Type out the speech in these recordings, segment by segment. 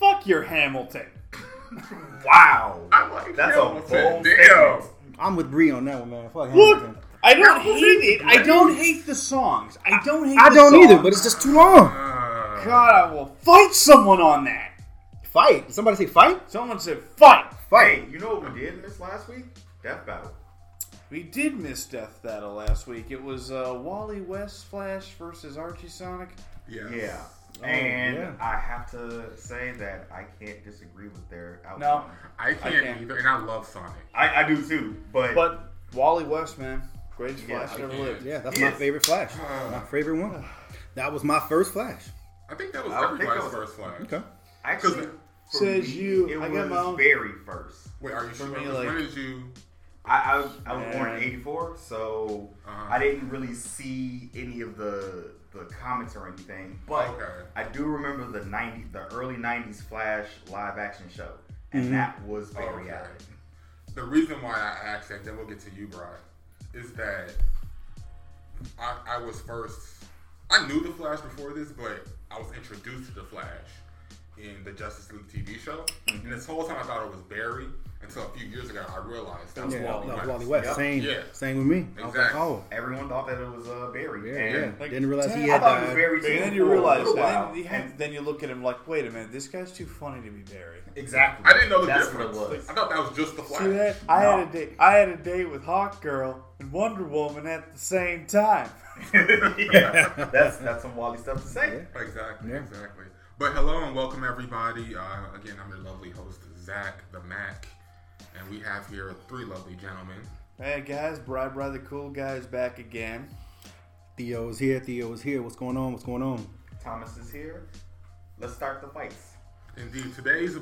like your Hamilton. Wow. I like That's a Hamilton. bold Damn. statement. I'm with Bree on that one, man. Look, Fuck Oh, Hamilton. I don't hate it. I don't hate the songs. I don't hate. I the don't songs. either, but it's just too long. Uh, God, I will fight someone on that. Fight. Did somebody say fight? Someone said fight. Fight. Hey, you know what we did miss last week? Death Battle. We did miss Death Battle last week. It was uh, Wally West Flash versus Archie Sonic. yes. Yeah. Oh, and yeah. I have to say that I can't disagree with their outcome. No. I can't can't. either, and I love Sonic. I, I do too, but, But Wally West, man, greatest Yeah, Flash I ever can't. lived. Yeah, that's Yes. my favorite Flash. my favorite one. That was my first Flash. I think that was I don't think everybody's that was- first flash. Okay. actually, 'Cause it- for Says me, you, It I was got my own- very first. Wait, are you sure? me, Because like- when did you? I, I, I was born Yeah. in '84, so Uh-huh. I didn't really see any of the the comics or anything. But Okay. I do remember the '90s, the early '90s Flash live action show, and that was very Okay. accurate. The reason why I asked that, then we'll get to you, Brian, is that I, I was first. I knew the Flash before this, but I was introduced to the Flash in the Justice League TV show, and this whole time I thought it was Barry until a few years ago I realized that was Yeah, Wally that was West. Wally West. Yep. Same. Yeah. Same with me. I was like, Exactly. oh, Everyone thought that it was uh, Barry. yeah, and yeah. Didn't realize he Dang, I had thought it was died. Barry. And then too you for a realize little that. while, And you have- and- then you look at him like, wait a minute, this guy's too funny to be Barry. exactly. I didn't know the That's difference. what it was. I thought that was just the Flash. See that? I had No. a date. I had a date with Hawk Girl and Wonder Woman at the same time. yeah, that's that's some Wally stuff to say. Yeah. Exactly, Yeah. exactly. But hello and welcome everybody. Uh, again, I'm your lovely host Zach the Mac, and we have here three lovely gentlemen. Hey guys, Bri Bri the cool guy is back again. Theo is here. Theo is here. What's going on? What's going on? Thomas is here. Let's start the fights. Indeed, today's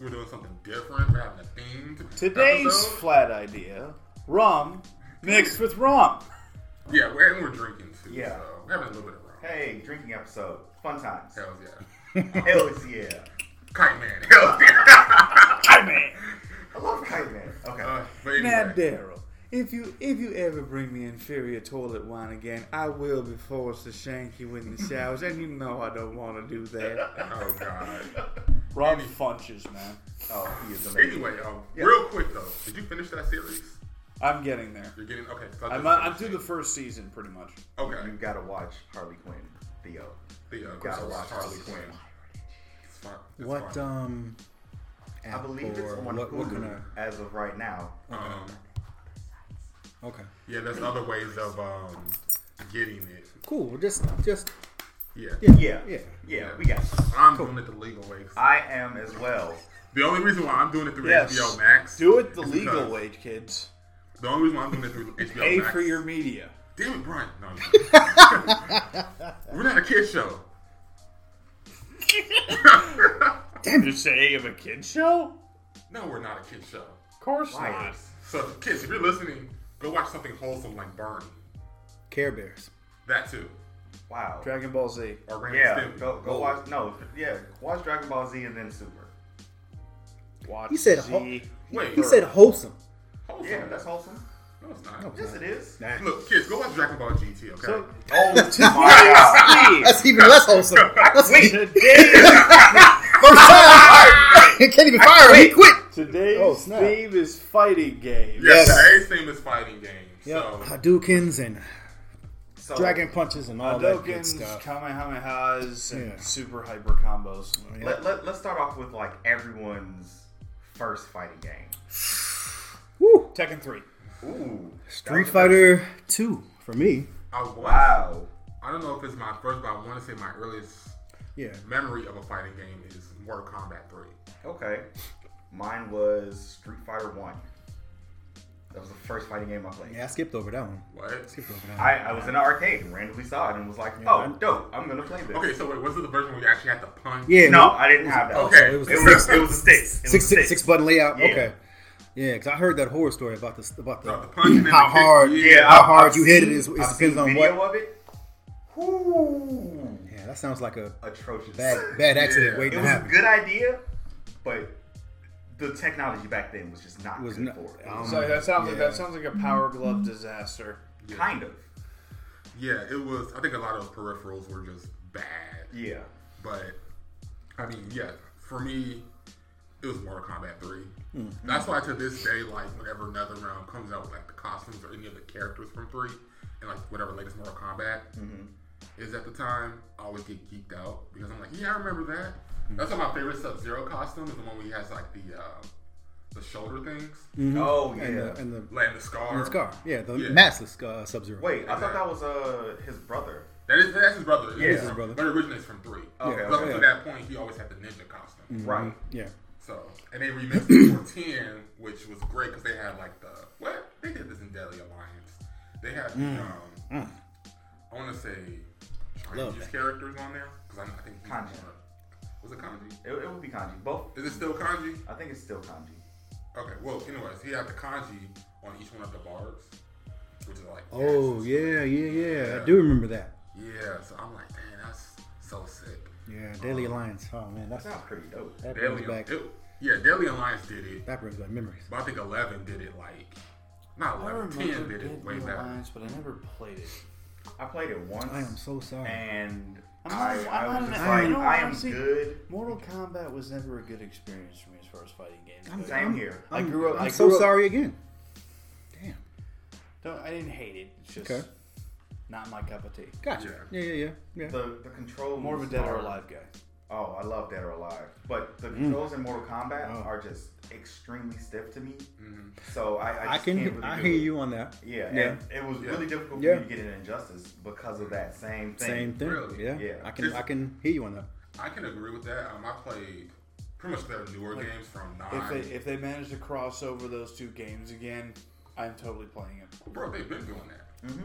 we're doing something different. We're having a themed Today's episode. flat idea: rum mixed with rum. yeah, we're, and we're drinking too. Yeah. so we're having a little bit of rum. Hey, drinking episode, fun times. Hells yeah, Hell yeah. kite man. Hell yeah. I mean. I love Kite Man. Okay. uh, but anyway, Now, Daryl, if you if you ever bring me inferior toilet wine again, I will be forced to shank you in the showers, and you know I don't want to do that. oh god. Rob Funches, man. oh, he is amazing. Anyway, um, real quick though, did you finish that series? I'm getting there. You're getting okay. So I I'm, uh, I'm just finished through it. the first season, pretty much. Okay. You gotta watch Harley Quinn, Theo. The, uh, Gotta Gotta watch Harley this. Quinn. It's fun. It's What fun. um? I believe it's or on what, Hulu what kind of? as of right now. Um, Okay. yeah, there's other ways of um, getting it. Cool. Well, Just just Yeah. yeah Yeah, yeah. yeah, we got. You. I'm doing it the legal way. 'cause I am as well. The only reason why I'm doing it through Yes. HBO Max. Do it the is legal because- way, kids. The only reason why I'm doing it through HBO Pay Max. for your media. Damn it, Brian. No, no. We're not a kid show. Damn, you're saying of a kid show? No, we're not a kid show. Of course not. Liars. So, kids, if you're listening, go watch something wholesome like Bernie. Care Bears. That too. Wow. Dragon Ball Z. Or Ren and yeah. Stimpy. Go, go Whoa. watch. No. Yeah. Watch Dragon Ball Z and then Super. Watch He said ho- Z. Wait. He said wholesome. wholesome. Yeah, that's wholesome. No, it's not. Yes, it is. Nah. Look, kids, go watch Dragon Ball GT, okay? So- Oh my God. That's even less wholesome. That's first Oh, Today, time. He can't even fire him. He quit. today's Oh, snap. theme is fighting game. yeah, Yes. today's theme is fighting games. So, Hadoukens and So, dragon punches and all that good Hadokens, stuff. Kamehamehas, and Yeah. Oh, super hyper combos. Let, let, let's start off with like everyone's first fighting game. Woo. Tekken 3. Ooh. Street Fighter Two for me. I want, Wow. I don't know if it's my first, but I want to say my earliest Yeah. memory of a fighting game is Mortal Kombat 3. Okay. Mine was Street Fighter One. That was the first fighting game I played. Yeah, I skipped over that one. What? Skipped over that. One. I, I was in an arcade and randomly saw it and was like, Yeah, oh, man. dope, I'm gonna play this. Okay, so wait, was it the version where you actually had to punch? yeah. No, I didn't have that. Okay. it was It was, it was a stick. It was six, a six, stick. six button layout. Yeah. Okay. Yeah, because I heard that horror story about this about the, About the punching and how the kick. hard Yeah, how I've- hard I've you hit it seen- is it I've depends seen on video what. of it. Ooh, Yeah, that sounds like a atrocious. bad bad accident Yeah. waiting It to was a happen. good idea, but the technology back then was just not Was good not- for it. um, So that sounds like Yeah. that sounds like a power glove disaster. Yeah. kind of. Yeah, it was. I think a lot of those peripherals were just bad. Yeah. But, I mean, yeah. for me, it was Mortal Kombat 3. That's why to this day, like, whenever Another Realm comes out with, like, the costumes or any of the characters from 3, and, like, whatever latest Mortal Kombat is at the time, I always get geeked out because I'm like, yeah, I remember that. That's one of my favorite Sub Zero costumes, the one where he has, like, the, uh, the shoulder things, Oh yeah. Mm-hmm. And the and the, and like the scar. the scar. Yeah, the Yeah. massless uh, Sub Zero. Wait, I thought that was uh his brother. That is that's his brother. Yeah. It's His Oh, from- brother. But it originates from 3. Okay, But up okay. until that point, he always had the ninja costume. Mm-hmm. Right. Yeah. So, and they remixed it for 10, which was great because they had like the, what? They did this in Deadly Alliance. They had, Mm. um, I want to say Love Chinese that. characters on there because I, I think he- Kanji. Was it Kanji? It, it would be kanji. Both. Is it still Kanji? I think it's still kanji. Okay, well, anyways, he had the Kanji on each one of the bars, which is like, Oh yes. yeah, yeah, yeah. Yeah. I do remember that. Yeah, so I'm like, dang, that's so sick. Yeah, Um, Daily Alliance. Oh man, that's Sounds pretty dope. that brings Deadly, back it, yeah, Deadly Alliance did it, that brings back memories. but I think 11 did it like, not I 11, 10 remember did Deadly it way back. Alliance, but I never played it. I played it once. I am so sorry. And I'm I, not- I I'm not was just an- like, you know what, I am honestly- good. Mortal Kombat was never a good experience for me as far as fighting games. I'm go. sorry. Same here. I grew up. I'm I so grew up- sorry again. Damn. Don't, I didn't hate it. It's just Okay. not my cup of tea. Gotcha. Yeah, yeah, yeah, yeah. The the controls. More of a dead or are- alive guy. Oh, I love Dead or Alive, but Mm. the controls in Mortal Kombat Oh. are just extremely stiff to me. Mm-hmm. So I, I, I just can. can't really I do hear it. you on that. Yeah, Yeah. and it was Yeah. really difficult for Yeah. me to get in Injustice because of that same thing. Same thing. Really? Yeah. Yeah. I can. I can hear you on that. I can agree with that. Um, I played pretty much their newer Like, games from If nine. they if they manage to cross over those two games again, I'm totally playing it. Bro, they've been doing Mm. that.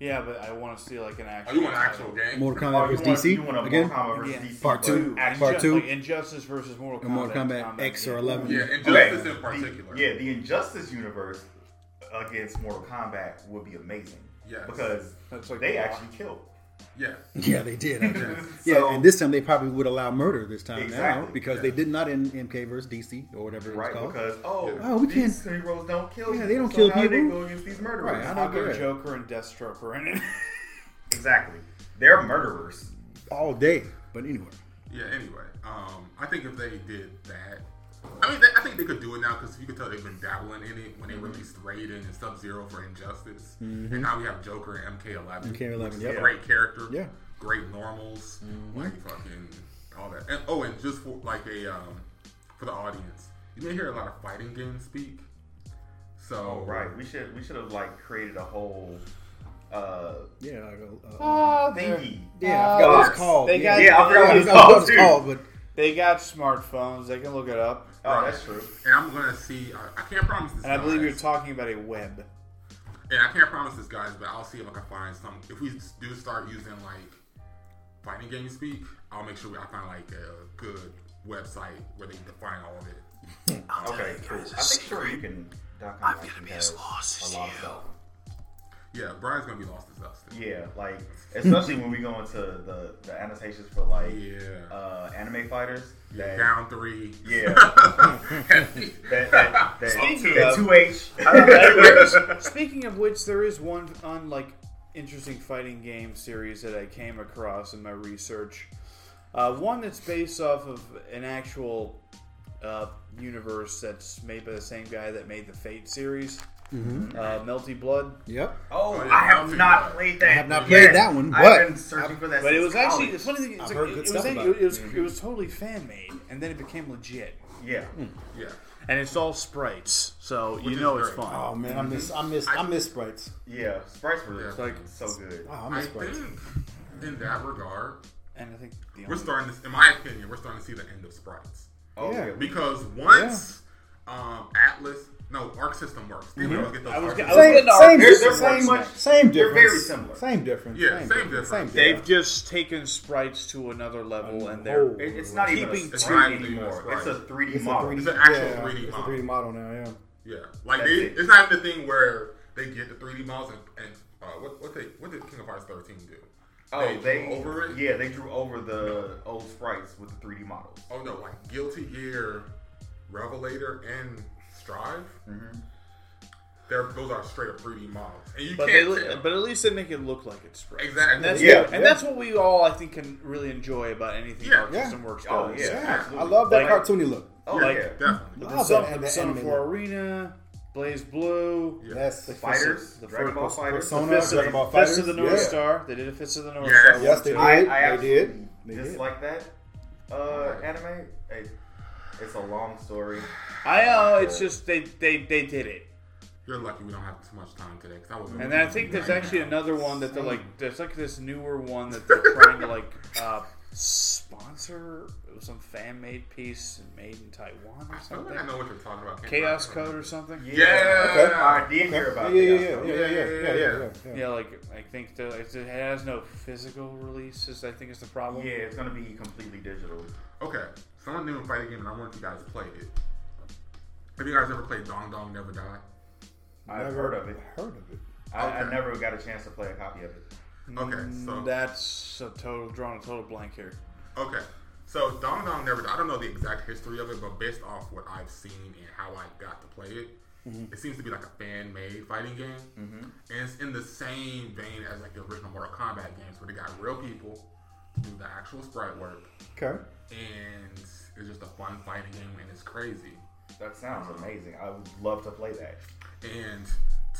Yeah, but I want to see like an Oh, actual. you want an title. actual game? Mortal Oh, Kombat you versus want- DC you want a again. Mortal Kombat versus Yeah. DC, Part but two. act- Part Inju- two. like Injustice versus Mortal Kombat. And Mortal Kombat X or yeah. 11. Yeah, Okay, Injustice in the- particular. yeah, the Injustice universe against Mortal Kombat would be amazing. Yes. because That's like they the law. actually killed. yeah. Yeah, they did. actually. yeah, So- and this time they probably would allow murder this time now Exactly, because yeah. they did not in MK versus DC or whatever Right, it was called. because oh, Oh, we these heroes don't kill. Yeah, you, they don't so kill how do They people. go against these murderers. Right, I How don't come care. Joker and Deathstroke are in it? Exactly, they're murderers. All day, but anyway. Yeah, anyway. Um, I think if they did that, I mean, they, I think they could do it now because you could tell they've been dabbling in it Mm-hmm. when they released Raiden and Sub Zero for Injustice. And now we have Joker and MK11. MK11, which is yep. a Great character. Yeah. Great normals. Mm-hmm. Like, fucking all that. And, oh, and just for, like, a, um, for the audience, you may hear a lot of fighting games speak. So, Oh, right. We should we should have like created a whole uh Yeah, like, uh, uh, Ah, they're- thingy. yeah, I forgot what yes. it's called. They got- Yeah, I forgot what I it's forgot what called. it's Too. called, but They got smartphones. They can look it up. Oh, that's true. And I'm gonna see. I, I can't promise this. And I guys. believe you're talking about a web. And I can't promise this, guys, but I'll see if I can find some. If we do start using like fighting game speak, I'll make sure I find like a good website where they define all of it. Okay, cool. I think sure you can. I'm gonna be as lost as you. Yeah, Brian's gonna be lost as us. Yeah, like especially when we go into the the annotations for like Yeah. uh anime fighters. That, Down three. Yeah. that that Speaking that of- two H. Speaking of which, there is one on like interesting fighting game series that I came across in my research. Uh, one that's based off of an actual uh, universe that's made by the same guy that made the Fate series, Mm-hmm. uh, Melty Blood. yep. Oh, yeah, I I'll have see not that. played that. I have not yet. played that one, I've but- been searching for that. But it since was actually the college. funny thing. It's I've like, heard good it, was stuff it, about it. it was it was totally fan made, and then it became legit. yeah. Yeah. And it's all sprites, so Which you is know it's great. fun. Oh man, I miss, I miss, I miss sprites. Yeah, sprites were Yeah. like so good. Wow, I I miss think sprites. in that regard, And I think the we're only starting to, in my opinion, we're starting to see the end of sprites. Oh, Yeah. Because once um, Atlas, no, Arc System works. They always get those I was Arc gonna- I System- was They're- they're Same, same, difference, pretty much- same, same they're difference. very similar. Same difference. Yeah, same difference. Same They've They've just taken sprites to another level, and they're whole- It- it's not even a Keeping sprite time to anymore. a sprite. It's a 3D It's a model. 3D It's an actual yeah, 3D It's a model. 3D model now. Yeah. Yeah, like That's they, it. it's not the thing where they get the 3D models and, and uh, what what they what did King of Hearts 13 do? Oh, they drew over it. Yeah, they drew over the old sprites with the 3D models. Oh no, like Guilty Gear, Revelator, and Strive. They're, those are straight up 3D models, and you But, they, can't. li- tell. but at least they make it look like it's spread. Exactly. And that's Yeah, what, and yeah. that's what we all I think can really enjoy about anything Yeah, Arc yeah. System Works Oh, does. yeah. absolutely. I love that Like- cartoony look. Oh Like- yeah, definitely. The, I love sub- that- the that Sub anime Four look. Arena, Blaze Blue, Yeah. Yes, The fighters, The Dragon first Ball pers- fighters, persona, Fist, of, Dragon Ball Fist of Fighters? the North Yeah. Star. They did a Fist of the North Yes. Star. Yes, one, they too. did. I they absolutely did. They did. dislike that uh, anime. Hey, it's a long story. I know it's just they, they they did it, You're lucky we don't have too much time today. 'cause I wasn't and then I looking think there's right actually now. another one that they're like there's like this newer one that they're trying to like uh, sponsor It was some fan made piece and made in Taiwan I or feel something. like I know what you're talking about. Can't Chaos remember. Code or something. Yeah. Okay. I did hear Yeah, about yeah, that. yeah, yeah, yeah, yeah, yeah, yeah, yeah, yeah. Yeah, like I think the, it has no physical releases. I think is the problem. Yeah, it's gonna be completely digital. Okay, someone new fighting game, and I want you guys to play it. Have you guys ever played Dong Dong Never Die? I've Never heard of it. Heard of it. I, I Okay. never got a chance to play a copy of it. Okay, so Mm, That's a total drawn a total blank here. okay, so Dong Dong Never Die. I don't know the exact history of it, but based off what I've seen and how I got to play it, it seems to be like a fan-made fighting game, and it's in the same vein as like the original Mortal Kombat games, where they got real people to do the actual sprite work, Okay. and it's just a fun fighting game, and it's crazy. That sounds amazing. I would love to play that. And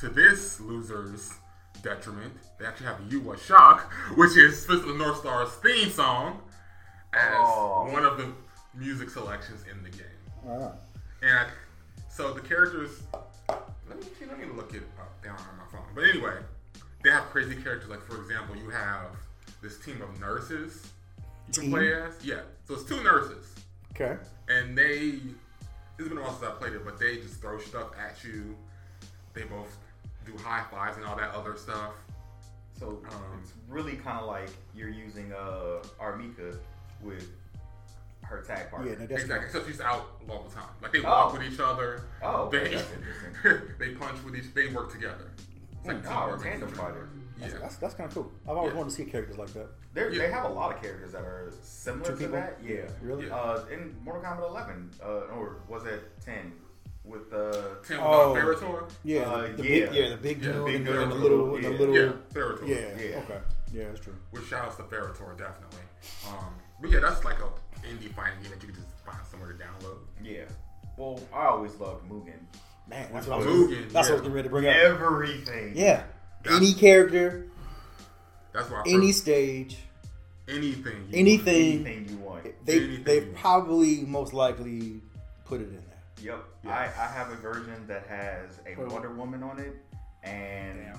to this loser's detriment, they actually have You Was Shock, which is Fist of the North Star's theme song, as Aw. one of the music selections in the game. Ah. And I, so the characters, let me, let me look it up down on my phone. But anyway, they have crazy characters. Like, for example, you have this team of nurses you can Team? play as. Yeah, so it's two nurses Okay. and they it's been a while since I played it, but they just throw stuff at you. They both do high fives and all that other stuff. So Um, it's really kind of like you're using uh, Armika with her tag partner. Yeah, no, that's exactly. Except she's out all the time. Like they walk Oh. with each other. Oh, okay, they that's interesting. they punch with each. They work together. It's like Hmm, teamwork oh, makes tandem the dream fighter. work. that's, Yeah. that's, that's kind of cool. I've always Yeah. wanted to see characters like that. They're- Yeah. They have a lot of characters that are similar Two to people? that. Yeah. Really? Yeah. Uh, in Mortal Kombat 11, uh, or was it 10? With uh, Tim Oh. oh, Ferritor. Yeah. Uh, the, the yeah. Big, yeah. The big Yeah, dude big and, dude the, and the and little, and little- the little. Yeah, Yeah. Ferritor. Yeah. Okay. Yeah, that's true. Which shouts to Ferritor definitely. Um, but yeah, that's like a indie fighting game that you can just find somewhere to download. yeah. Well, I always loved Mugen. Man, that's what I was. Mugen, that's what I yeah. was getting ready to bring up. Everything. Yeah. Any character, That's why I any first- stage, anything you anything, Anything you want. they Anything. they probably most likely put it in there. Yep. Yes. I, I have a version that has a Wait, Wonder Woman on it and Damn.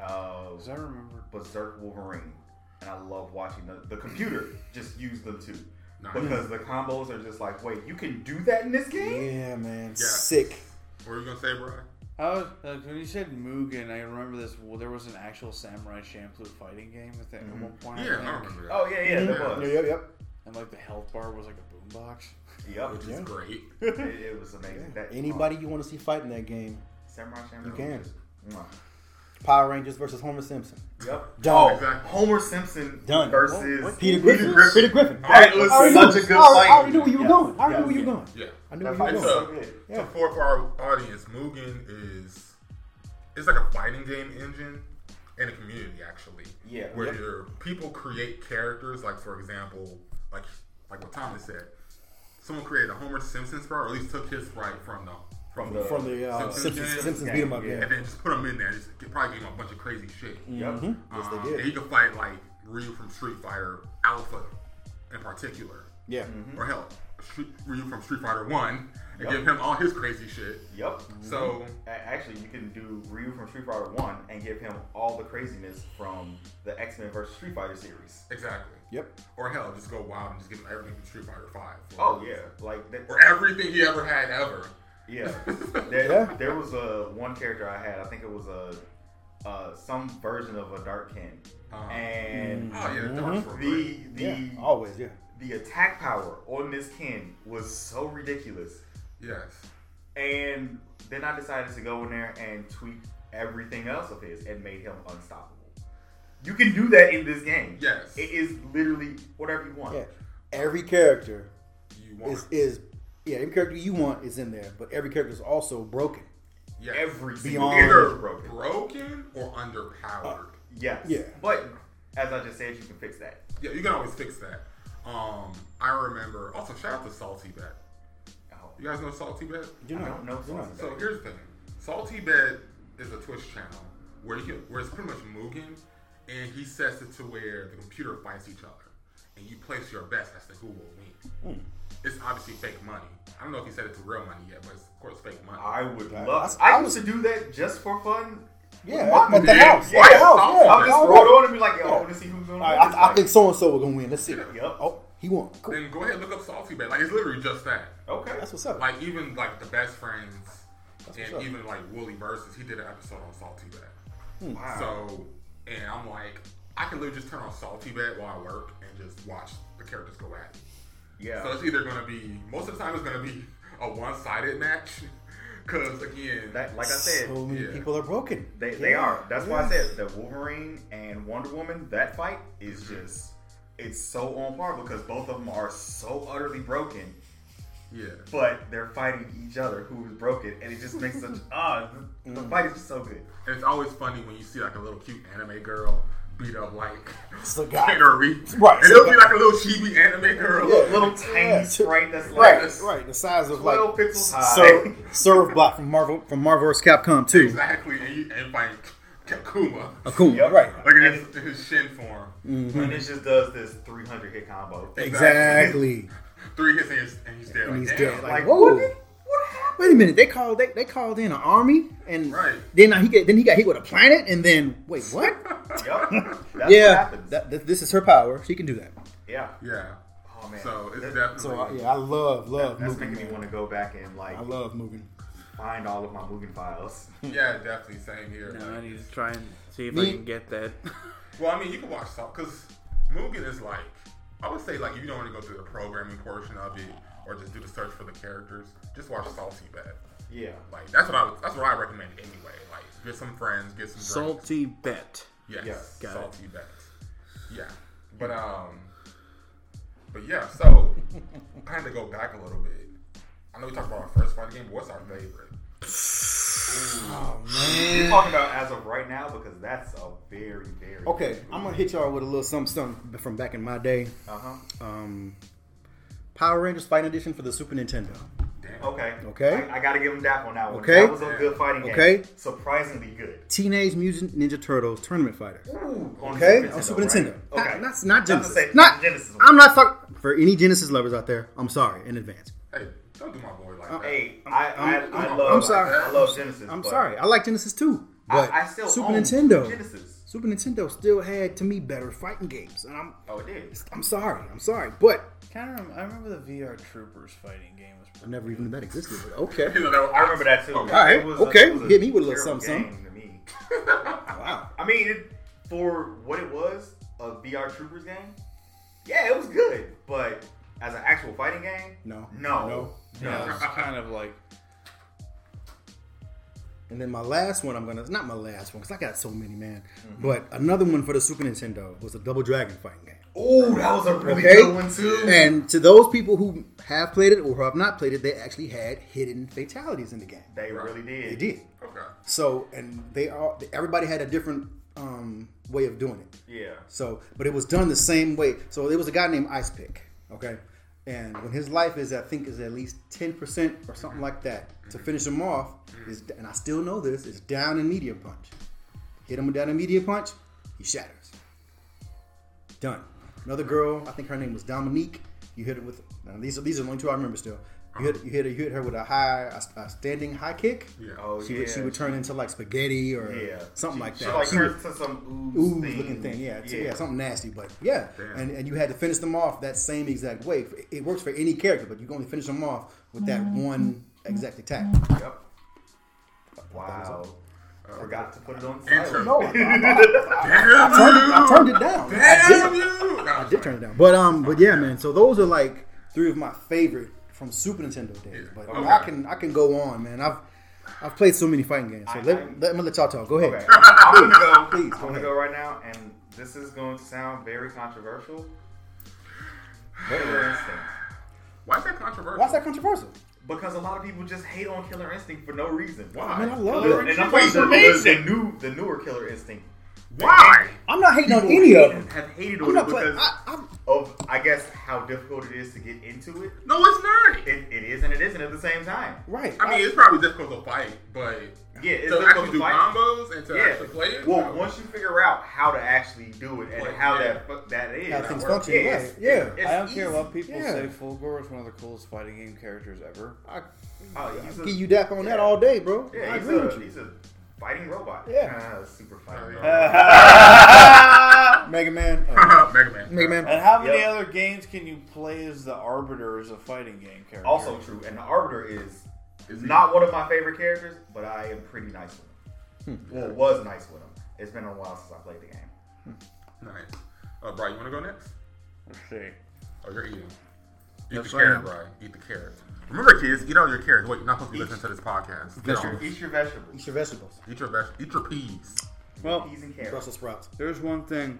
uh, Because I remember Berserk Wolverine. And I love watching the, the computer just use them too. Nice. Because the combos are just like, wait, you can do that in this game? Yeah, man. Yeah. Sick. What were you gonna say, bro? I was, like, when you said Mugen. I remember this. Well, there was an actual Samurai Champloo fighting game at, the, at one point. Mm-hmm. Yeah, I I think. remember that. Oh, yeah, yeah, there Yeah. was. Yep, yep. And like the health bar was like a boombox. Yep. which Yeah. is great. it, it was amazing. That, Anybody you want to see fight in that game? oh, Samurai Champloo. can. was just- mwah. Power Rangers versus Homer Simpson. Yep. Done. Oh, Exactly. Homer Simpson Done. versus What- what- Peter Griffin. Peter Griffin. That was I already such knew- a good I already- fight. I already knew where you were Yeah. going. I already knew where you were going. Yeah. I knew That where fight you were was It's so going. a- good. Yeah. So for, for our audience, Mugen is it's like a fighting game engine and a community actually. Yeah. Where Yep. your people create characters, like for example, like like what Thomas said, someone created a Homer Simpson sprite, or at least took his sprite from the from the From the uh, Simpsons Simpsons, game. Simpsons beat 'em up. Yeah. Yeah. and then just put him in there. Just get- probably gave him a bunch of crazy shit. Yep. Mm, Yes, Um, they and he did. could fight like Ryu from Street Fighter Alpha, in particular. Yeah. Mm-hmm. or hell, Street, Ryu from Street Fighter One, and give him all his crazy shit. Yep. So A- Actually, you can do Ryu from Street Fighter 1 and give him all the craziness from the X Men versus Street Fighter series. exactly, Yep. or hell, just go wild and just give him everything from Street Fighter Five. Oh, yeah. Like, that, or everything he ever had ever. yeah. There, Yeah. there was a, one character I had, I think it was a, uh, some version of a Dark Kin. Uh-huh. And Oh yeah, the darts were the, great. the, Mm-hmm. Yeah. Oh. Always. Yeah. the attack power on this Kin was so ridiculous. yes, And then I decided to go in there and tweak everything else of his and made him unstoppable. You can do that in this game. Yes. It is literally whatever you want. Yeah. Every character you want is is yeah. Every character you want is in there, but every character is also broken. Yes. Every single Beyond- character Either is broken. broken or underpowered. Yes. Yeah. But as I just said, you can fix that. Yeah, you can always fix that. Um, I remember. Also, shout out to Salty Bet. Oh, You guys know Salty Bet? You're I not. don't know You're not. Salty So here's the thing. Salty Bet is a Twitch channel where you can, where it's pretty much Mugen, and he sets it to where the computer fights each other, and you place your bets as to who will win. It's obviously fake money. I don't know if he said it to real money yet, but it's of course fake money. I would I- love. I- I, I used to do that just for fun. Yeah, Mom at the did. house. Yeah. At the house. Yeah. I'll just All roll right. on and be like, yo, I want to see who's going to All right, I, I think so and so was gonna win. Let's see. Yep. Oh, he won. Cool. Then go ahead and look up Salty Bet. Like it's literally just that. Okay. That's what's up. Like even like the best friends, what's and up. even like Wooly versus. He did an episode on Salty Bet. Hmm. wow. So, and I'm like, I can literally just turn on Salty Bet while I work and just watch the characters go at it. yeah. So it's either going to be, most of the time, it's going to be a one sided match. Because, again, that, like I said, so many yeah. people are broken. they, they Yeah. are. That's why I Yeah. said that Wolverine and Wonder Woman, that fight is just, it's so on par because both of them are so utterly broken, yeah. but they're fighting each other who is broken, and it just makes such, ah, the, the fight is just so good. And it's always funny when you see like a little cute anime girl beat up like It's a guy. Higuri. Right, And it's a it'll be guy. like a little chibi anime girl. Yeah. Little tiny Yeah. sprite that's like, Right, right. The size of 12 like pixels high. Sur- Surf Block from Marvel from Marvel vs. Capcom 2. Exactly. And you and fight Kakuma. Akuma, Yep. right? Like in his, in his shin form. and it just does this 300 hit combo. Exactly. Three hits and he's, and he's dead. And like, he's damn. dead. Like, Like, Like, whoa. what did- Wait a minute. They called. They, they called in an army, and Right. then he get, then he got hit with a planet, and then wait, what? Yup. That's what yeah, happens. that, that- this is her power. She can do that. yeah. yeah. Oh, man. So it's That- definitely. So uh, I- yeah, I love love That's moving. making me man. want to go back and like I love moving. find all of my moving files. Yeah, definitely. Same here. Now I need to try and see if Me- I can get that. Well, I mean, you can watch Salt because Mugen is like, I would say, like, if you don't want to go through the programming portion of it or just do the search for the characters, just watch Salty Bad. Yeah. Like, that's what I would, that's what I recommend anyway. Like, get some friends, get some drinks. Salty bet. Yes, Yes, got it. Salty Bet. Yeah, but um, but yeah. So I had to go back a little bit. I know we talked about our first fighting game, but what's our favorite? We're talking about as of right now because that's a very very Okay, I'm gonna hit y'all with a little something, something from back in my day. Uh huh. Um, Power Rangers Fighting Edition for the Super Nintendo. Damn. Okay. Okay. I, I gotta give him that one. That one. Okay. That was a good fighting game. Okay. Surprisingly good. Teenage Mutant Ninja Turtles Tournament Fighter. Ooh, on Okay, on Super Oh, right? Nintendo. Okay. Not, not, not Not to Genesis. say- not Genesis. I'm not talking for any Genesis lovers out there. I'm sorry in advance. Hey, don't do my boy like that. Oh, Hey, I I, I'm- I I'm love sorry. I love Genesis. I'm but sorry. I like Genesis too, but I, I still Super own Nintendo. Genesis. Super Nintendo still had to me better fighting games, and I'm Oh, it did. I'm sorry. I'm sorry, but Kind of. I remember the VR Troopers fighting game was. Pretty I never even knew that existed. But okay. You know, that- I remember that too. Okay. All right, It was okay. it was Hit me with a little terrible something, game To me. Wow. I mean, it, for what it was, a VR Troopers game, yeah, it was good. But as an actual fighting game, No. no, No. Yeah, it was kind of like. And then my last one, I'm gonna not my last one because I got so many, man. Mm-hmm. But another one for the Super Nintendo was a Double Dragon fighting game. Oh, that was a really Okay. good one too. And to those people who have played it or who have not played it, they actually had hidden fatalities in the game. they really They did. did. Okay. So, and they all, everybody had a different um, way of doing it. Yeah. So, but it was done the same way. So there was a guy named Ice Pick, okay, and when his life is, I think, is at least ten percent or something like that to finish him off is, and I still know this is down in media punch. Hit him with down in media punch, he shatters. Done. Another girl, I think her name was Dominique. You hit her with now these are these are the only two I remember still. You hit you hit her, you hit her with a high a, a standing high kick. Yeah. Oh She yeah. would she would turn into like spaghetti or yeah. something She- like that. She like She would- turns to some ooze, ooze looking thing. Yeah, it's- yeah, something nasty, but yeah. Damn. And and you had to finish them off that same exact way. It- It works for any character, but you can only finish them off with that one exact attack. Yep. Wow. Forgot to put it on. silent. Intro. No, I, I- Damn I turned, it, I you! turned it down. I did. Damn you! No, I did turn it down. But um, but yeah, man. So those are like three of my favorite from Super Nintendo days. Yeah. But Okay. I can I can go on, man. I've I've played so many fighting games. So I- let, I- let me let y'all talk. Go ahead. Okay, I'm gonna go. Please, go I'm gonna ahead. go right now, and this is going to sound very controversial. Killer Instinct. Why is that controversial? Why's that controversial? because a lot of people just hate on Killer Instinct for no reason. Why? Man, I love The- it. and I'm Wait, talking the, the, amazing. the new, the newer Killer Instinct. Why? I'm not hating on any of them. have hated I'm on it not playing. because I, I'm, of, I guess, how difficult it is to get into it. No, it's not. It, it is and it isn't at the same time. right. I mean, it's probably difficult to fight, but Yeah, it's to difficult actually to do fight. combos and to Yeah. actually play it. Well, no. once you figure out how to actually do it and Like, how yeah. that that that is, How that things works, function, yeah, it's- right, yeah. it's- it's I don't care easy. what people Yeah. say. Fulgore is one of the coolest fighting game characters ever. I, Oh, he's a- give you dap on yeah. that all day, bro. Yeah, I he's agree a, with you. he's a fighting robot. Yeah. Ah, super fighting Yeah. robot. Mega Man. uh, Mega Man. Mega Man. And how many Yep. other games can you play as the Arbiter as a fighting game character? Also true. And the Arbiter is, Is he- not one of my favorite characters, but I am pretty nice with him. Hmm. Well, was nice with him. It's been a while since I played the game. Nice. Uh, Brian, you want to go next? Let's see. Oh, you're eating. Eat Yes, the I carrot, am. Brian. Eat the carrot. Remember, kids, eat all your carrots. Wait, you're not supposed to be Eat- listening to this podcast. Get That's off. true. Eat your vegetables. Eat your vegetables. Eat your veg- eat your peas. Well, Peas and carrots. Brussels sprouts. there's one thing,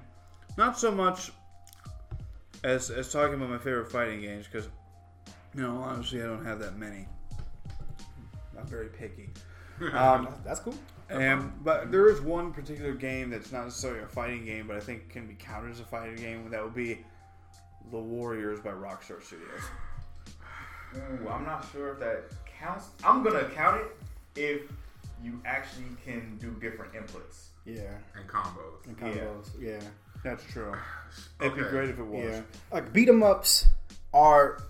not so much as as talking about my favorite fighting games because, you know, honestly, I don't have that many. I'm very picky. Um, That's cool. and but there is one particular game that's not necessarily a fighting game, but I think can be counted as a fighting game. and That would be The Warriors by Rockstar Studios. Ooh, I'm not sure if that counts. I'm gonna count it if you actually can do different inputs. Yeah. And combos. And combos. Yeah. That's true. It'd be Okay. great if it Yeah. was. Like beat 'em ups are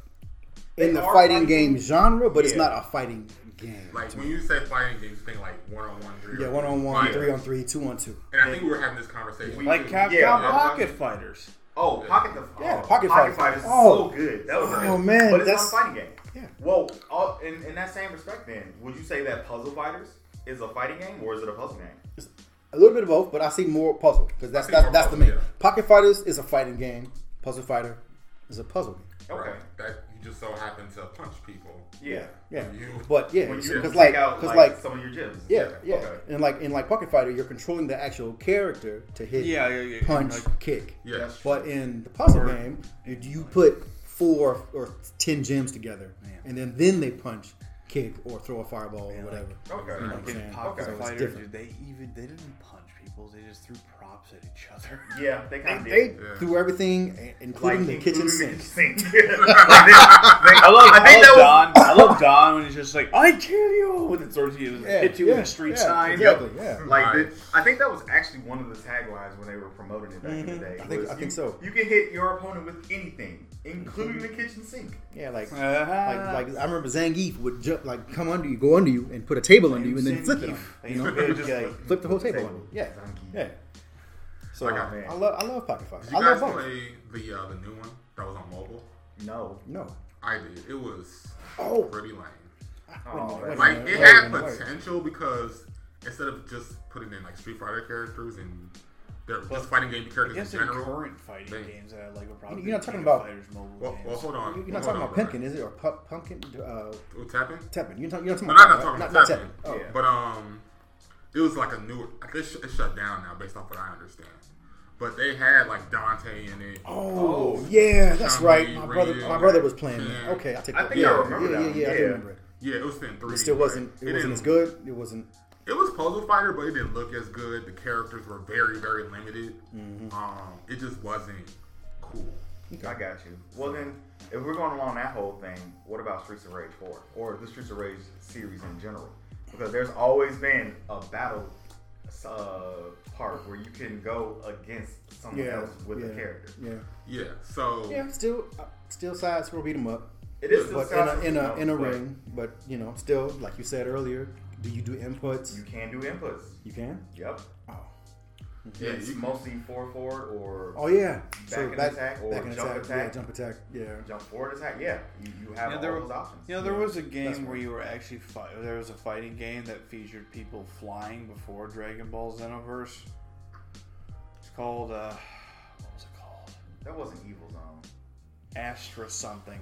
in They the are fighting fighting. game genre, but it's Yeah. not a fighting game. Like when you say fighting games, you think like one on one, three. yeah, on one on one, Fighting. three on three, two on two. And I think we were having this conversation. We- Like Capcom Yeah, yeah. Pocket Fighters. Oh, pocket the Yeah, oh, Pocket Fight. pocket fight is Oh. so good. That was Oh, great. man, but it's that's- not a fighting game. Yeah. Well, all, in, in that same respect, then would you say that Puzzle Fighters is a fighting game or is it a puzzle game? A little bit of both, but I see more puzzle because that's see that's, more that's the puzzle, main. yeah. Pocket Fighters is a fighting game. Puzzle Fighter is a puzzle game. Okay. Right. That you just so happen to punch people. Yeah. Yeah, You- but yeah, When you because take like, out because like, like, some of your gyms. yeah, yeah, Okay. and like in like Pocket Fighter, you're controlling the actual character to hit, Yeah, yeah, yeah, punch, like- kick. Yeah. That's But in the puzzle Or- game, you, you put four or ten gems together, Man. and then then they punch, kick, or throw a fireball or Man, whatever. Okay. You know what I'm In saying? Pocket So it's Fighters, dude, different. they even they didn't punch people. They just threw props at each other. Yeah, they kind of They did. Yeah. threw everything, i- including the kitchen sink. sink. Like, they- they- I love, I think that Don. I love Don when he's just like, "I kill you," with his sword, he just hit you with a street yeah, sign. Exactly. Yeah. Like Right. the- I think that was actually one of the taglines when they were promoting it back in the day. Mm-hmm. I think- was I you, think so. Mm-hmm. You can hit your opponent with anything, including the kitchen sink. Yeah. Like. Uh-huh. Like, like I remember Zangief would jump, like come under you, go under you, and put a table under you, and then flip it. On, Zangief. you, you know, He's a big guy. flip the whole table on you. Yeah, Zangief. yeah. So Like, I, man. love, I love Pocket Fighter. Did I you love guys both. play the uh, the new one that was on mobile? No. No. I did. It was Oh. pretty lame. Oh, Wait a minute, wait a Like minute, it wait a had minute, wait. potential because instead of just putting in like Street Fighter characters and they're just fighting game I characters in guess in general. current fighting They- games that I like would probably You're not be talking King of about- Fighters mobile Well, well, games. hold on. You're not Hold talking on, about bro. pumpkin, is it? Or pu- pumpkin? Uh, What's happening? Teppin. You're, not- you're not talking No, not, not about that, talking right? about Not- not Tekken. Tekken. Oh. Yeah. But um, it was like a newer. I guess it shut down now, based off what I understand. But they had like Dante in it. Oh, Oh. yeah, that's Chun-Li, right. My brother, Ryu, my brother was playing Ken. that. Okay, I take I that. think yeah, I remember that yeah, yeah, one, yeah, I do yeah. remember it. Yeah, it was in three. It still wasn't. It, wasn't as good. It wasn't. It was Puzzle Fighter, but it didn't look as good. The characters were very, very limited. Mm-hmm. Um, it just wasn't cool. I got you. Well then, if we're going along that whole thing, what about Streets of Rage 4 or the Streets of Rage series in general? Because there's always been a battle uh, part where you can go against someone Yeah, else with yeah, a character. yeah, Yeah. So yeah. Still, uh, still side scroll beat 'em up, It is but in a successful, in a in a but ring. But you know, still, like you said earlier, do you do inputs? You You, can do inputs. can. Yep. Oh, yeah, it's you can- mostly four forward or oh yeah. Back in attack or jump Yeah, attack. jump attack. Yeah. jump forward attack. Yeah, you, you have Yeah, all there those options. You know, there Yeah, was a that's game where right. you were actually fight. There was a fighting game that featured people flying before Dragon Ball Xenoverse. It's called uh, what was it called? That wasn't Evil Zone. Astra something.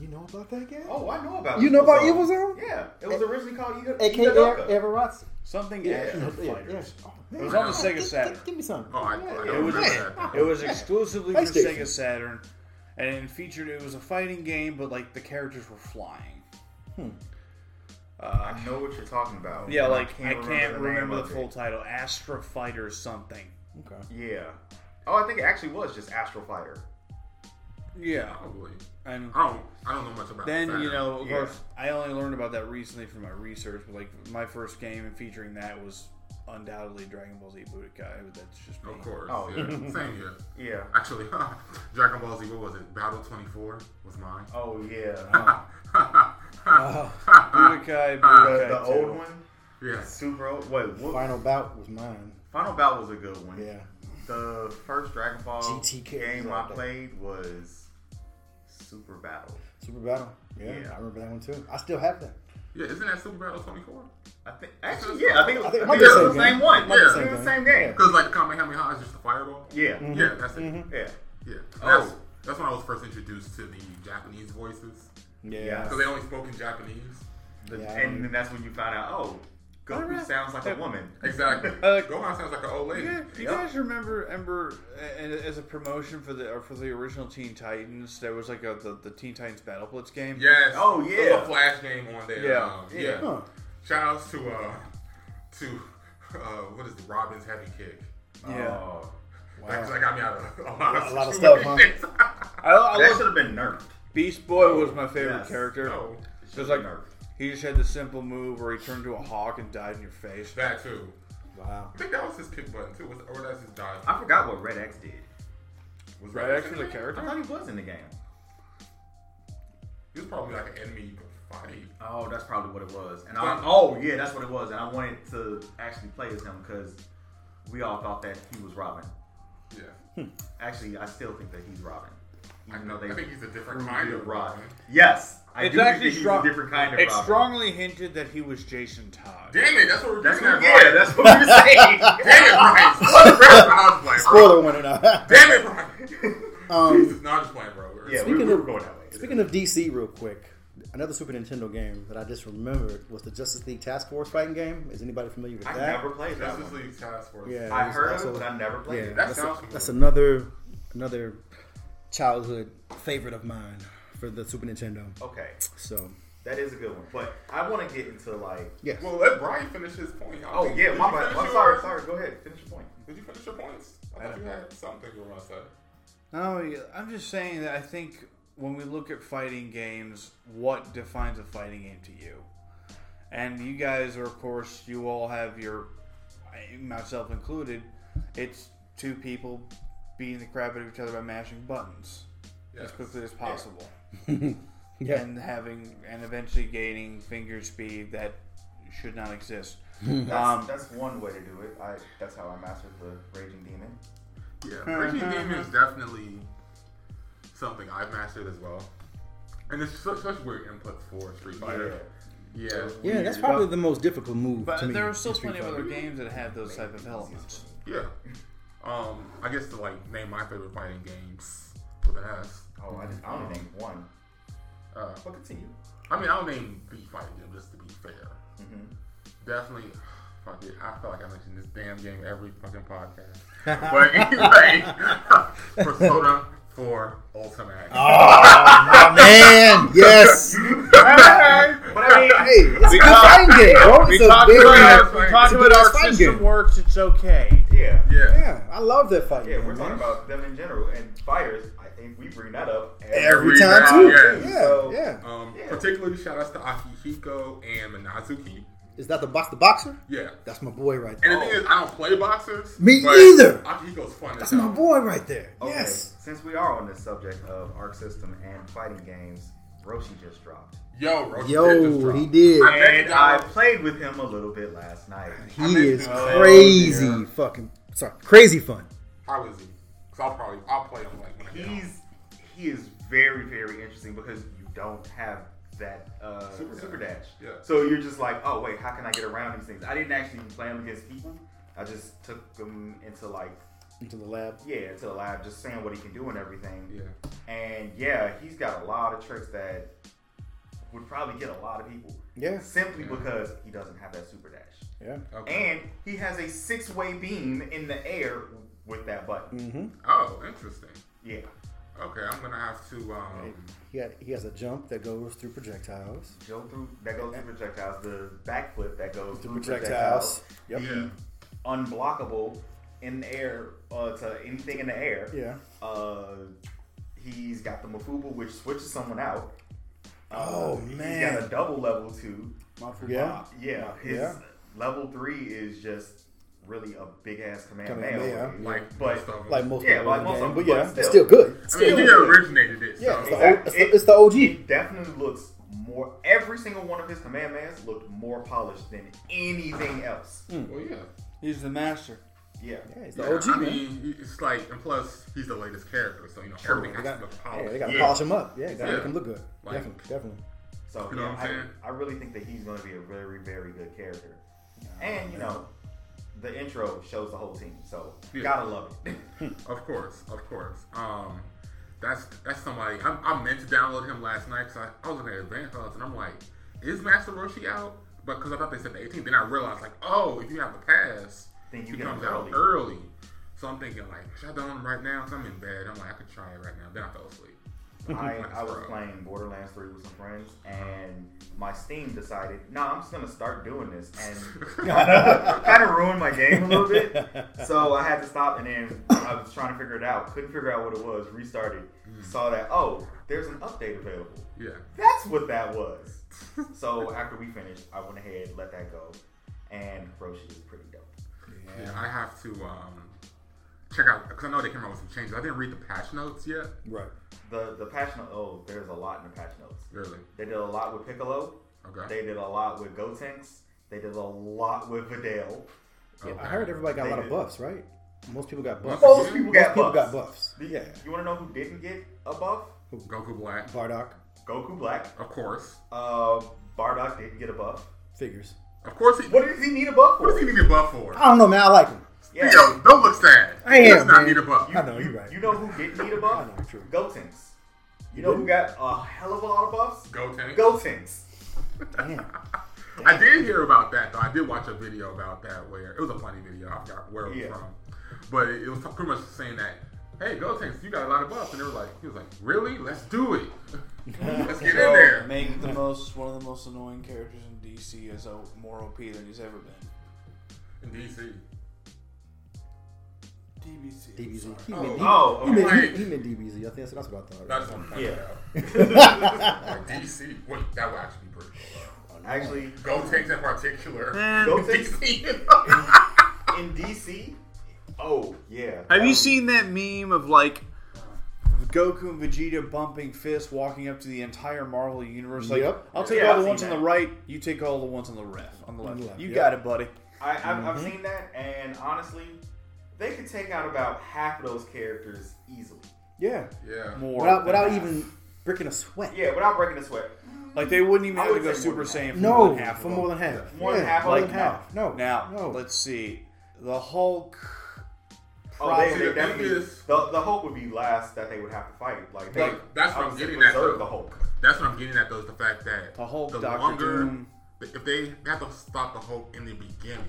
You know about that game? Oh, I know about You know about Evil Zone? Yeah, it was originally called E Evil AKA Everazzi. Something Yeah, Astra yeah, Fighters. yeah. It was on the Sega Oh, Give- Saturn. Give, give me some. Oh, I, I don't It was- remember that. It was exclusively for PlayStation. Sega Saturn, and it featured. It was a fighting game, but like the characters were flying. I know what you're talking about. Yeah, and like I can't, remember, the, name of full it. title. Astra Fight or something. Okay. Yeah. Oh, I think it actually was just Astro Fighter. Yeah, Probably. and I don't. I don't know much about. then Saturn. you know, of Yeah. course, I only learned about that recently from my research. But like my first game featuring that was undoubtedly Dragon Ball Z Budokai. But that's just me. Of course. Oh, yeah. Same here. Yeah. Actually, Dragon Ball Z. What was it? Battle twenty four was mine. Oh yeah. Oh, Budokai, the Budokai 2. the old one, yeah. super old. Wait, what? Final, final bout was mine. Bout was a good one. Yeah. The first Dragon Ball GTK was game I out there. played was Super Battle. Super Battle. Yeah, Yeah. I remember that one too. I still have that. Yeah. Isn't that Super Battle twenty four? I think actually, yeah, I think it was, I think it I might think be it the was the same same game. one. Might be Yeah, the it same was the same game. game. Because like Kamehameha is just a fireball. Yeah, Yeah. That's it. Mm-hmm. yeah. Yeah. Oh. That's, that's when I was first introduced to the Japanese voices. Yeah. Because they only spoke in Japanese. The- Yeah, I and don't- then that's when you find out, oh, Goku Alright. sounds like a woman. Exactly. Uh, Gohan sounds like an old lady. Yeah, do you Yep. guys remember Ember and as a promotion for the or for the original Teen Titans? There was like a the, the Teen Titans Battle Blitz game. Yes. Oh, There yeah. was a flash game on there. Yeah. Um, yeah. Yeah. Huh. Shout outs to uh to uh what is the Robin's heavy kick. yeah. Oh, That, Wow. that got me out of a lot of, A lot of stuff, huh? situations. I, I that love- should have been nerfed. Beast Boy was my favorite Yes. character. oh, It It was should've like been nerfed. he just had the simple move where he turned to a hawk and died in your face. that too. Wow. I think that was his kick button too. Was, or that's his dive. I forgot what Red X did. Was Right, that actually, the his I name? character. thought he was in the game. He was probably like an enemy fight. Oh, that's probably what it was. And I, oh yeah, that's what it was. And I wanted to actually play as him because we all thought that he was Robin. Yeah. Actually, I still think that he's Robin. I Even know. though they I think he's a different proved kind it of Robin. Robin. Yes, I It's do think actually that strong- He's a different kind of It Robin. strongly hinted that he was Jason Todd. Damn it! That's what we're That's doing. what, yeah, that's what we're saying. Damn it, Brian! I was playing, bro. Spoiler winner now. Damn it, Brian! um, Jesus, no, I'm just playing, bro. We're- yeah, we, Speaking we of- were going that way. Speaking of DC, real quick, another Super Nintendo game that I just remembered was the Justice League Task Force fighting game. Is anybody familiar with I that? never played that Justice one. League Task Force. Yeah. I heard of it, That's but I never played yeah, it. that's, sounds familiar. that's another another childhood favorite of mine for the Super Nintendo. Okay, So that is a good one. But I want to get into like. yeah, Well, let Brian finish his point. I Oh think- yeah, did my you bad. finish I'm your- sorry, sorry. Go ahead, finish your point. Did you finish your points? I thought you had something you were gonna say. No, yeah, I'm just saying that I think when we look at fighting games, what defines a fighting game to you? And you guys are, of course, you all have your, I- myself included, it's two people beating the crap out of each other by mashing buttons as Yes. quickly as possible. yeah, And having, and eventually gaining finger speed that should not exist. That's, um, that's one way to do it. I that's how I mastered the raging demon. Yeah, Raging Demon is definitely something I've mastered as well, and it's such, such weird inputs for Street Fighter. Oh, Yeah, yeah, yeah. That's probably the most difficult move. to but me there are still in Street plenty of Fighter. other games that have those type of elements. Um, I guess to like name my favorite fighting games with an S. Oh, I, just, I only named one. Uh, But continue. I mean, I'll name the fighting game just to be fair. Mm-hmm. Definitely. Fuck it. I feel like I mention this damn game every fucking podcast. but anyway, Persona 4 Ultimate. Oh, man, yes. but I mean, Hey, it's a good fighting game, bro. It's a very, about- we it's talked a good ass fighting game. works, it's okay. yeah, yeah, yeah. Yeah, I love that fighting game. We're talking man. about them in general and fighters. I think we bring that up every every time round, too. yes. Yeah, So- yeah. Um, Yeah. Particularly shout outs to Akihiko and Minazuki. Is that the box the boxer? Yeah. That's my boy right And there. the thing is, I don't play boxers. Oh. Me but either. Akihiko's fun. That's as my hell. boy right there. Okay, Yes. Since we are on this subject of arc system and fighting games, Roshi just dropped. Yo, bro. she did just Yo, drop. he did. I met And the I guy. played with him a little bit last night. He missed is him. Oh, crazy dear. fucking sorry, crazy fun. How is he? Because I'll probably I'll play him like when I get home. He's he is very very interesting because you don't have that uh, Super super, dash. dash. Yeah. So you're just like, oh wait, how can I get around these things? I didn't actually play them against people. I just took them into like Into the lab. yeah into the lab, just saying what he can do and everything. Yeah. And yeah, he's got a lot of tricks that would probably get a lot of people. Yeah. Simply because he doesn't have that super dash. Yeah. Okay. And he has a six way beam in the air with that button. Mm-hmm. oh, interesting. Yeah. Okay, I'm gonna have to. Um, He, had, he has a jump that goes through projectiles. Go through that goes through projectiles. The backflip that goes The through projectiles. projectiles. Yep. yeah, Unblockable in the air uh, to anything in the air. Yeah. Uh, he's got the Mafuba, which switches someone out. Oh, He's got man. a double level two. Yeah. Yeah, his Yeah. level three is just really a big ass command. Kamehameha, mail, yeah. dude. like But- most of them. Like most Yeah, people like in most the game, of but them, yeah, but it's still. still good. It's I still mean, he good. originated it. Yeah, so. it's the, Exactly. old, it's, the, it's the OG. He definitely looks more. Every single one of his command mans looked more polished than anything else. Well, yeah. He's the master. Yeah. Hmm. Yeah, it's the Yeah, OG, I man. mean, it's like, and plus, he's the latest character, so you know True. everything They has got, to look yeah, polished. they got to Yeah. polish him up. Yeah, got to Yeah. make him look good. Like- definitely, definitely. So You know yeah, what I'm saying? I, I really think that he's going to be a very, very good character. And you know, the intro shows the whole team, so Yeah. gotta love it. Of course, of course. Um, that's that's somebody I, I meant to download him last night because I, I was in the advanced house and I'm like, is Master Roshi out? But because I thought they said the 18th, then I realized like, oh, if you have the pass, Then you he get comes him out early. early. So I'm thinking like, should I download him right now? Cause I'm in bed. I'm like, I could try it right now. Then I fell asleep. I, I was Bro. playing Borderlands 3 with some friends, and my Steam decided, no, I'm just gonna start doing this, and kind of ruined my game a little bit. So I had to stop, and then I was trying to figure it out. Couldn't figure out what it was. Restarted. Saw that, oh, there's an update available. Yeah. That's what that was. So after we finished, I went ahead, let that go, and Roshi is pretty dope. yeah, I have to um, check out because I know they came out with some changes. I didn't read the patch notes yet. Right. The the patch note, oh, there's a lot in the patch notes. Really? They did a lot with Piccolo. Okay. They did a lot with Gotenks. They did a lot with Videl. Yeah, Okay. I heard everybody got a They lot of did. buffs, right? Most people got buffs. Most Most people Most got people buffs. got buffs. Yeah. You want to know who didn't get a buff? Goku Black, Bardock Goku Black. of course. Uh, Bardock didn't get a buff. figures. Of course. He, What does he need a buff for? what does he need a buff for? I don't know, man. I like him. yeah. Yo, don't look sad. I He am, does not man. need a buff. I know, you're right. You know who didn't need a buff? I know, true. Gotenks. You know who got a hell of a lot of buffs? Go tank. Gotenks. Damn. I did hear about that though. I did watch a video about that where it was a funny video. I forgot where it was Yeah. from, but it, it was pretty much saying that. Hey, Go Tanks, you got a lot of buffs, and they were like, he was like, really? Let's do it. Let's get in So, there. Make the most one of the most annoying characters in DC is a more OP than he's ever been. In DC. DBC. DBZ. He Oh, meant, he, oh, he, meant, he, okay. he meant DBZ. I think that's, that's what I thought. That's what I'm talking Yeah. about. Like, DC. Wait, that would actually be pretty cool. Actually, Go Tanks in particular. Go Tanks. DC. in DC. Oh yeah. Have you seen that meme of like Goku and Vegeta bumping fists, walking up to the entire Marvel universe? Like, Yep. I'll take Yeah, all I've the seen ones on that. the right. You take all the ones on the left. On the left. the left, You yep. got it, buddy. I, I've, I've seen that, and honestly, they could take out about half of those characters easily. Yeah. yeah. More Without, than without that. even breaking a sweat. Yeah, without breaking a sweat. like they wouldn't even I have to would go say Super more than Saiyan for more No, than half. for of more them. than half. More than Yeah, half, More like than half. No. Now no. let's see. The Hulk. Oh, they, they See, the thing definitely, is- the, the Hulk would be last that they would have to fight. Like, they, Like, that's what I'm obviously getting at, preserve though. the Hulk. That's what I'm getting at, though, is the fact that The Hulk, Dr. Doom. if they have to stop the Hulk in the beginning,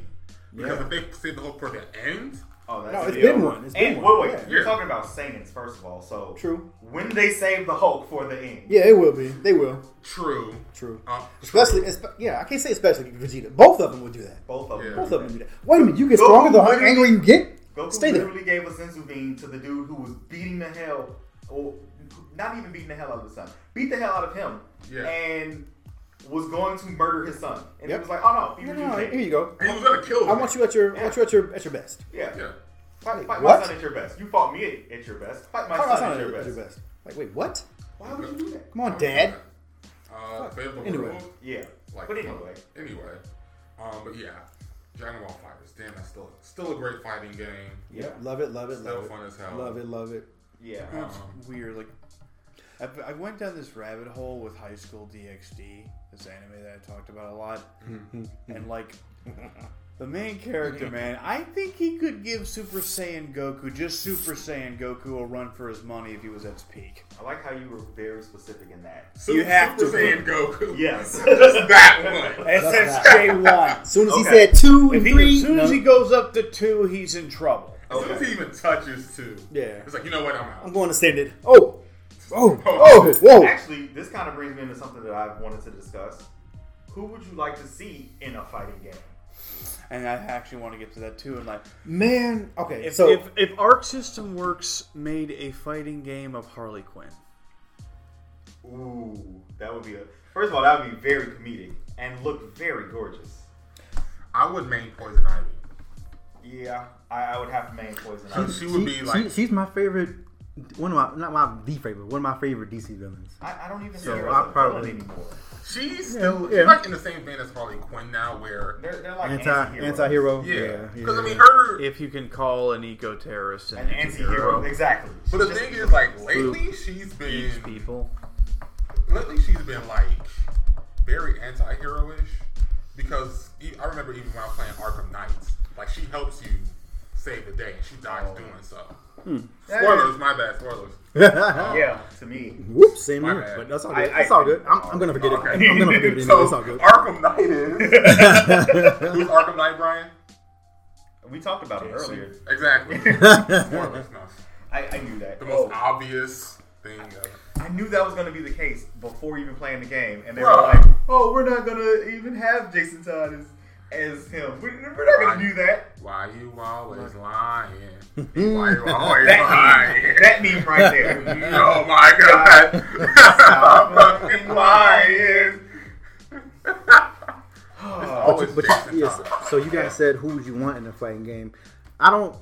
because Yeah. if they save the Hulk for the end, Oh, that's No, it's the been other one. one. It's been and wait, one. wait. Yeah. You're Yeah. talking about Saiyans first of all. So True. When they save the Hulk for the end, Yeah, it will be. They will. true, True. Uh, Especially, espe- yeah, I can't say especially Vegeta. Both of them would do that. both of them. Yeah. do Both of them that. do that. Wait a minute, you get Goku stronger the literally- angrier you get. Goku Stay there. literally gave a senzu bean to the dude who was beating the hell, or not even beating the hell out of his son, beat the hell out of him, Yeah. and was going to murder his son. And he Yep. was like, "Oh no, No, you no, no, refuse here it. you go. he was gonna kill. I want you at your, I want you at your, at your best. Yeah, Yeah. fight, fight What? my son at your best. You fought me at, at your best. Fight my Fuck, that's son not at your at best. your best. Like, wait, what? Why would you do that? Come on, Dad. Uh, favorable Anyway. rule? Yeah, Like, but anyway, anyway. Um, but yeah, Dragon Ball Fighters. Damn, that's still still a great fighting game. yeah, Love it, love it, Still love it. fun as hell. Love it, love it. yeah. That's weird. Like, I, I went down this rabbit hole with High School DxD, this anime that I talked about a lot, and like. The main character, man, I think he could give Super Saiyan Goku, just Super Saiyan Goku, a run for his money if he was at his peak. I like how you were very specific in that. Su- You have Super to- Saiyan Goku. Yes. just that one. SSJ1. As soon as he Okay. said two If and he- three, as soon no. as he goes up to two, he's in trouble. As soon as he even touches two, Yeah. it's like you know what, I'm out. I'm going to send it. Oh, Oh, oh, whoa. Actually, this kind of brings me into something that I wanted to discuss. Who would you like to see in a fighting game? And I actually want to get to that too. And like, Man, okay, if so. if, if Arc System Works made a fighting game of Harley Quinn, Ooh, that would be a. First of all, that would be very comedic and look very gorgeous. I would main Poison Ivy. Yeah, I, I would have to main poison. I, She would be like, she's my favorite. One of my, not my the favorite, one of my favorite DC villains. I, I don't even So see her I as a probably- villain anymore. she's still yeah. she's like in the same vein as Harley Quinn now, where They're, they're like Anti anti-heroes. anti hero. yeah, because I mean her. if you can call an eco terrorist An anti-hero, exactly. But the thing is, like lately she's these been people. lately she's been like very anti-heroish because e- I remember even when I was playing Arkham Knights, like she helps you save the day and she dies Oh. doing so. Hmm. Spoilers, my bad, spoilers. yeah, to me. Whoops, same My here. bad. But that's all good. I- I- that's all good. I'm, I'm gonna forget Oh, Okay. it. I'm, I'm gonna forget it. Anyway. so it's all good. Arkham Knight is who's Arkham Knight, Brian? We talked about it earlier. Exactly. spoilers, no. I, I knew that. The most Oh, obvious thing. Of, I knew that was going to be the case before even playing the game, and they were Bruh. like, "Oh, we're not going to even have Jason Todd as as him. We, we're not going Right. to do that." why you always lying? Why you always That lying? meme, that meme right there. oh my god! Stop fucking lying. Always But Jason yes, Todd. so you guys said who would you want in a fighting game? I don't.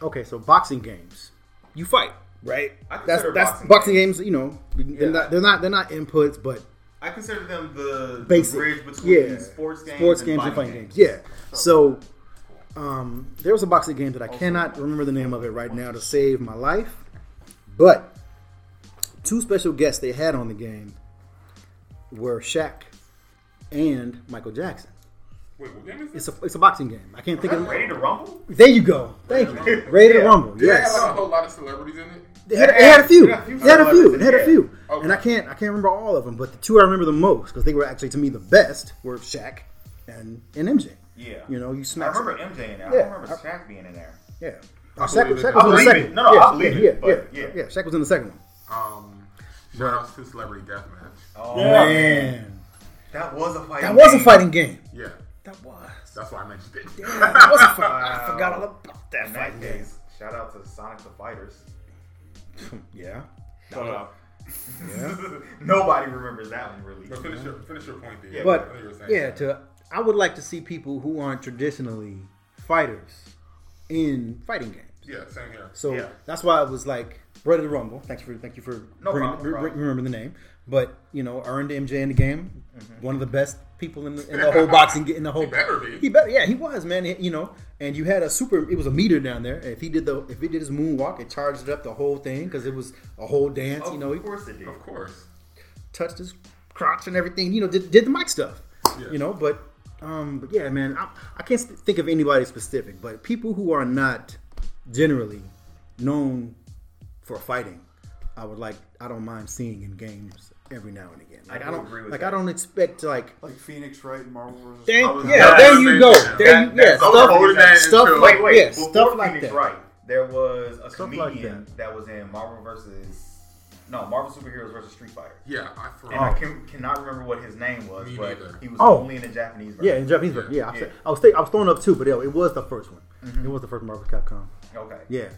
Okay, so boxing games, you fight, right? I That's consider that's boxing boxing, games. You know, they're, not, they're not they're not inputs, but I consider them the, the basic. bridge between yeah, sports games, sports and games and fighting fighting games. Yeah. So, um, there was a boxing game that I cannot remember the name of it right now to save my life, but two special guests they had on the game were Shaq and Michael Jackson. Wait, what game is this? It's a it's a boxing game. I can't think of. Ready to rumble? There you go. Thank you. Ready to Yeah. Rumble. Did Yes. They have like, a whole lot of celebrities in it. They had, they had a few. Yeah, a few They had a few. celebrities, They had a yeah. few. Okay. And I can't I can't remember all of them, but the two I remember the most because they were actually to me the best were Shaq and and MJ. Yeah. You know, you I smack. remember MJ in there. I Yeah. don't remember Shaq being in there. Yeah. Oh, Shaq, believe it. Shaq I was in the believe second. it. No, no, yeah, I believe yeah, it, but yeah, yeah. yeah. Shaq was in the second one. Um, shout out to Celebrity Deathmatch. Oh, Man, that was a fight. that was a fighting game. Yeah, That was. that's why I mentioned it. That was a fight. I forgot all about that In that fighting game. case, shout out to Sonic the Fighters. Yeah. Shut up. Nobody remembers that one really. But finish your finish your point there. Yeah, But I know you were saying yeah, something. to I would like to see people who aren't traditionally fighters in fighting games. yeah, same here. So Yeah. that's why it was like Bread of the Rumble. Thanks for thank you for No bringing, problem, no re- re- problem. remembering the name. But you know, earned MJ in the game. Mm-hmm. One of the best people in the, in the whole boxing in the whole. He better be. He better. Yeah, he was man. He- you know, and you had a super. It was a meter down there. If he did the if he did his moonwalk, it charged up the whole thing because it was a whole dance. you know, he of course it did. of course, touched his crotch and everything. You know, did, did the mic stuff. Yeah. You know, but um, but yeah, man, I, I can't st- think of anybody specific, but people who are not generally known for fighting, I would like. I don't mind seeing in games every now and again. Like I, do don't agree with like. that. I don't expect to like. Like Phoenix Wright and Marvel vs. Thank, was- yeah, that there was you amazing. go. That- There you, yeah, that's- I was stuff, holding that stuff until- like Wait, wait. yeah, before stuff like Phoenix that. Wright, there was a Stuff like comedian that. was in Marvel versus no Marvel superheroes versus Street Fighter. yeah, I And I forgot. can, cannot remember what his name was, Me but neither. he was Oh. only in the Japanese Yeah, version. in Japanese, version. yeah, I, Yeah. Mm-hmm. said- I was th- I was thrown up too, but yo, it was the first one. It was the first Marvel Capcom. Yeah. Okay. Yeah.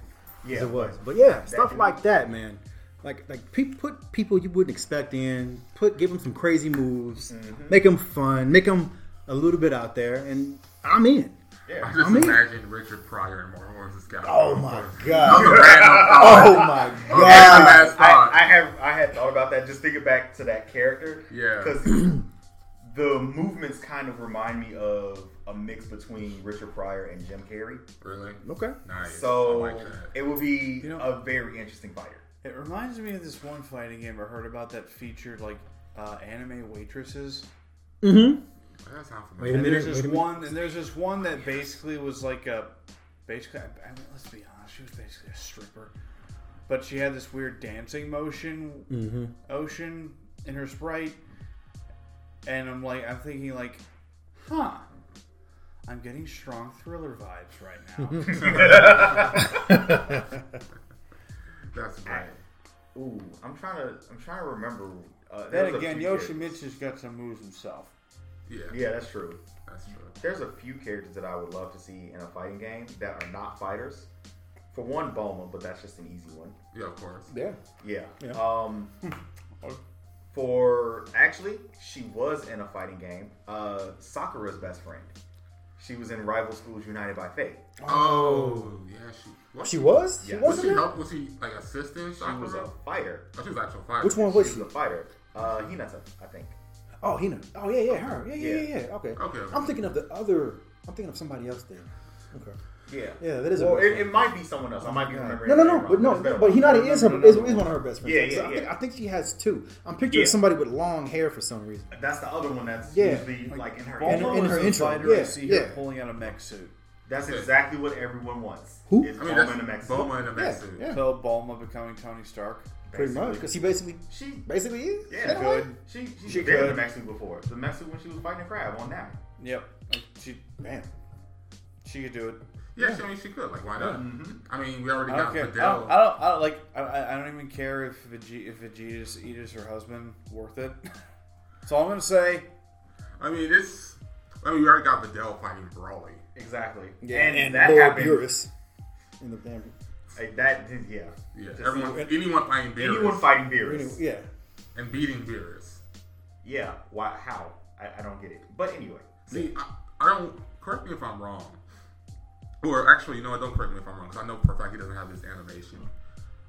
Yeah, it was. But yeah, stuff dude. like that, man. Like like pe- put people you wouldn't expect in, put give them some crazy moves, make them fun, make them a little bit out there, and I'm in. I Yeah. just I mean- imagine Richard Pryor and Marvel versus Capcom. god. oh Oh my my last I, thought. I have I had thought about that. Just thinking back to that character, Yeah. because the movements kind of remind me of a mix between Richard Pryor and Jim Carrey. really? Okay. Nice. So I like that. it would be You know- a very interesting fighter. It reminds me of this one fighting game I heard about that featured like uh, anime waitresses. That sounds familiar. Wait a And minute. there's Wait this a minute. one, and there's this one that basically was like a, basically, I I mean, let's be honest, she was basically a stripper, but she had this weird dancing motion, Mm-hmm. ocean in her sprite, and I'm like, I'm thinking like, huh, I'm getting strong thriller vibes right now. That's great. Ooh, I'm trying to. I'm trying to remember. Uh, Then there's a again, few characters. Yoshimitsu's got some moves himself. Yeah, Yeah, that's true. that's true. There's a few characters that I would love to see in a fighting game that are not fighters. For one, Bulma, but that's just an easy one. Yeah, of course. Yeah. Yeah. Yeah. Um, for actually, she was in a fighting game. Uh, Sakura's best friend. She was in Rival Schools United by Fate. Oh, yeah, she. What? She was? She Yeah. was wasn't she there? help? Was she like assistant? She was a Sakura? fighter. Oh, she Uh-huh. was actual fighter. Which one She was was she? a fighter. Uh, Hinata, I think. Oh, Hina. Oh, yeah, yeah, her. Yeah, yeah, Yeah. yeah, yeah. Okay. Okay, okay. I'm thinking of the other. I'm thinking of somebody else there. Okay. Yeah. Yeah, that is a Well, best it, it might be someone else. I might be remembering. No, no, her no, name but wrong, no, it's better. but Hinata is her no, no, is, no. is one of her best friends. Yeah, yeah, So I, think, yeah. I think she has two. I'm picturing Yeah. somebody with long hair for some reason. That's the other one that's Yeah. usually like in her. Bulma And- intro. and was her the intro, fighter I yeah, see her yeah. pulling out a mech suit. That's Okay. exactly what everyone wants. Who? Is I mean, Bulma that's in a Mexico. Bulma in a Yeah, Mexico. yeah, So Bulma becoming Tony Stark. pretty much. basically. Because she basically, She basically is. Yeah, in a way. Good. She she's She been in could. the Mexico before. The Mexico when she was fighting a crab on that. Yep. She Man, she could do it. Yeah, she, I mean, she could. Like, why not? I mean, we already I don't got care. I Fidel. don't, I don't. I don't like. I- I, I don't even care if Vegeta, if Vegeta's Edis her husband. Worth it. That's all I'm gonna say. I mean, it's. I mean, we already got Videl fighting Brawley. Exactly. and, that Lord happened. Beerus in the damn. Like, that did yeah. Yeah, Just everyone, anyone- anyone fighting Beerus anyone fighting Beerus. Anyway, yeah, and beating Beerus. Yeah. Why? How? I, I don't get it. But anyway. See, I, I don't. Correct me if I'm wrong. Or actually, you know what? Don't correct me if I'm wrong, because I know for a fact he doesn't have this animation.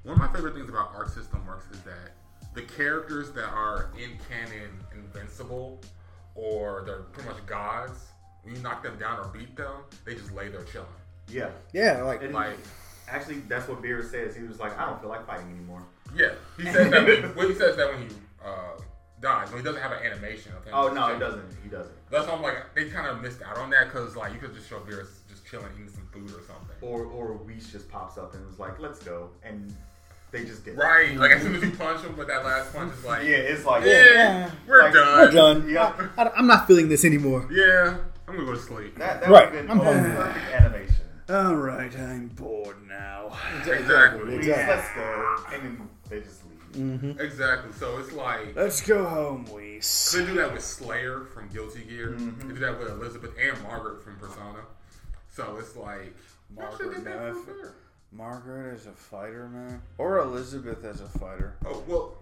One of my favorite things about Arc System Works is that the characters that are in canon invincible, or they're pretty much gods, when you knock them down or beat them, they just lay there chilling. Yeah. yeah, like And Like- actually, that's what Beerus says. He was like, I don't feel like fighting anymore. Yeah, he says that. When, well, he says that when he uh, dies, when he doesn't have an animation. Of him Oh just no, he chilling. doesn't. He doesn't. That's why I'm like they kind of missed out on that because like you could just show Beerus just chilling, eating some food or something. Or or Whis just pops up and was like, let's go, and they just did. Right, like as soon as you punch him, but that last punch is like, Yeah. It's like. yeah, we're Like, done, we're done. Yeah. I, am not feeling this anymore. Yeah, I'm gonna go to sleep. That that Right. would have been I'm oh, done. perfect animation. All right, I'm bored now. Exactly, Whis, let's go, and then they just leave. Mm. exactly. So it's like Let's go home, Whis. they do that with Slayer from Guilty Gear. They do that with Elizabeth and Margaret from Persona. So it's like y'all should Margaret did that for Neff. Beerus. Margaret as a fighter, man, or Elizabeth as a fighter. Oh well,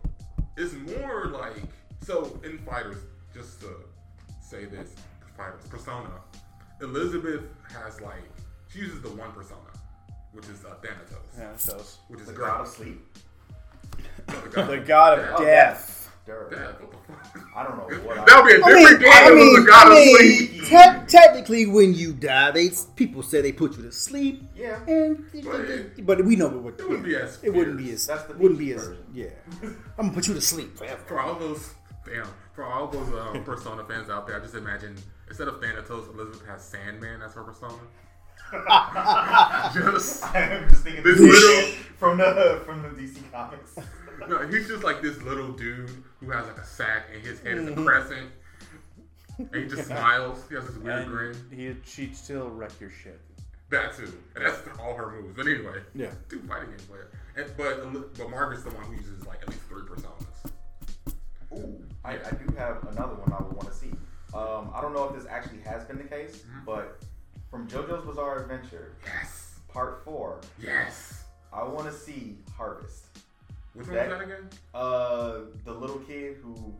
it's more like so in fighters. Just to say this, fighters persona. Elizabeth has like she uses the one persona, which is uh, Thanatos, Yeah, so it's- which is The great. god of sleep. the god of death. Dirt. Yeah, what the fuck? I don't know what. That I, would be a I mean, different game I if it was mean, the god I of mean, sleep. te- technically, when you die, they people say they put you to sleep. Yeah. and But- but we know what It wouldn't be as it wouldn't fierce. be as That's the wouldn't be beach as version. yeah. I'm gonna put you to sleep forever. For all those damn, for all those um, persona fans out there, I just imagine instead of Thanatos, Elizabeth has Sandman as her persona. just I'm just thinking This this little- little from the from the DC comics. No, he's just like this little dude who has like a sack and his head Mm-hmm. is a crescent. And he just smiles. He has this weird grin. And he, she'd still wreck your shit. That too. And that's all her moves. But anyway. Yeah. Two fighting game player. And, but um, but Margaret's the one who uses like at least three personas. Ooh, I, I do have another one I would want to see. Um, I don't know if this actually has been the case, but from JoJo's Bizarre Adventure Yes. Part Four, Yes. I want to see Harvest. Which one That- was that again? Uh, the little kid who,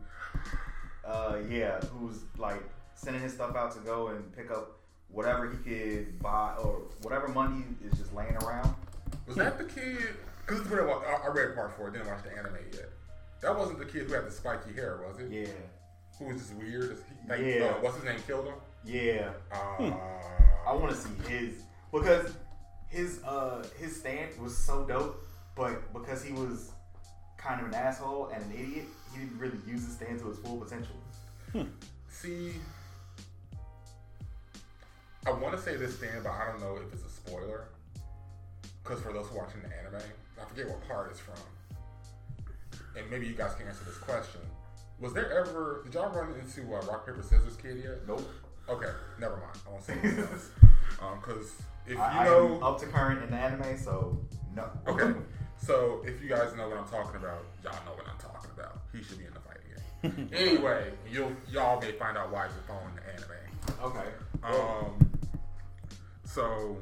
uh, yeah, who's like sending his stuff out to go and pick up whatever he could buy or whatever money is just laying around. Was Hmm. that the kid? Because I I read part four, didn't watch the anime yet. That wasn't the kid who had the spiky hair, was it? Yeah, Who was just weird? as He, like, Yeah. Hmm. uh, what's his name? Killed him? yeah. Uh, I want to see his because his uh his stand was so dope, but because he was kind of an asshole and an idiot, he didn't really use his stand to its full potential. See, I want to say this thing, but I don't know if it's a spoiler. Because for those watching the anime, I forget what part it's from. And maybe you guys can answer this question. Was there ever, did y'all run into uh, Rock, Paper, Scissors Kid yet? Nope. Okay, never mind. I won't say anything else. Because if you I, I am know. up to current in the anime, so no. Okay. So if you guys know what I'm talking about, y'all know what I'm talking about. He should be in the fighting game. anyway, you'll y'all may find out why he's a phone in the anime. Okay. Um, so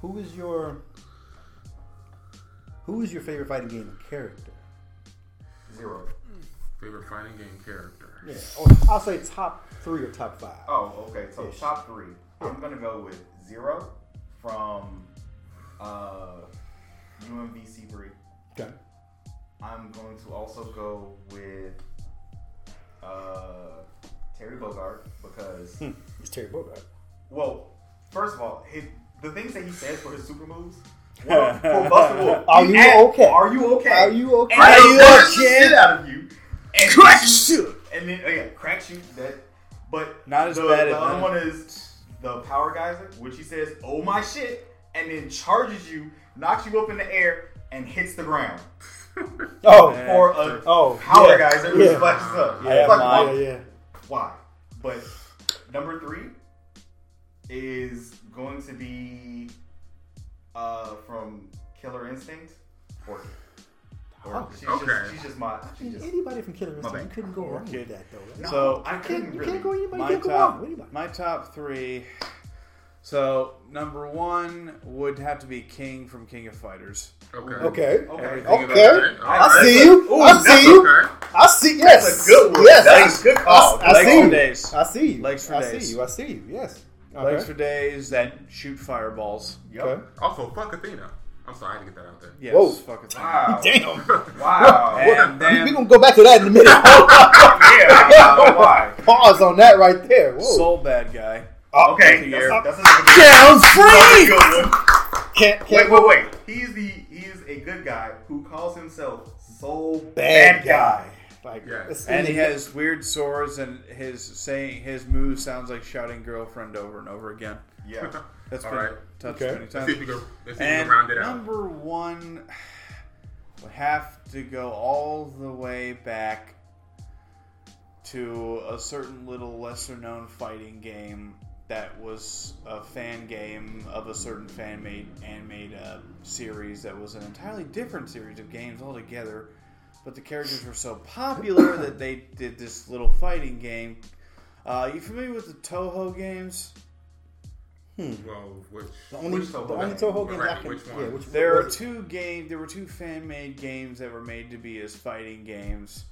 Who is your Who is your favorite fighting game character? Zero. favorite fighting game character. Yeah, or I'll say top three or top five. Oh, okay. So Ish. top three. I'm gonna go with Zero from uh, UMVC three. Okay. I'm going to also go with uh, Terry Bogard because Hmm. It's Terry Bogard. well, first of all, his, the things that he says for his super moves. Well, for Buster Wolf, Are he you asked, okay? Are you okay? Are you okay? And Are he'll you punch the okay? shit out of you. And Crack you- shoot. And then oh yeah, crack shoot that. But Not as the, bad as The other that. one is the power geyser, which he says, "Oh my shit," and then charges you, knocks you up in the air, and hits the ground Oh, Yeah. for a oh, power yeah, geyser who yeah. flashes up. Yeah, It's like, mine. yeah, why- yeah. why? But number three is going to be uh, from Killer Instinct, Orchid. Or Oh, she's, okay. just, she's just my. She's just, Anybody from Killer My Instinct, you bad. couldn't go wrong Kid. with that though. no, right? So, I you can't, couldn't you really. can't go anybody. You my can't go wrong top, with anybody. my top three. So number one would have to be King from King of Fighters. Okay. Okay. Okay. Everything Okay. Alright, alright. I see you. Oh, Ooh, I see that's you. Okay. I see. Yes. That's a good one. Yes. That's a good call. I, I Legs see for you. days. I see you. Legs for I days. see you. I see you. Yes. Legs Okay. for days that shoot fireballs. Yep. Okay. Also, fuck Athena. I'm sorry, I had to get that out there. Yes, Whoa. fucking thing. Wow. Damn. Wow. And We're then gonna go back to that in a minute. yeah, I don't know why. Pause on that right there. Whoa. soul bad guy. Okay, That's that's, not- that's another good- Sounds that's a free. good one. Can't, Wait, can't wait, wait. He's the he is a good guy who calls himself soul Bad guy. Like, Yeah. it's in And he the- has weird swords, and his saying, his move sounds like shouting "girlfriend" over and over again. Yeah. That's All been right. touched Okay. many Let's see if times. we can, let's see if we And can round it out. number one would have to go all the way back to a certain little lesser-known fighting game that was a fan game of a certain fan-made anime uh, series that was an entirely different series of games altogether. But the characters were so popular that they did this little fighting game. Uh, you familiar with the Toho games? Well, which the only which Toho the only game? Toho game Right, I can. which one? Yeah, which There are what- two game. There were two fan made games that were made to be as fighting games.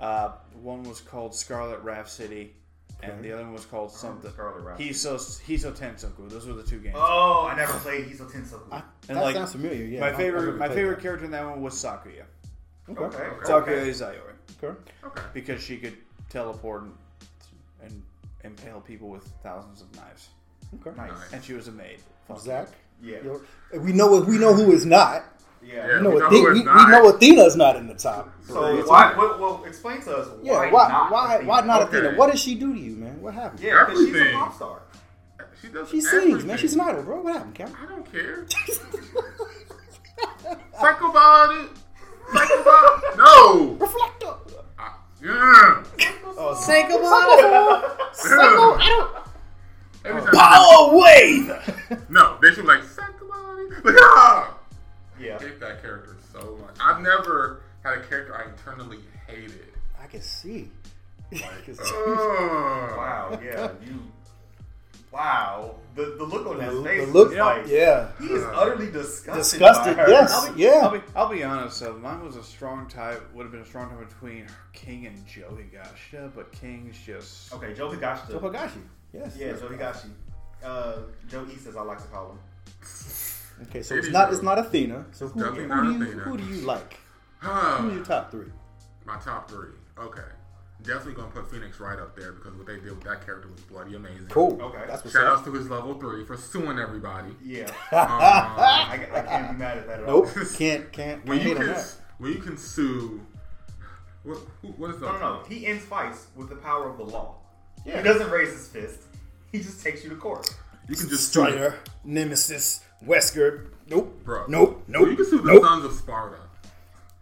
Uh, one was called Scarlet Rhapsody, and Okay. the other one was called something. Scarlet Rhapsody. He's so he's so Tensoku. Those were the two games. Oh, I never played He's a Tensoku. I, and that like, sounds familiar. Yeah, my I- I favorite remember my playing favorite character in that one was Sakuya. that. Okay. Okay. Okay. Sakuya Izayori Okay. okay. because she could teleport and, and impale people with thousands of knives, Okay. Oh, Nice. Nice. and she was a maid. Fuck. Zach. Yeah. Yo, We know we know who is not. Yeah. Yeah. We know, We know Athe- who is we, not. we know Athena's not in the top. So It's- why? Well, well, explain to us Yeah, why, why why not? why, Athena? not Okay. Athena? What did she do to you, man? What happened? Yeah, because she's a Everything. pop star. She does. She sings, everything. man. She's an idol, bro. What happened, Cam? I don't care. Psycho about it. Psycho about it. No. Reflector. I, yeah. Oh, Psycho Psycho. Psycho. I Every time. Power wave. No, they should be like Psycho about it. Like, ah! Yeah. I hate that character so much. I've never had a character I internally hated. don't. I can see. I can uh, see. Oh. Wow. Yeah. You. Wow. The the look on his face. The look. was like, Yeah. He's utterly disgusted. Disgusted. By her. Yes. I'll Yeah. be, I'll be honest though, mine was a strong tie. Would have been a strong tie between King and Joey Gasha, but King's just Okay, Joe Higashi. Topogashi. Yes. Yeah, Joe Higashi. Uh, Joe East, as I like to call him. Okay, so it's not it's not Athena. So who, Definitely who not do you Athena. who do you like? Who's Huh. your top three? My top three. Okay. Definitely gonna put Phoenix right up there because what they did with that character was bloody amazing. Cool. Okay. That's what's Shout up. outs to his level three for suing everybody. Yeah. Um, I, I can't be mad at that at Nope. all. Can't can't. when can't you hate on can that. when you can sue what, who, what is the No, no, no. He ends fights with the power of the law. Yeah. He doesn't raise his fist. He just takes you to court. you can just sue- Strider, Nemesis, Wesker. Nope. bro Nope. Well, Nope. you can sue the nope. sons of Sparta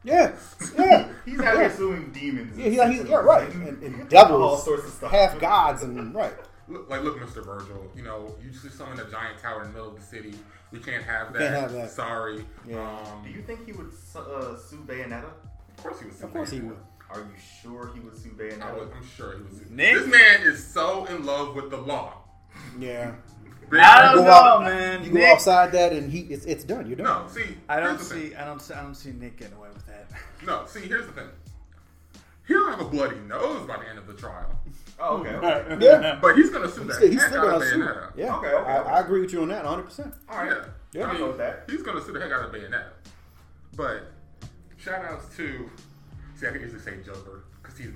Yeah. Yeah. He's out here suing demons. Yeah, he's, he's, yeah, right. And, and devils, All sorts of stuff. half gods, and right. look, like look, Mr. Virgil, you know, you just summon a giant tower in the middle of the city. We can't have that. can't have that. Sorry. Um, Do you think he would su- uh, sue Bayonetta? of course he was. Of course he would. Are you sure he would sue I Bayonetta? was, I'm sure he was. Nick? This man is so in love with the law. Yeah. Oh, I don't Go know, out, man. You go Nick- outside that, and he it's, it's done. You're done. No, see, I don't here's the see. I don't. see- I don't see Nick getting away with that. Thing. No, see, here's the thing. He'll have a bloody nose by the end of the trial, Oh, okay. okay. Yeah. but he's gonna sue that He's, he's heck still out of gonna sue. Bayonetta. Oh, Yeah. Okay, okay, I, okay. I agree with you on that 100. percent All right. Yeah. Yeah. I I mean, go with that. He's gonna sue the heck out of Bayonetta. But shout outs to see I can usually say Joker because he's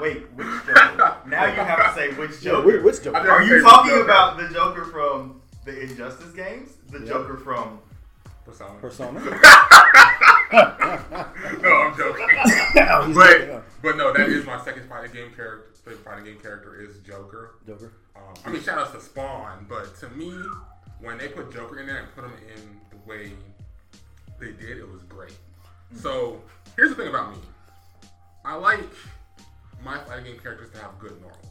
Wait, which Joker? now you have to say which Yeah. Joker. Which, which Joker? I Are Favorite you talking Joker. about the Joker from the Injustice games? The Joker from persona. persona? No, I'm joking. No, he's but not, yeah. but no, that is my second fighting game character. Favorite fighting game character is Joker. Joker. Um, I mean, shout outs to Spawn, but to me, when they put Joker in there and put him in the way they did, it was great. Hmm. So here's the thing about me: I like my fighting game characters to have good normals.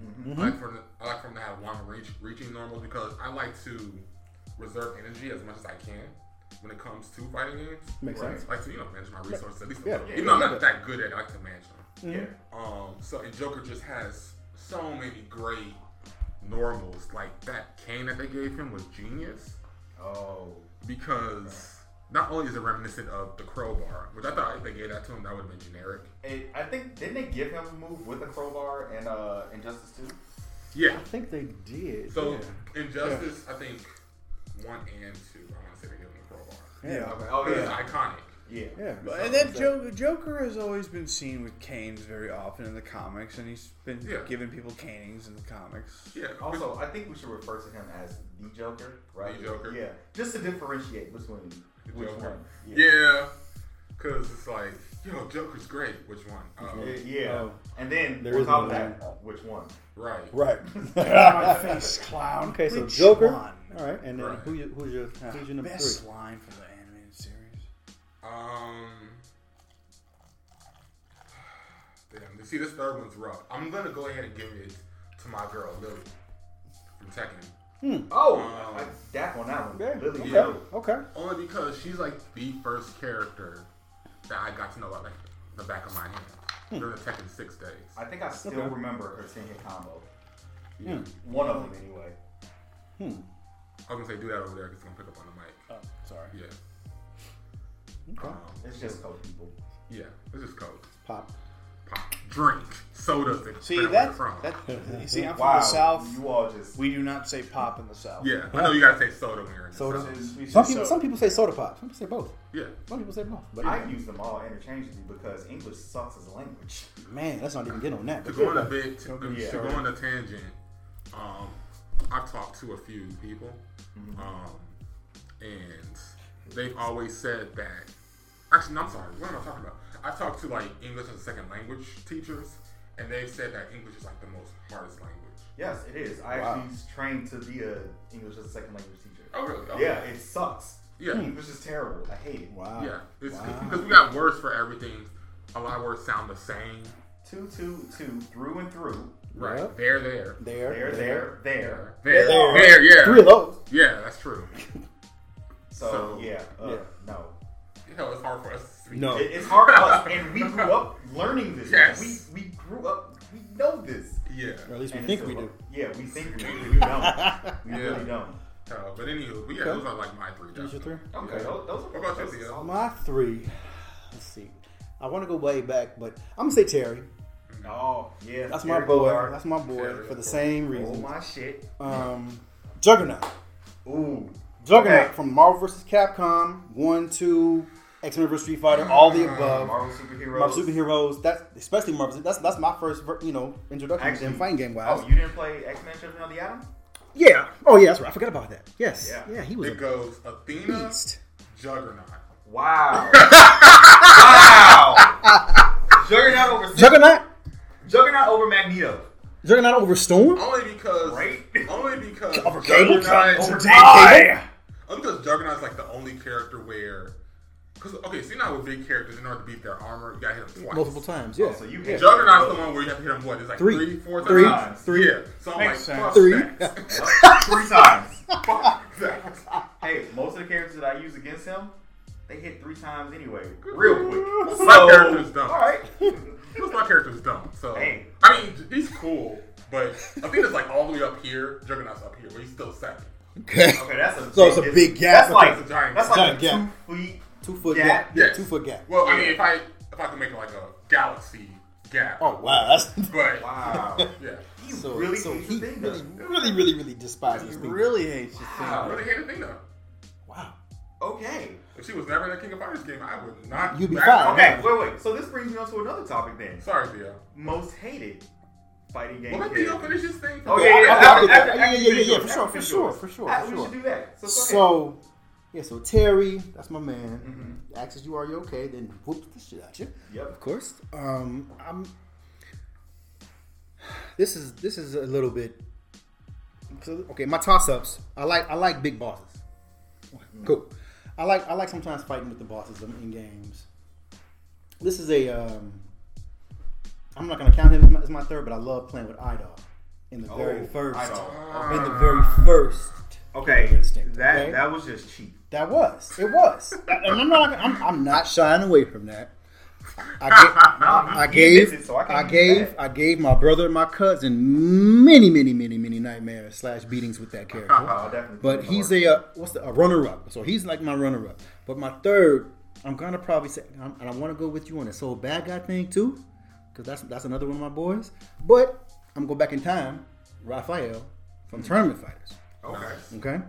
Mm-hmm. I like for them, I like for them to have long reach, reaching normals because I like to reserve energy as much as I can when it comes to fighting games. Makes Right. sense. Like to you know manage my resources at least. a Yeah. little. Even though I'm not that good at, it, I like to manage them. Mm-hmm. yeah. Um, so and Joker just has so many great normals. Like that cane that they gave him was genius Oh, because not only is it reminiscent of the crowbar, which I thought if they gave that to him, that would have been generic. It- I think didn't they give him a move with a crowbar and uh, Injustice Two? Yeah. I think they did. So yeah. Injustice, I think one and two. I want to say they gave him the crowbar. Yeah. Okay. Oh It's yeah. iconic. Yeah. Yeah. And that Joker, Joker has always been seen with canes very often in the comics, and he's been Yeah. giving people canings in the comics. Yeah. Also, I think we should refer to him as the Joker, right? The Joker. Yeah. Just to differentiate between which Joker. one. yeah. Cause it's like, yo, Joker's great. Which one? Uh, Oh, Yeah. Oh. And then There on is top no of that, which one? Right. Right. My face, clown. okay, so Which Joker. one? Ah, All right, and then Right. who you, who's your Ah, who's your number Best three? line from the animated series. Um. Damn. See, this third one's rough. I'm gonna go ahead and give it to my girl Lily from Tekken, Oh, Um, I, that one, that one. Okay. Lily okay. Joe. Okay. only because she's like the first character that I got to know like the back of my hand during the Tekken Six days. I think I still Okay. Hmm. remember her 10 hit combo. Yeah. One of them, anyway. I was gonna say do that over there because it's gonna pick up on the mic. Oh, sorry. Yeah. Okay. Um, It's just code people. yeah. This is cold. Pop. Pop, drink, sodas, and See where that? from. That you see, I'm from Wow. the south. You all just. We do not say pop in the south. yeah. I know you gotta say soda when you're in the Soda. South. We say Some people soda. some people say soda pop. Some people say both. Yeah. Some people say both. But I use them all interchangeably because English sucks as a language. man, let's not even get on that. to But go on a bit to, yeah. to go on a tangent, um, I've talked to a few people, um, and they've always said that. Actually, no, I'm sorry. What am I talking about? I've talked to like English as a second language teachers, and they've said that English is like the most hardest language. Yes, it is. I Wow. actually trained to be a English as a second language teacher. Oh really? Oh, Yeah, it sucks. Yeah. English is terrible. I hate it. wow. Yeah. It's Wow. because we got words for everything. A lot of words sound the same. Two, two, two, through and through. Right. Yep. There, there. There, There. there, there. There, There. there, Three yeah. of those. Yeah, that's true. So, So- yeah, Oh. uh, Yeah. no. Hell, it's hard for us to speak. No. It, it's hard for us, and we grew up learning this. Yes. We, we grew up, we know this. Yeah. Or at least we And think it's we still- do. Yeah, we think we do. We don't. We Yeah. really don't. Uh, but anywho, but yeah, those are like my three. These your three? definitely. Okay, Yeah. those, those are What about you, those are Theo? solid. My three. Let's see. I want to go way back, but I'm gonna say Terry. Oh, yeah. That's my Eric boy. Goddard. That's my boy Terry, for the of same Oh, reason. my shit. Um, Juggernaut. Ooh. Juggernaut Okay. from Marvel vs. Capcom, one, two, X Men vs. Street Fighter, all the above. Marvel superheroes. Marvel superheroes. That's especially Marvel. That's that's my first ver- you know introduction to them Actually- fighting game wise. Oh, you didn't play X Men Children of the Atom? yeah. Oh yeah. That's right. I forgot about that. Yes. Yeah. Yeah. he was It a goes Athena, beast. Juggernaut. Wow. wow. Juggernaut over Juggernaut. Juggernaut over Magneto. Juggernaut over Storm. Only because, Right? only because Cable Juggernaut, Today. only because Juggernaut's like the only character where Cause okay, see now with big characters, in order to beat their armor, you gotta hit them twice. multiple times. Yeah. Oh, so you yeah. hit Juggernaut's the one where you have to hit him what? It's like Three. three, four Three. times. Three. Yeah. So I'm Makes like, sense. fuck Three. that. three times. Fuck that. Hey, most of the characters that I use against him, they hit three times anyway, real quick. So, My character's dumb. All right. Plus my character's dumb. So Hey. I mean, he's cool, but I think it's like all the way up here. Juggernaut's up here, but he's still second. Okay. Okay, that's a So it's a big gap. That's like It's a giant that's like a gap. Giant two feet. Two foot Yeah. gap. Yeah. Yes. Two foot gap. Well, I mean, if I if I could make it like a galaxy gap, Oh wow, that's but Wow. yeah, You so. really so hate he this thing though. really, really, really, really despises He me. really hates you. I really hate a thing though. Wow. Okay. If she was never in the King of Fighters game, I would not. You'd be back fine. off. Okay, wait, wait. So this brings me on to another topic then. Sorry, Theo. Most hated fighting game. Well, let character. Theo finish his thing. Oh, Yeah, yeah, yeah. I- I- after- I- after- yeah, after yeah, yeah, you do yeah, it, after for sure, you for do sure, it. for sure, Ah, for We sure. should do that. So, go ahead. Mm-hmm. So, yeah, so Terry, that's my man. Asks you, are you okay? Then whoops the shit at you. Yep. Of course. Um, I'm. This is this is a little bit. so- Okay, my toss ups. I like I like big bosses. Mm-hmm. Cool. I like I like sometimes fighting with the bosses in in games. This is a. Um, I'm not gonna count him as my, as my third, but I love playing with Idol in the very Oh, first. Idol. In the very first. Okay, Instinct, that okay? that was just cheap. That was. It was. and I'm not. I'm, I'm not shying away from that. I, ga- I gave. admits it, so I can't I be gave. mad. I gave my brother and my cousin many, many, many, many nightmares slash beatings with that character. Oh, definitely. But he's a uh, what's the, a runner up. So he's like my runner up. But my third, I'm gonna probably say, i and I want to go with you on this whole bad guy thing too, because that's that's another one of my boys. But I'm gonna go back in time, Raphael from Tournament Fighters. Okay. Okay.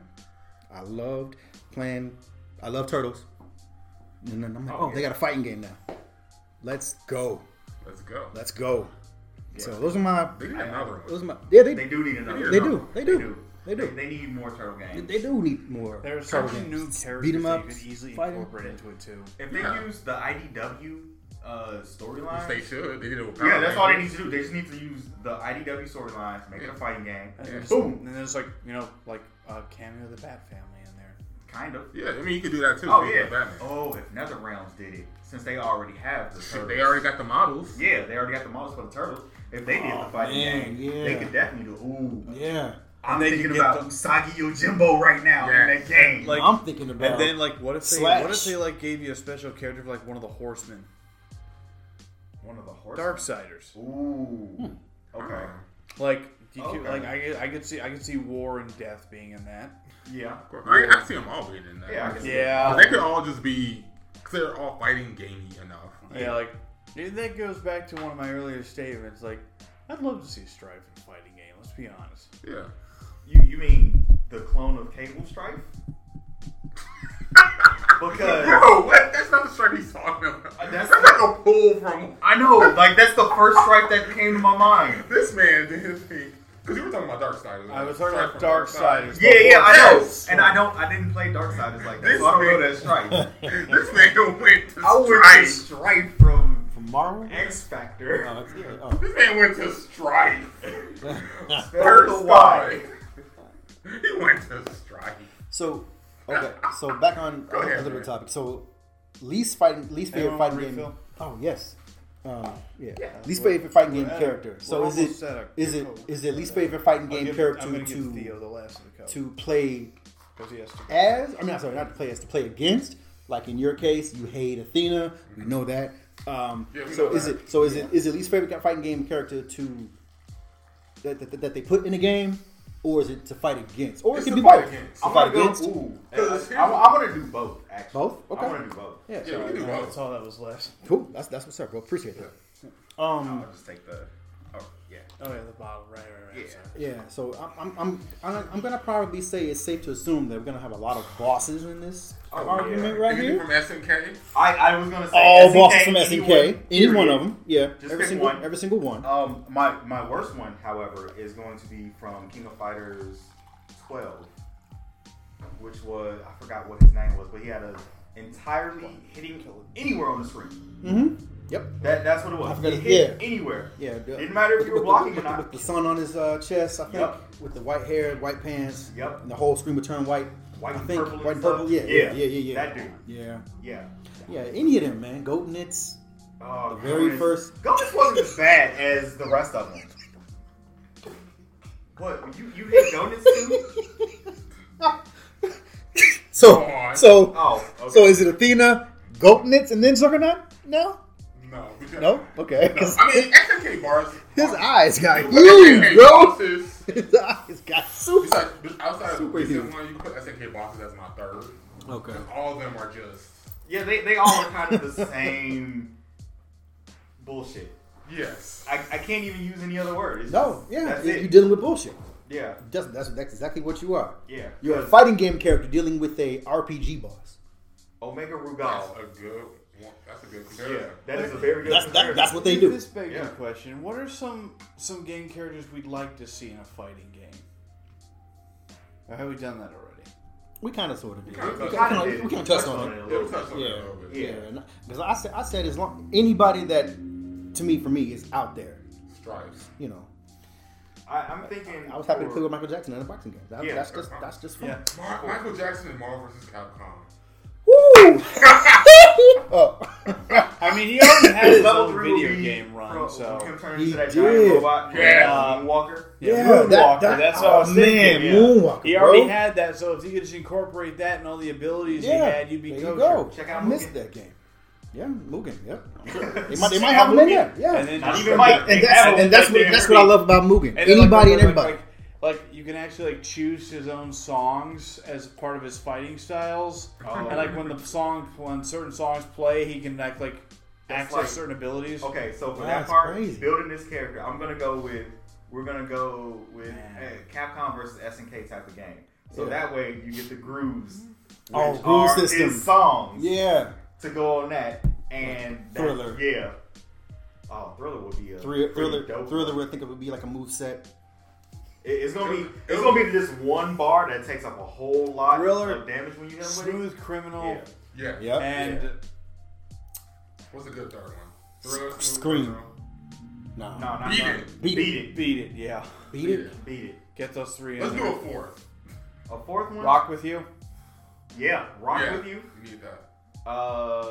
I loved playing. I love turtles. And then I'm like, oh, they got a fighting game now. Let's go. Let's go. Let's go. So those are my. They need another Those one. are my. Yeah, they, They they, do need another. They do. They do. They They, do. they need more turtle They, games. do need more. There are turtle certain new games. characters Beat 'em that you ups, could easily fighting. incorporate into it too. If they Yeah. use the IDW uh, storyline, They should. They did it with yeah, Power that's all they need Rangers. to do. They just need to use the IDW storylines, make it a fighting game. And there's- Boom. And there's like you know like a cameo of the Bat Family in there. Kind of. Yeah, I mean, you could do that too. Oh They did yeah. Batman. Uh, Oh, if NetherRealms did it, since they already have the turtles, They already got the models. Yeah, they already got the models for the turtles. If they did Oh, the fighting man, game, yeah. they could definitely do. Ooh, Yeah. I'm And they thinking could get about the- Usagi Yojimbo right now Yeah. in that game. Like- I'm thinking about. And then like what if they what if Uh, Slash. they like gave you a special character for like one of the horsemen, one of the horses. Darksiders. Ooh. Hmm. Uh, Uh-huh. Okay. Like you could, Okay. like I, could- I could see I could see war and death being in that. Yeah. I, I see them all being in that. Yeah, I can see Yeah. They could all just be, because they're all fighting gamey enough. Yeah, like dude, that goes back to one of my earlier statements. Like, I'd love to see Strife in a fighting game. Let's be honest. Yeah. You you mean the clone of Cable Strife? because Bro, what? That's not the strike he's talking about. Uh, that's- That's, like a pull from I know, like that's the first stripe that came to my mind. this man did his thing. Because you were talking about Dark Side. I was talking about Darksiders. Yeah, yeah, I know. Yes. And I don't, I didn't play Darksiders like that, This so I don't know man- that stripe. this man went to I went to strike. stripe from from Marvel. X Factor. Oh, it's- yeah, oh. This man went to strife. Spell the Y. He went to strife. So, okay. So back on Go ahead, a little man. bit topic. So, least fighting, least favorite Anyone want fighting game. refill? Oh yes. Um, yeah. Yeah. Least favorite fighting game We're at- character. we're So is almost it at a is it Coke. is it least favorite fighting I'll game give- I'm character gonna give to Theo the last of the cup to play 'cause he has to. as? I mean, I'm sorry, not to play as to play against. Like in your case, you hate Athena. We know that. Um, Yeah, we so know is that. it so is it is it least favorite fighting game character to that, that, that they put in a game, or is it to fight against, or It's it to can be fight both. against. To I'm fight gonna go. against. Ooh, I, Cause I, I want to do both. Actually, Both? Okay. I want to do both. Yeah, Yeah, sure. we can do That's both. all Oh, that was left. Cool. That's that's what's up, bro. Appreciate that. Um. I'll just take the. Oh yeah. Oh yeah, the bottle. Right, right, right. Yeah. Sorry. Yeah. So I'm I'm I'm I'm- I'm gonna probably say it's safe to assume that we're gonna have a lot of bosses in this Oh, argument yeah. right Anything here. from SNK? I, I was gonna say All SNK, bosses from anyone, SNK. Any one period. of them. Yeah. Just every pick single one. every single one. Um, my my worst one, however, is going to be from King of Fighters 12, which was I forgot what his name was, but he had a entirely hitting anywhere on the screen. hmm Yep. That that's what it was. I forgot It it- hit yeah. anywhere. Yeah. the- Didn't matter if with- you were with- blocking with, or with not. the sun on his uh, chest, I think. Yep. With the white hair, white pants. Yep. And the whole screen would turn white. White I and think purple and white and purple. stuff. Yeah, Yeah. Yeah. Yeah. Yeah. yeah. that dude. Yeah. Yeah. Yeah, any of them, man. Goatnitz. Oh, The very Gomis- first- Gomis wasn't as bad as the rest of them. What you you hate donuts too? So, Come on. so, Oh, okay. so is it Athena, Goatnitz, and then Juggernaut? No, No. Because, no, okay. No. I mean, SNK bars. His eyes got Look at huge, SNK bro. Bosses, His eyes got super. besides, outside of Super this huge. one, you put SNK bosses as my third. Okay. Because all of them are just. yeah, they they all are kind of the same bullshit. Yes. I, I can't even use any other word. It's No, just- yeah, that's you- it. you're dealing with bullshit. yeah, That's, that's that's exactly what you are. yeah. You're a 'cause fighting game character dealing with a RPG boss. Omega That's Rugal. a good. one- That's a good Yeah, comparison. that is a very good. That's that, comparison. that's what they do. This begs Yeah. the question: What are some some game characters we'd like to see in a fighting game? Or have we done that already? We kind of sort of did. kinda We touched on kind it. of we kind of Touched touched on on it. it. It'll touch on Yeah, that a little bit. Yeah. Because I said I said as long anybody that to me for me is out there, Stripes. you know. I, I'm thinking. I was happy to for- play with Michael Jackson in a boxing game. That, Yeah, that's that's just fine. that's just fun. Yeah. Mar- Michael Jackson and Marvel vs. Capcom. Woo! oh. I mean, he already had his Level own three video would be game from- run, Him so turning He to that did. giant robot. Yeah. uh, Walker. yeah, Moonwalker. that's what I oh, was thinking. man, yeah. Moonwalker. He already bro. had that, so if you could just incorporate that and all the abilities yeah. he had, you'd be there kosher. you go. Check out I missed Mugen. that game. Yeah, Mugen. Yep. they might, they might have him in there. Yeah. And then Not just even like- Mike. and that's, and that's what that's what I love about Mugen. and then, like, Anybody and like- like- everybody. Like, like, you can actually like choose his own songs as part of his fighting styles, Oh. and like when the song when certain songs play, he can act like That's access like- certain abilities. Okay, so for that That's part, crazy. building this character, I'm gonna go with we're gonna go with Man. uh, Capcom versus SNK type of game. So Yeah. that way you get the grooves, which Oh, groove are system. his songs yeah. to go on that and that- Thriller. yeah. Oh, thriller would be a Thriller, pretty thriller, dope thriller. one. would think it would be like a move set. It- it's gonna be it's gonna be this one bar that takes up a whole lot Thriller, of damage when you hit him with it. Smooth criminal Yeah. Yeah. Yep. and Yeah. What's a good third one? Thriller, Smooth Scream. Criminal. Nah. No, not Beat not- it. Beat it. beat it, beat it. Yeah, Beat it. beat it. get those three. Let's in do there. a fourth. A fourth one, Rock with you. yeah, rock yeah. with you. We need that. Uh,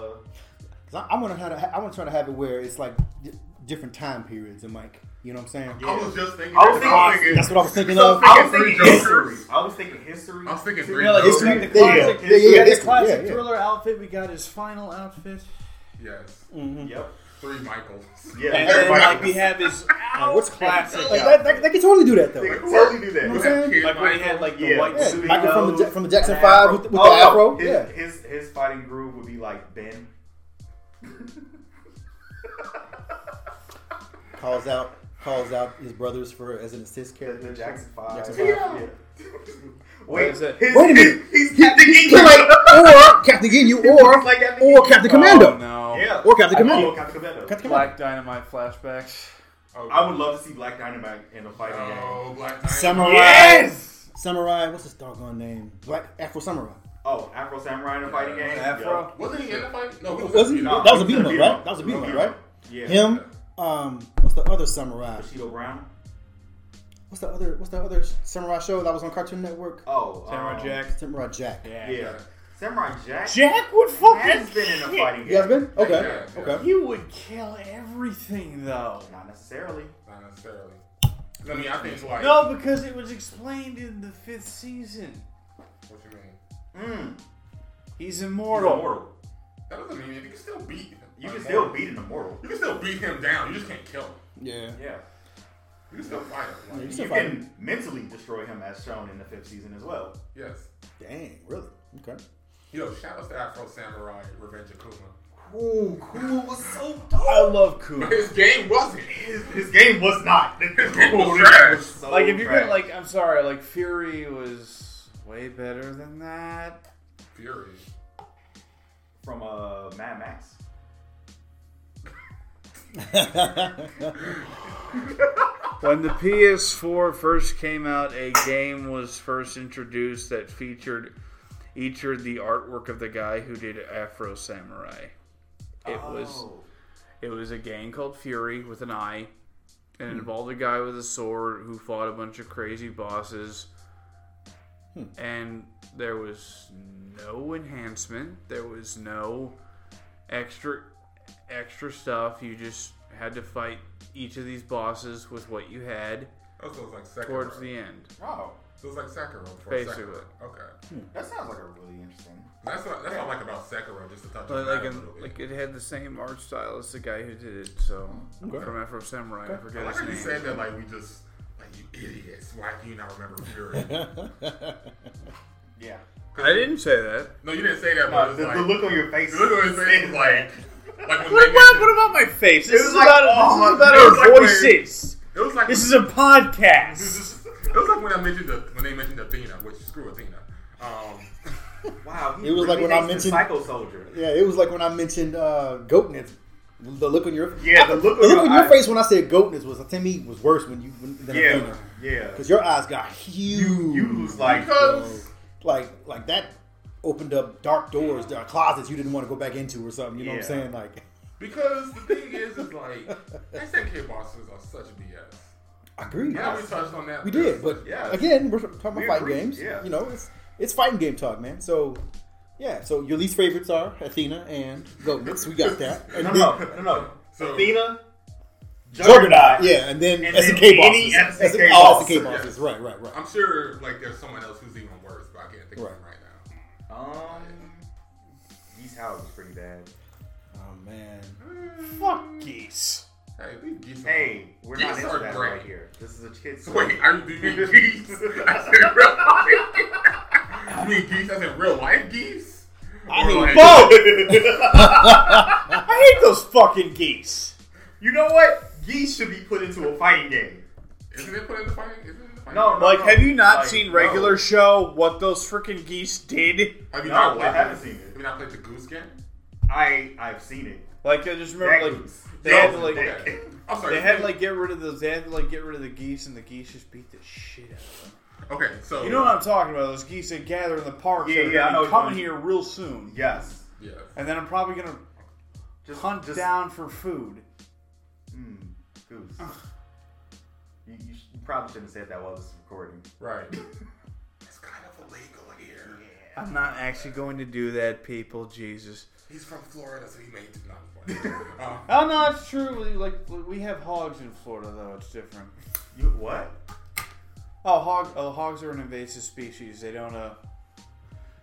'Cause I, I want to have to, ha- I want to try to have it where it's like di different time periods and like you know what I'm saying. Yeah. I was just thinking. I was thinking- That's what I was thinking So of. I was thinking three history. jokers. I was thinking history. I was thinking See, three Yeah, like jokers. we got the There you go. classic, Yeah, yeah, we got history, the classic yeah, yeah. thriller outfit. We got his final outfit, Yes. Yep. Three Michaels. Yeah. and then everybody- like we have his Uh, Like, what's classic. Oh, Like, that, that, they can totally do that though. They could totally do You that. know We what I'm got saying? Kid Like when he had Michael. like the Yeah. white Yeah, suit. Michael from the nose. Ja- from the Jackson and Five afro. with, the- with Oh, the afro. His, yeah. his his fighting groove would be like Ben. calls out calls out his brothers for as an assist The, character. the Jackson Five. Jackson Five. Yeah. What Wait, is it? his- Wait a minute. his- He's Captain He's Geek. like, or Captain Ginyu, or Like Captain or Geek. Captain Oh, Commando. no. Yeah. Or Captain I would Commando. love Captain Commando. Captain Commando. Black Dynamite flashbacks. Oh, I would love to see Black Dynamite in a fighting game. Oh, Black Knight. Samurai. Yes! Samurai. What's his doggone name? Black Afro Samurai. Oh, Afro Samurai in a fighting game. Afro. Wasn't he in the fight? No, he was Wasn't he? No. That was a he's beat 'em up, a right? That was a beat 'em up, right? Yeah. Him. Um. What's the other samurai? Bushido Brown. What's the other? What's the other samurai show that was on Cartoon Network? Oh, Samurai um, Jack. Samurai Jack. Yeah. Yeah. Samurai Jack Jack would has been in a fighting game. You guys been? Okay. Yeah, yeah. Okay. He would kill everything though. Not necessarily. Not necessarily. 'Cause I mean, I think like. No, because it was explained in the fifth season. What you mean? Mm. He's He's immortal. immortal. That doesn't mean you can still beat. him. You can Like, still more- beat an immortal. You can still beat him down. You just can't kill him. Yeah. Yeah. You can still fight him. Like, He's You a fighter. can mentally destroy him as shown in the fifth season as well. yes. Dang. Really? Okay. Yo, shout out to Afro Samurai Revenge of Kuma. Cool, cool was so I love Kuma. But his game wasn't. His, his game was not. His game was trash. so like if you're trash. gonna like, I'm sorry, like Fury was way better than that. Fury. from uh, Mad Max. When the PS4 first came out, a game was first introduced that featured featured the artwork of the guy who did Afro Samurai. It was Oh. it was a game called Fury with an I, and Hmm. it involved a guy with a sword who fought a bunch of crazy bosses. Hmm. And there was no enhancement. There was no extra extra stuff. You just had to fight each of these bosses with what you had Oh, so it's like Sekiro. towards the end. Wow, So it's like Sekiro for Basically. Sekiro. Okay. that sounds like a really interesting. That's what that's what I like about Sekiro, just to touch on Like, that like, a in, little bit. like it had the same art style as the guy who did it. So from Afro Samurai, I I forget like how you his name. said that like we just like you idiots. Why do you not remember Fury? Yeah. I didn't say that. no, you didn't say that. But it's the, like, the look on your face. the look on his face is like like when Like they what? mentioned- What about my face? This was is like, about, this is oh, about it was our like when- voices. It was like This is a podcast. it was like when I mentioned the, when they mentioned Athena, which screw Athena. Um, Wow. he It was like really when I hates the mentioned- Psycho Soldier. Yeah, it was like when I mentioned uh, goatness. The look on your Yeah, the look the on look your on your eye- face when I said goatness was to me was worse when you when, than Yeah, yeah. because your eyes got You, huge. you was like, because like like that opened up dark doors, there are closets you didn't want to go back into or something. You know what Yeah. I'm saying? Like because the thing is is like SNK bosses are such BS. I agree. Yeah, we touched on that. We did, but Yeah. again, we're talking about We fighting agree, games. yeah. You know, it's it's fighting game talk, man. So yeah, so your least favorites are Athena and Goatness. We got that. And no, then- no, no, no. So- Athena, Juggernaut, yeah, and then And then SNK any bosses. SNK all boss. SNK bosses, right, right, right. I'm sure like there's someone else who's even worse, but I can't think of Right. him right now. Um, Geese House was pretty bad. Oh man, Fuck geese. Hey, we geese. are- Hey, we're not Geese into are that great. right here. This is a kid's. So wait, I do you mean geese? I said real life. you mean geese? I said real life geese. I Or mean like- I hate those fucking geese. you know what? Geese should be put into a fighting game. Isn't it put in the fighting? Isn't it in the fighting? No, no, Like, no. have you not Like, seen no. regular show? What those freaking geese did? Have you No, not I played haven't the- seen it. Have you not played the goose game? I I've seen it. Like, I just That remember, like, goose. they That had to was like, dick. Okay. I'm sorry. they had to like get rid of those. They had to like get rid of the geese, and the geese just beat the shit out of them. Okay, so You know what I'm talking about? Those geese that gather in the parks. Oh, Yeah, that are yeah, I gonna know be what coming you here real soon. Yes. Yeah. And then I'm probably gonna Just hunt just, down for food. Mm, goose. You, you, sh- you probably shouldn't have said that while this is recording. Right. it's kind of illegal here. I'm not actually going to do that, people. Jesus. He's from Florida, so he may not. um, Oh no, it's true. We, like we have hogs in Florida, though it's different. You what? Oh, hog, oh, hogs are an invasive species. They don't uh,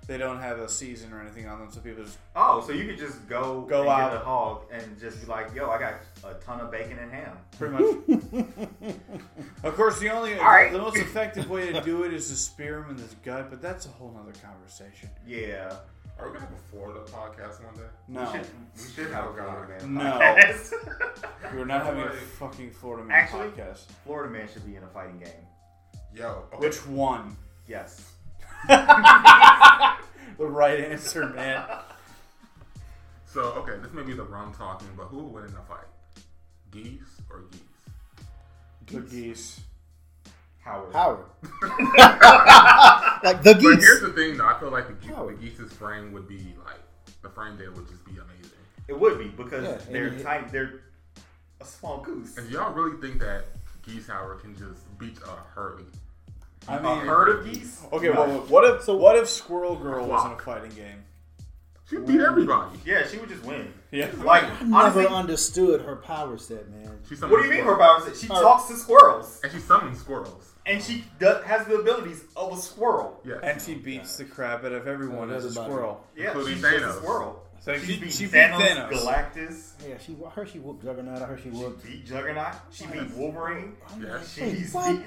they don't have a season or anything on them, so people just Oh, so you could just go Go and out. get a hog and just be like, "Yo, I got a ton of bacon and ham." pretty much. of course, the only right. the most effective way to do it is to spear them in the gut, but that's a whole nother conversation. Yeah. are we gonna have a Florida podcast one day? No, We should, we should have a Florida man. No. podcast. we're not having a Like- fucking Florida man Actually- podcast. Florida man should be in a fighting game. Yo, okay. Which one? Yes. The right answer, man. So okay, this may be the wrong talking, but who would win in a fight, geese or geese? The geese. Howard. Howard, like the But here's geese. the thing, though. I feel like the, ge- Oh. the geese's frame would be like the frame there would just be amazing. It would be because Yeah, they're and- tiny. They're a small goose. And do y'all really think that geese, however, can just beat a herd? I A mean, herd of geese. okay. No. Well, what if so what if Squirrel Girl was in a Flock. fighting game? She beat everybody. Yeah, she would just win. Yeah. Like honestly, Never understood her power set, man. She what do you mean her power? set? She Her- talks to squirrels, And she summons squirrels. and she does, has the abilities of a squirrel. Yes. And she Oh, beats the crap out of everyone Not as a everybody. squirrel. Yeah, Including she's just a Thanos. squirrel. So she- beat she beat Thanos, Thanos. Galactus. Yeah, she I heard she whooped Juggernaut. I heard She she whooped. beat Juggernaut. She beat Wolverine. Yeah, She Wait, beats what?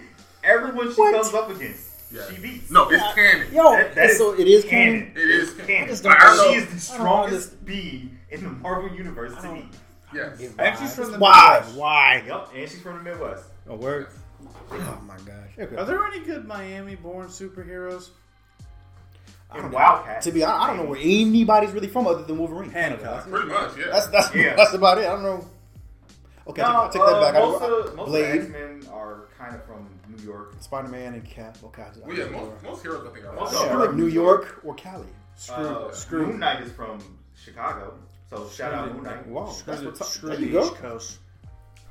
everyone she What? comes up against. Yes. She beats. No, it's canon. Yo, That- that is so it is canon. It is canon. canon. just don't Like, I know. know. She is the I don't know strongest being in the Marvel universe I to don't- me. Yes. And she's from the why? Midwest. Why? Yep, and she's from the Midwest. A word. Oh my gosh. Are there any good Miami-born superheroes? And Wildcat. To be honest, I don't know where anybody's really from other than Wolverine. Hancock. Pretty much, yeah. That's that's Yeah. that's about it. I don't know. Okay, No, I take, I take that uh, back. Most, I, of, most of the Blade, X-Men are kind of from New York. Spider-Man, and Cap. Okay, I, Oh, well, yeah, most, most heroes, I think, are Most Yeah, of like New York or Cali. Screw, Uh, screw, Moon Knight is from Chicago, so shout out Moon Knight. Wow, screw, that's the, what's up. screw There the you go. East Coast.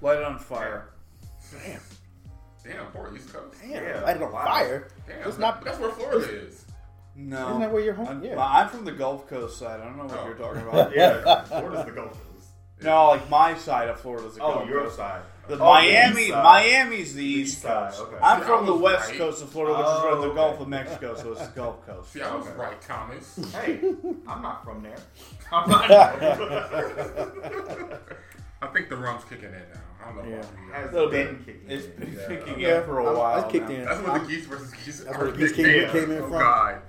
Light it on fire. Damn, Damn, poor East Coast. damn, Yeah, light it on wow. fire. Damn, It's not. that's where Florida is. No. Isn't that where you're home? I'm, Yeah. well, I'm from the Gulf Coast side. I don't know what Oh. you're talking about. Yeah, Florida's the Gulf Coast. No, like my side of Florida's the Oh, Gulf your Coast. side. The Oh, Miami, east side. Miami's the east East side, Coast. okay. I'm See, I from the was West right. Coast of Florida, which is from the Oh, Gulf okay. of Mexico, so it's the Gulf Coast. See, I was Okay. right, Thomas. Hey, I'm not from there. I'm not. I think the rum's kicking in now. I don't know. Yeah. about you. Has little been bit. kicking It's in. been Yeah. kicking Yeah, in for a I was- while. I was kicked now. in. That's where the geese versus geese. That's are where the geese big came- deal. came in Oh from. God.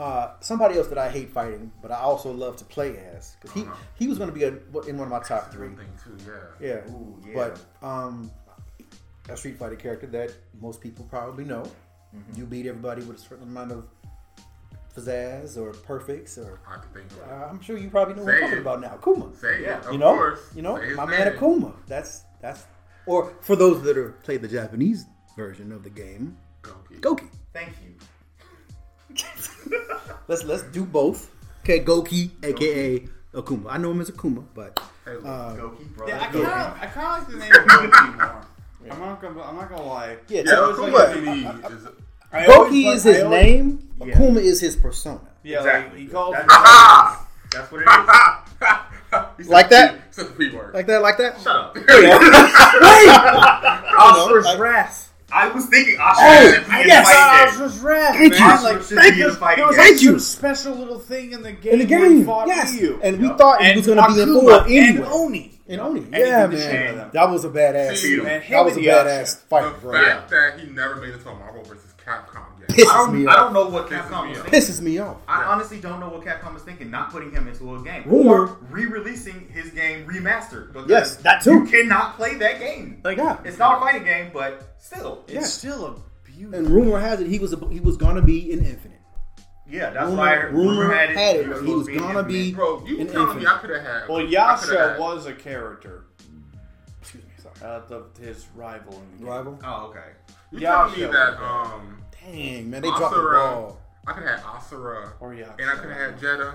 Uh, somebody else that I hate fighting, but I also love to play as because Uh-huh. he he was going to be a, in one of my top three. Dream thing too. Yeah. Yeah. Ooh, yeah. But um, a Street Fighter character that most people probably know. Mm-hmm. You beat everybody with a certain amount of pizzazz or perfects or I can think of uh, it. I'm sure you probably know what I'm Say talking it. about now. Akuma. Say Yeah. it. Of you know, course. you know, Say his my man name. Akuma. That's that's. Or for those that have played the Japanese version of the game, Goki. Goki. Thank you. Let's let's do both. Okay, Goki, aka Akuma. I know him as Akuma, but Hey, look. Uh, Goki, brother. Yeah, I kind Goki. of I kinda like the name of Goki more. I'm not gonna I'm not gonna lie. Yeah, yeah, I always Akuma like- is, is I always Goki like- is his I always- name. Yeah. Akuma is his persona. Yeah, Exactly. like, he calls. That's- Ah! That's what it is. He said Like the that? P- he Said the P word. Like that, like that. Shut up. Oscar's wrath. I was thinking Oscar should be in yes. the fight there. Oscar's wrath. Thank man. you. Like, Oscar should thank be in you. the fight There was there. like Thank you. some special little thing in the game. in the where he game. fought Yes, Ryu. and we thought he was going to be in four Akuma anyway. and Oni. And Oni, he yeah, did the shit out of man, them. that was a badass. See, Man, him that was a and badass Yasha. The fight, bro. fact that he never made it to a Marvel vs. Capcom game. Pisses I don't, me I off. don't know what Pisses Capcom me was off. thinking. Pisses me off. I honestly don't know what Capcom was thinking, not putting him into a game. Rumor. Or re-releasing his game remastered. because Yes, that too. You cannot play that game. Like, Yeah. It's not a fighting game, but still. it's Yeah. still a beauty. And rumor has it he was he was gonna be in Infinite. Yeah, that's Rumor- why rumor had it. was He supposed was to be in gonna be- Infinite. Bro, you In telling me Infinite. I could have had. well, I coulda Yasha had- was a character, Excuse me, sorry. uh, the, his rival in the game. Rival. Oh, okay. You telling me Yasha that um, Dang man, they dropped the Asura? ball. I could have had Asura, Or Yasha. and I could have had Jetta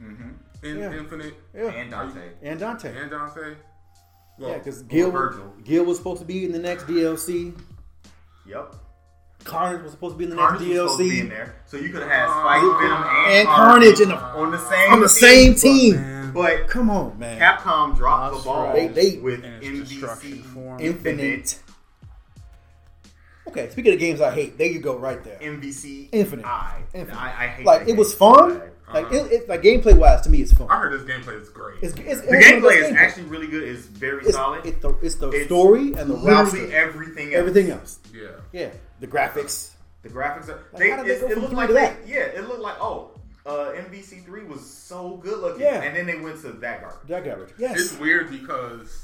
in Mm-hmm. Yeah. Infinite Yeah. And Dante. And Dante. and Dante. Well, yeah, because Gil- Gil Virgil. Gil was supposed to be in the next DLC. Yep. Carnage was supposed to be in the next Carnage was supposed to be in DLC. there. So you could have had Spike, Venom, and, And Carnage in the, on the same on the same team. man, But Come on, man. Capcom dropped the That's ball right. They- they- with in its destruction MVC, form. Infinite. Okay, speaking of games I hate, there you go, right there. MVC, Infinite. I, Infinite. I, I hate Like that it game was so fun. bad. Like it, it like gameplay wise, to me, it's fun. I heard this gameplay is great. It's, it's, The gameplay is actually really good. It's very it's, solid. It's the, it's the It's story and the roster, Literally everything. Else. everything else. yeah. Yeah, the graphics. The graphics are. Like, they, how did they it, go it from looked three like to they, that? yeah. It looked like oh, uh, MVC three was so good looking. Yeah. And then they went to that garbage. That garbage. It's Yes. weird because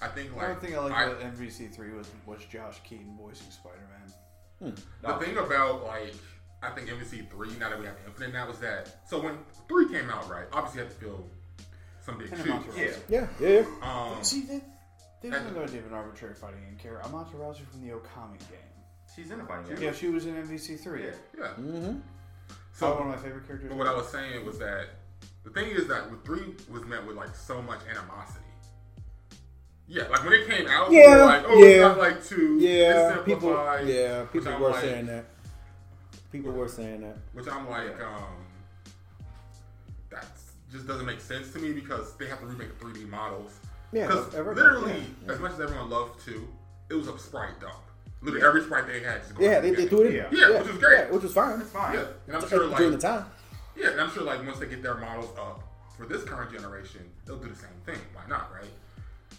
I think like I don't think I like I- that MVC3 was, was Josh Keaton voicing Spider-Man. The thing about like I think MVC three now that we have Infinite now is that so when three came out right obviously you have to fill some big And shoes. Amaterasu. Yeah. Yeah. Yeah. Oh. Um, See, they, they That- don't know they have an arbitrary fighting game character. Amaterasu from the Okami game. She's in a fighting game. Yeah, she was in MVC3. Yeah. yeah. Mm-hmm. Probably one So of my favorite characters. but what I was saying was that the thing is that with three was met with like so much animosity. Yeah, like when it came out, people Yeah, were like, oh, it's yeah. not like two. Yeah. it's People. simplified, Yeah. which People I'm were like- saying that. People were saying that. which I'm like, um, that just doesn't make sense to me because they have to remake the 3D models. Yeah, because everyone- literally, yeah, Mm-hmm. as much as everyone loved to, it was a sprite dump. Literally every sprite they had. Just Yeah, they, they threw it in. Yeah. Yeah, which is great. which was fine. It's fine. Yeah, and I'm At- sure like During the time. yeah, and I'm sure like once they get their models up for this current generation, they'll do the same thing. Why not, right?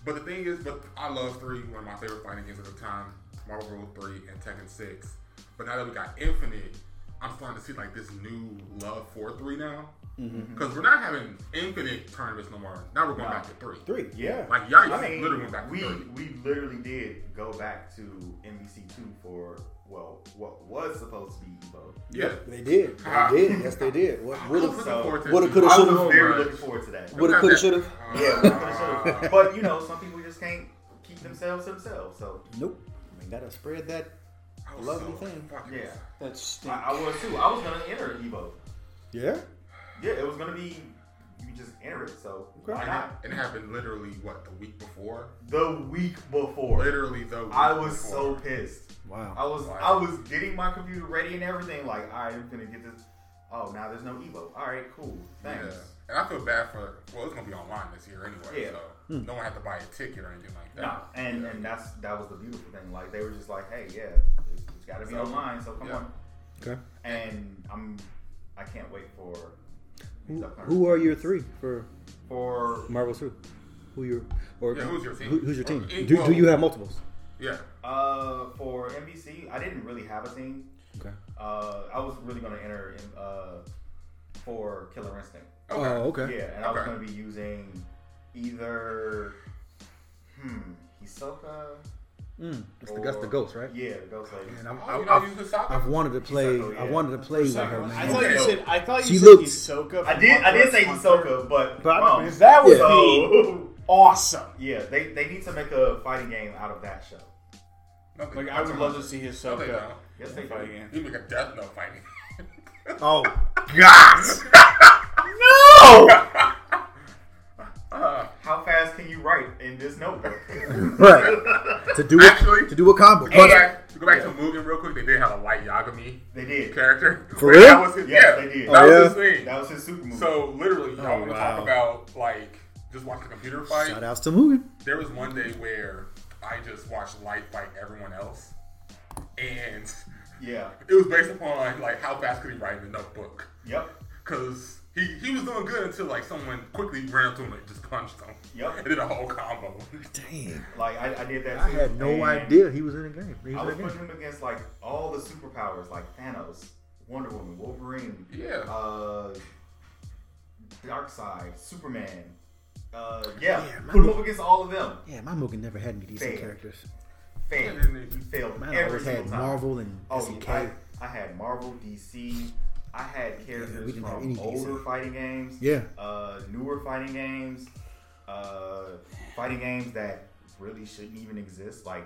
But the thing is, but I love three, one of my favorite fighting games at the time, Marvel World three and Tekken six. But now that we got Infinite, I'm starting to see like this new love for three now. Because we're not having Infinite tournaments no more. Now we're going back to three. Three. Yeah. Like yikes, I mean, literally went back to we three. we literally did go back to MVC two for well, what was supposed to be Evo. Yeah. They did. They Ah. did. Yes, they did. What I was would looking have? so- forward to woulda, this. coulda, I shoulda. was very much. looking forward to that. Woulda, Not coulda, that- shoulda. Uh, Yeah, we could've- but you know, some people just can't keep themselves to themselves. So Nope. I mean, gotta spread that. I was Lovely so thing. fucking- yeah, That stink. I, I was too. I was gonna enter Evo. Yeah. Yeah, it was gonna be you just enter it. So why And not? it, it happened literally what the week before. The week before, Literally the week I was so before. pissed. Wow. I was Wow. I was getting my computer ready and everything. Like, all right, I'm gonna get this. Oh, now there's no Evo. All right, cool. Thanks. Yeah. And I feel bad for well, it's gonna be online this year anyway, Yeah. so Hmm. no one had to buy a ticket or anything like that. No, and Yeah. and that's that was the beautiful thing. Like they were just like, hey, yeah, it's, it's got to be So- online. So come yeah. on. Okay. And I'm I can't wait for. Who, these upcoming who are your things. three for For Marvel Two? Who your or Yeah, who's your team? who- who's your Or- team? eh, Do, well- do you have multiples? yeah. uh for NBC, I didn't really have a team. Okay. Uh, I was really gonna enter in, uh for Killer Instinct. Okay. Oh, okay. Yeah, and I was Okay. going to be using either hmm Hisoka. Mm, that's, the, that's the ghost, right? Yeah, the ghost lady. Man, I'm, Oh, I'm, you know, I've, you can stop I've it. wanted to play. Hisoka, I yeah. wanted to play with her, I man. thought you said I thought you She said looked- Hisoka. I did. I did say Hisoka, but, But I um, mean, That would Yeah. be awesome. yeah, they they need to make a fighting game out of that show. No, they- Like I would I'm love talking- to see No, they Hisoka don't. Yes, they fight do. again. You make a death note fighting. Oh, How fast can you write in this notebook? right. to do Actually- a, to do a combo. Go back, to go back to Mugen real quick. They did have a light Yagami they did. character. For Like, real? That was his, Yes, yeah, they did. That Oh, was yeah? his thing. That was his super move. So literally, y'all Oh, want to wow. talk about like just watch a computer fight? Shout outs to Mugen. There was one day where I just watched Light like everyone else, and yeah. it was based upon like how fast could he write in a notebook? Yep. Cause he, he was doing good until like someone quickly ran up to him and just punched him. Yup. And did a whole combo. Dang, Like I, I did that. I too, had no and idea he was in the game. He I was was in the game. putting him against like all the superpowers, like Thanos, Wonder Woman, Wolverine, Yeah. uh, Darkseid, Superman. Uh, yeah, Yeah, put him up against all of them. Yeah, my Mugen never had any decent Fail. characters. Failed. Yeah. He failed Mine every always had single time. Marvel and E Oh, SNK. I, I had Marvel, DC. I had Yeah, characters we didn't have from any DC. older fighting games. Yeah. Uh, newer fighting games. Uh, fighting games that really shouldn't even exist, like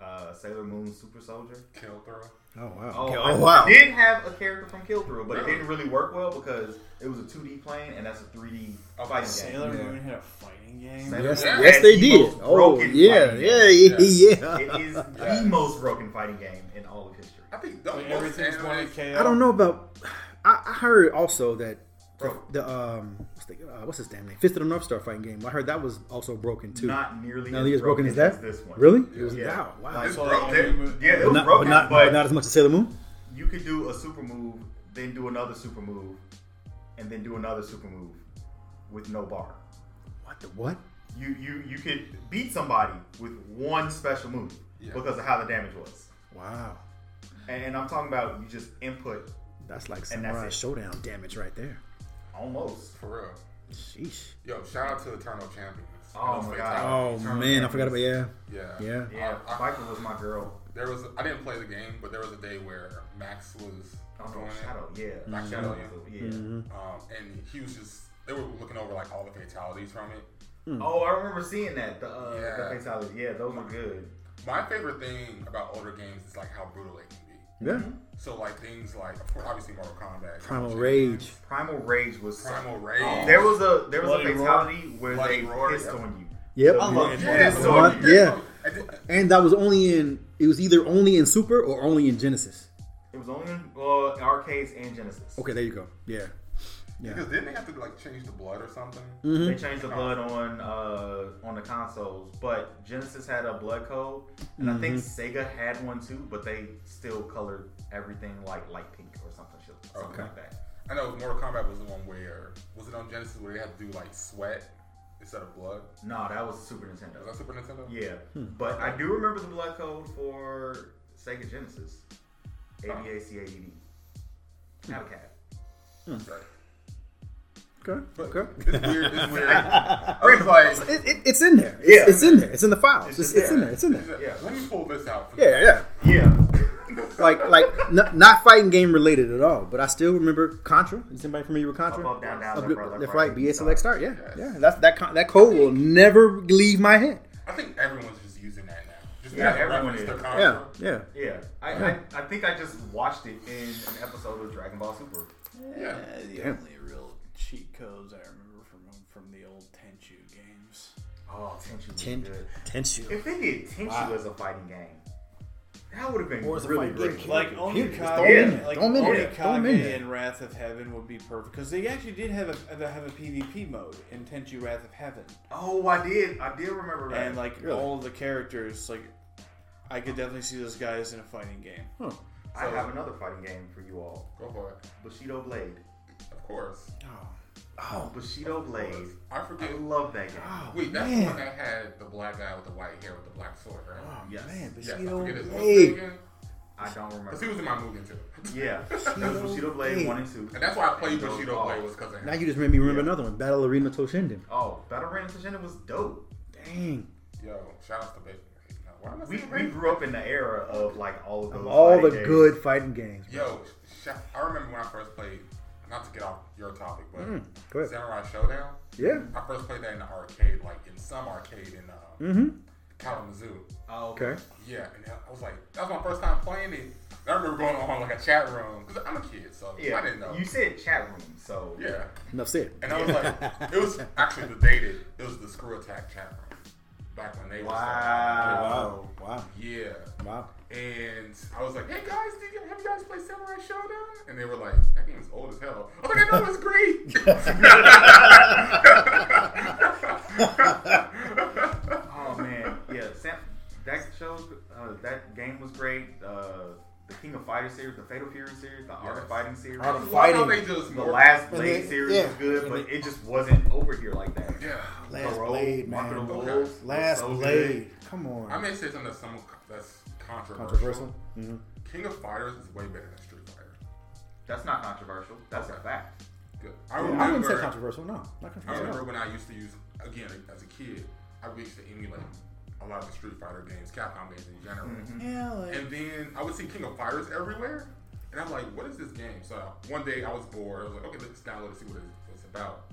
uh, Sailor Moon Super Soldier. Kill throw. Oh wow. Oh, Okay. I Oh wow. did have a character from Kill Thrill, but it didn't really work well because it was a 2D plane and that's a 3D fighting game. Sailor Yeah. Moon had a fighting game. Sailor Yes, Moon yes, had they the did. most Oh broken yeah, fighting game. yeah, yeah, yeah. It is Yeah. the most broken fighting game in all of history. I think don't Like most everything's going animes- to KO. I don't know about. I, I heard also that Bro, the um what's, the, uh, what's his damn name? Fist of the North Star fighting game. I heard that was also broken too. not nearly Not as nearly as broken as that? this one. really? It was Yeah. wow. Wow. Like, It's broken. there- yeah, it but was not, broken, but not, but not as much as Sailor Moon. you could do a super move, then do another super move, and then do another super move with no bar. What the what? You you you could beat somebody with one special move Yeah. because of how the damage was. Wow. And, and I'm talking about you just input That's like And that's Samurai it. Showdown damage right there. almost. for real. Sheesh. Yo, shout out to Eternal Champions. Oh Those my fatality- God. Oh Eternal man, I Champions. forgot about yeah, Yeah. yeah. Yeah, Oh, I- I- Michael was my girl. There was I didn't play the game, but there was a day where Max was Oh, doing it. Shadow, yeah. Mhm. Shadow, yeah. Um, and he was just they were looking over like all the fatalities from it. Oh, I remember seeing that. The, uh, Yeah. the fatalities. Yeah, those were good. My favorite thing about older games is like how brutal it can be. Yeah. Mm-hmm. So like things like of course, obviously Mortal Kombat, Primal Eternal Rage. Champions, Primal Rage was. Primal Rage. There was a there was Bloody a Roar. fatality where Bloody they Roar, pissed yeah. on you. Yep. I love yeah, it. yeah, Oh, Yeah. so- Yeah. Yeah. I did- And that was only in. It was either only in Super or only in Genesis. It was only in, uh, arcades and Genesis. Okay, there you go. Yeah. Yeah. Because didn't they have to like change the blood or something? Mm-hmm. They changed Oh. the blood on uh, on the consoles, but Genesis had a blood code, and I think Sega had one too, but they still colored everything like light pink or something, shit- something Okay. like that. I know Mortal Kombat was the one where was it on Genesis where they had to do like sweat instead of blood? No, that was Super Nintendo. Was that Super Nintendo? Yeah, but I do remember the blood code for Sega Genesis. A B A C A D Hmm. D. Not a cat. Right. Okay. But Okay. It's weird. It's weird. I was like, It, it, it's in there. It's, Yeah. it's in there. It's in the files. It's, It's it's, just in there. there. It's in there. Yeah. Let me pull this out. For Yeah, yeah. Yeah. Like, like n- not fighting game related at all, but I still remember Contra. Is anybody familiar with Contra? Up, up, down, down, Up, left, right, left, left, right, right, BA east, select side. start. Yeah, Yes. yeah. That's that con- that code will never leave my head. I think everyone's just using that now. Just Yeah, as a everyone reference to is. Contra. Yeah, yeah. Yeah. I, I, I think I just watched it in an episode of Dragon Ball Super. Yeah. Uh, the Damn. only real cheat codes I remember from from the old Tenchu games. Oh, Tenchu was Ten, good. Tenchu. If they did Tenchu as a fighting game, That would have been Or is it really fight great. game? Like Here, only just Kage, throw it in yeah. there. like Throw 'em in only there. Throw 'em in Kage there. and Wrath of Heaven would be perfect because they actually did have a they have a PvP mode in Tenchi Wrath of Heaven, oh, I did. I did remember that. and like Really? all of the characters, like I could definitely see those guys in a fighting game. Huh. I So- have another fighting game for you all. Go for it. Bushido Blade. Of course. Oh, Bushido Blade. I I forget. love that game. Wait, that's the man. one that had the black guy with the white hair with the black sword, right? oh Yes. man, yes, I Bushido forget his name Blade. again. I don't Because he remember. was in my movie too. Yeah, that was Bushido Blade Blade. one and two. And that's why I played And those Bushido are- Blade was because of Now him. you just made me remember another one, Battle Arena Toshinden. Oh, Battle Ram Session was dope. Dang, Yo, shout out to Baby. No, why am I We, saying we Baby? grew up in the era of like all of those of all fighting the games. good fighting games. bro. Yo, sh- I remember when I first played, not to get off your topic, but Mm, go ahead. Samurai Showdown. Yeah. I first played that in the arcade, like in some arcade in Mm. uh, Kalamazoo. Oh, Mm-hmm. Okay. Yeah, and I was like, that was my first time playing it. And I remember going on like a chat room because I'm a kid, so Yeah, I didn't know. You said chat room, so yeah, Enough said. and I was like, it was actually the dated. It was the Screw Attack chat room back when they were. Wow. wow, Yeah, wow. and I was like, hey guys, did you, have you guys played Samurai Showdown? And they were like, that game's old as hell. I was like, I know it's great. Oh man, yeah. Sam, that show, uh, that game was great. Uh, the King of Fighters series, the Fatal Fury series, the Art Yes. of Fighting series, Art of- Why don't Fighting. they just the more- Last And Blade they- series yeah. was good, And but they- it just wasn't over here like that. Yeah. Last Thoreau, Blade, Mark of man. the Okay. Wolves, Last was so Blade. Come on. I may say something that's some that's controversial. Controversial. Mm-hmm. King of Fighters is way better than Street Fighter. good. That's not controversial. That's a fact. Good. I I wouldn't say remember. controversial. No, not I controversial. remember when I used to use again as a kid. I used to emulate a lot of the Street Fighter games, Capcom games in general. Mm-hmm. Yeah, like, And then I would see King of Fighters everywhere, and I'm like, "What is this game?" So one day I was bored. I was like, "Okay, let's download it, see what it- what it's about."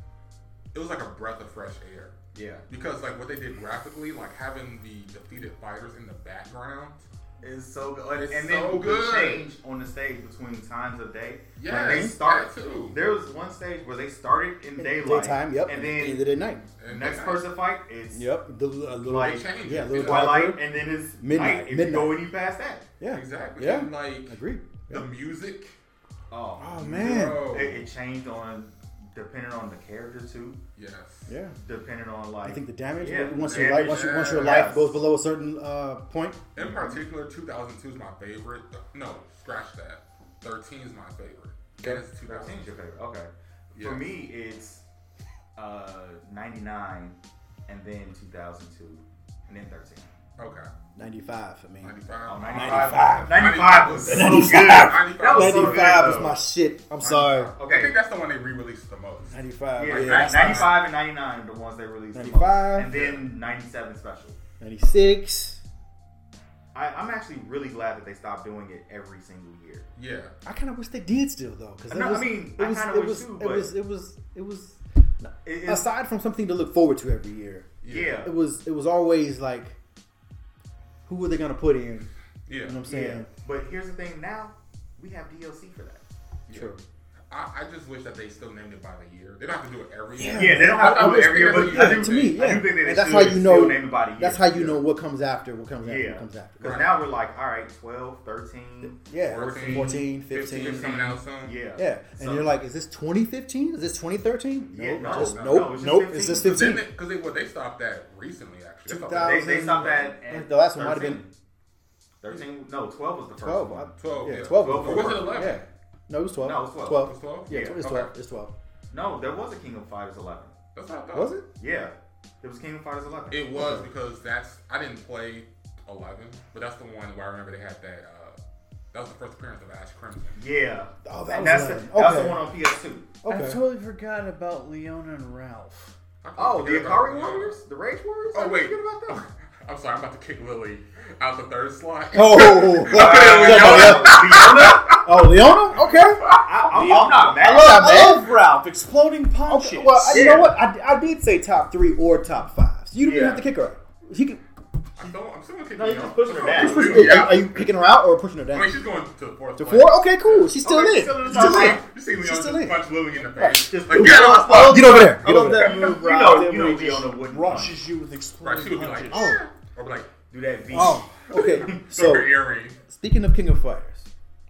It was like a breath of fresh air. Yeah, Because like what they did graphically, like having the defeated fighters in the background, it's so good. It's and so then good. the change on the stage between times of day. Yes, like they start. that too. There was one stage where they started in daylight, Daytime. Yep. and ended then at night. and next then I- person fight is Yep. The, a little, Like, change yeah, it. little twilight, and then it's Midnight, night. If midnight. you go any past that, yeah. Exactly. Yeah. And like Agreed. the music. oh, Oh man. Bro. It, it changed on depending on the character too, Yes. Yeah. depending on like I think the damage Yeah, once the your life damage, once, you, once yeah, your yes. life goes below a certain uh, point. In particular, 2002 is my favorite. No, scratch that. 13 is my favorite. That is 2000. Thirteen's your favorite. Okay. Yeah. For me, it's uh, 99 and then 2002 and then 13. Okay. Ninety five. I mean, 95. Oh, 95. 95. 95 was so good. That was so ninety good, five is though. my shit. I'm sorry. Okay. I think that's the one they re-released the most. Ninety five. Yeah, Yeah. ni- that's 95 and 99 are the ones they released. the most. 95. And then 97 special. Ninety six. I, I'm actually really glad that they stopped doing it every single year. Yeah. I kind of wish they did still though, because No, I mean, I kinda it wish was, too, it but- was, it was, it was, It- it's- aside from something to look forward to every year. yeah. It was, it was always like, who were they gonna put in? You Yeah. know what I'm yeah. saying? But here's the thing now, we have DLC for that. Yeah. True. I, I just wish that they still named it by the year. They don't have to do it every year. Yeah, they don't have I- I to do it wish every year, because but I you- do, To me, I yeah. do think that And it that's should how you know. still name it by the year. That's how you Yeah. know what comes after, what comes after, Yeah. what comes after. Because Right. now we're like, all right, 12, 13. Yeah, 14, 14, 15 15. is coming out soon. Yeah. Yeah, and So- you're like, is this 2015? Is this 2013? Yeah, no, just, no, nope, no, it's just 15. nope. Because Is this they, 15? cause they, well, they stopped that recently, actually. They stopped that They, they 2000 stopped that. at The last one might have 13. been 13. No, 12 was the first 12. one. I- 12. Yeah, Yeah, 12. Or was it 11? Yeah. No, it was 12. No, it was 12. It was 12? Yeah, Yeah, it's okay. 12. It's 12. No, there was a King of Fighters 11. That's what I Oh. thought. Was it? Yeah. There was King of Fighters 11. It was because that's I didn't play eleven, but that's the one where I remember they had that. Uh, that was the first appearance of Ash Crimson. yeah. Oh, that And was that's, the, 11. that's Okay. the one on PS2. I Okay. totally forgot about Leona and Ralph. I keep Oh, the forgetting about Akari that. Warriors? The Rage Warriors? Oh I wait, forget about that. I'm sorry. I'm about to kick Lily out the third slot. Oh, Uh, Leona? oh, Leona? Okay. I, I'm, I'm not mad. love that. Love Ralph, exploding punches. okay. Well, I- you Yeah. know what? I, I did say top three or top five. So you don't even Yeah. have to kick her out. She can, I'm still, I'm still gonna kick No, me you're just out. pushing her down. push, Yeah. are, you kicking her out or pushing her I down? mean, she's going to the fourth. to place. four? Okay, cool. She's still Okay, in. she's still in the She's top still in. five. You see Leon She's just still in. punch Lily in the face. Just- like, get out of my spot. Get over there. I Get over love there. that move, You Ralph. know- that you know move Leona just wouldn't rushes you with Right, exploding "Oh, she would be punches. like, oh, or be like, Do that V. Oh, okay. so, So, her earring. Speaking of King of Fighters,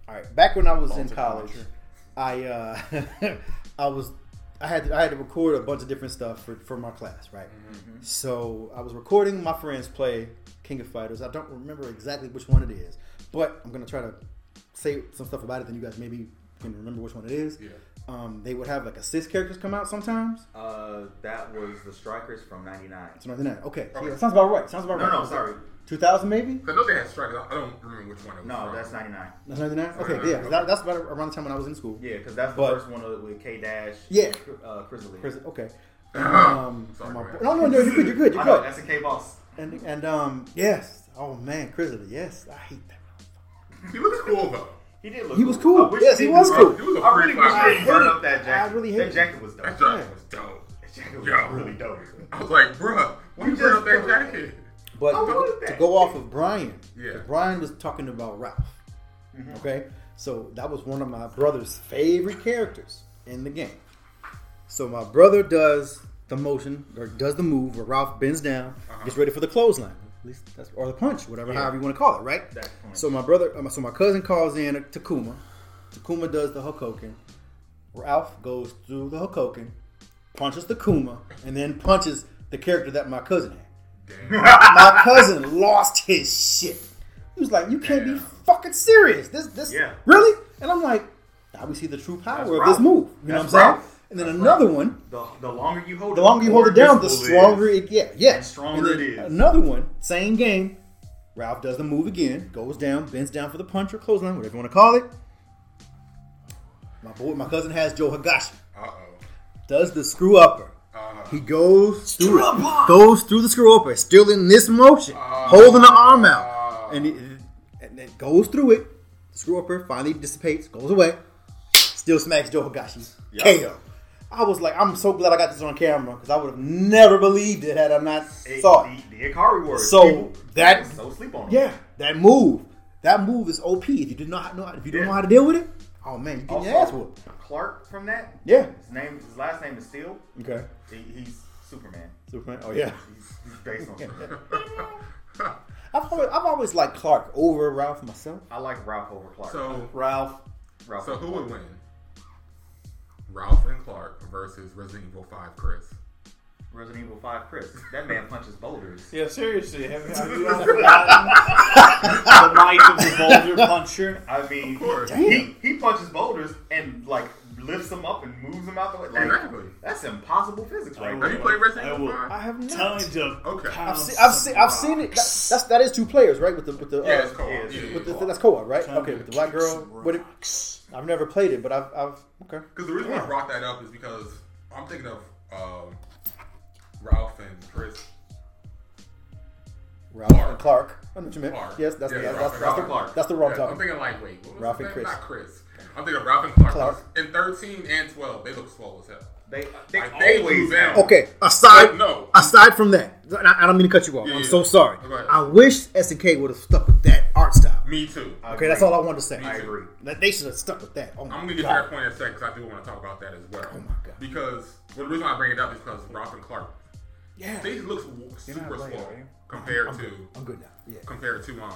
all right. Back when I was in Baltic college, culture. I uh, I was I had to, I had to record a bunch of different stuff for, for my class, right? So I was recording my friends play King of Fighters. I don't remember exactly which one it is, but I'm gonna try to say some stuff about it. Then you guys maybe can remember which one it is. Yeah. Um, they would have like assist characters come out sometimes. Uh, that was the Strikers from '99. It's 99. Okay, so Okay. yeah, sounds about right. Sounds about No, right. no, Was it sorry. 2000 maybe? I know they had strikers. I I don't remember which one it was. No, from. that's '99. That's 99. Okay, yeah, 'cause that, that's about around the time when I was in school. Yeah, because that's the But- first one of- with K Dash. Yeah. Uh, Chrisley. Prison. Okay. Um, Sorry, my go ahead. boy- no, no, no, you're good, you're good, I you're know good. that's a K boss. And and um, yes. Oh man, Grizzly. Yes, I hate that. He looks cool though. He did look. He was cool. I wish Yes, he didn't was do cool. that. He was a I really freak wish guy. they I burned hate up that it. jacket. I really hate that it. jacket was dope. That That jacket Yeah. was dope. jacket was Yeah. really dope. I was like, bruh, why you We bring just- up that jacket? But I to, wanted go- to Oh, that. go off of Brian, Yeah. 'cause Brian was talking about Ralph. Mm-hmm. Okay, so that was one of my brother's favorite characters in the game. So my brother does the motion or does the move where Ralph bends down, Uh-huh. gets ready for the clothesline, at least that's or the punch, whatever, however you want to call it, right? That punch. So my brother, um, so my cousin calls in Takuma. Takuma does the Hokoken. Ralph goes through the Hokoken, punches the Kuma, and then punches the character that my cousin had Damn. my cousin lost his shit. He was like, "You can't be Damn. fucking serious. This, this, Yeah. really?" And I'm like, "Now we see the true power That's of right. this move." You know what I'm That's saying? right. And then That's another right. one. The, the longer you hold The longer you hold more it down, the visible stronger is. it. Yeah, yeah. And stronger then it is. Another one, same game. Ralph does the move again, goes down, bends down for the punch or clothesline, whatever you want to call it. My boy, my cousin has Joe Higashi. Uh Does the screw upper. oh. Uh He goes through it, goes through the screw open, still in this motion, holding the arm out, and it, and it goes through it. The screw upper finally dissipates, goes away, still smacks Joe Higashi. KO. I was like, I'm so glad I got this on camera because I would have never believed it had I not It- saw it. The, the Ikari word. So, People- that- people so sleep on it. Yeah, that move, that move is OP. If you did not know, if you don't know how to deal with it, oh man, you get your ass Also, whooped. Clark from that. Yeah. His name, his last name is Steele. Okay, He, he's Superman. Superman. Oh yeah. He's, he's based on Superman. I've always, I've always liked Clark over Ralph myself. I like Ralph over Clark. So, Ralph. Ralph so over who would Clark. win? Ralph and Clark versus Resident Evil 5 Chris. Resident Evil Five Chris. That man punches boulders. Yeah, seriously, have, have you all forgotten the night of the boulder puncher? I mean, Of course. he, he punches boulders and like lifts them up and moves them out the way. Like, Exactly. That's impossible physics, right? Have there. you played Resident I Evil will. 5? I have not. Time to Okay. pound I've seen, I've some seen, I've seen it. That, rocks. that's that is two players, right? With the with the, uh, yeah, it's cool. yeah, Yeah, it's- yeah, with yeah. the that's co-op, right? Time Okay, to with the black kick girl. some With it, rocks. I've never played it, but I've I've okay. Because the reason why I brought that up is because I'm thinking of um, Ralph and Chris. Ralph Clark. and Clark. I know what you meant. Clark. Yes, that's Yeah, the, Ralph that's, and that's, the, Clark. that's the wrong Yeah, I'm topic. thinking like, wait, what was Ralph his and name? Chris. Not Chris. I'm thinking of Ralph and Clark. Clark. In 13 and 12, they look swole as hell. They, they Like, they always lose out. Okay, aside Wait, no. aside from that, and I, I don't mean to cut you off. Yeah, I'm yeah. so sorry. Go ahead. I wish SNK would have stuck with that art style. Me too. Okay, that's all I wanted to say. I agree. That they should have stuck with that. Oh my I'm gonna get to god. that point in a second because I do want to talk about that as well. Oh my God. Because well, the reason why I bring it up is because Ralph and Clark, Yeah, they look w- super playing, slow are you? compared to I'm good now. Yeah. compared to um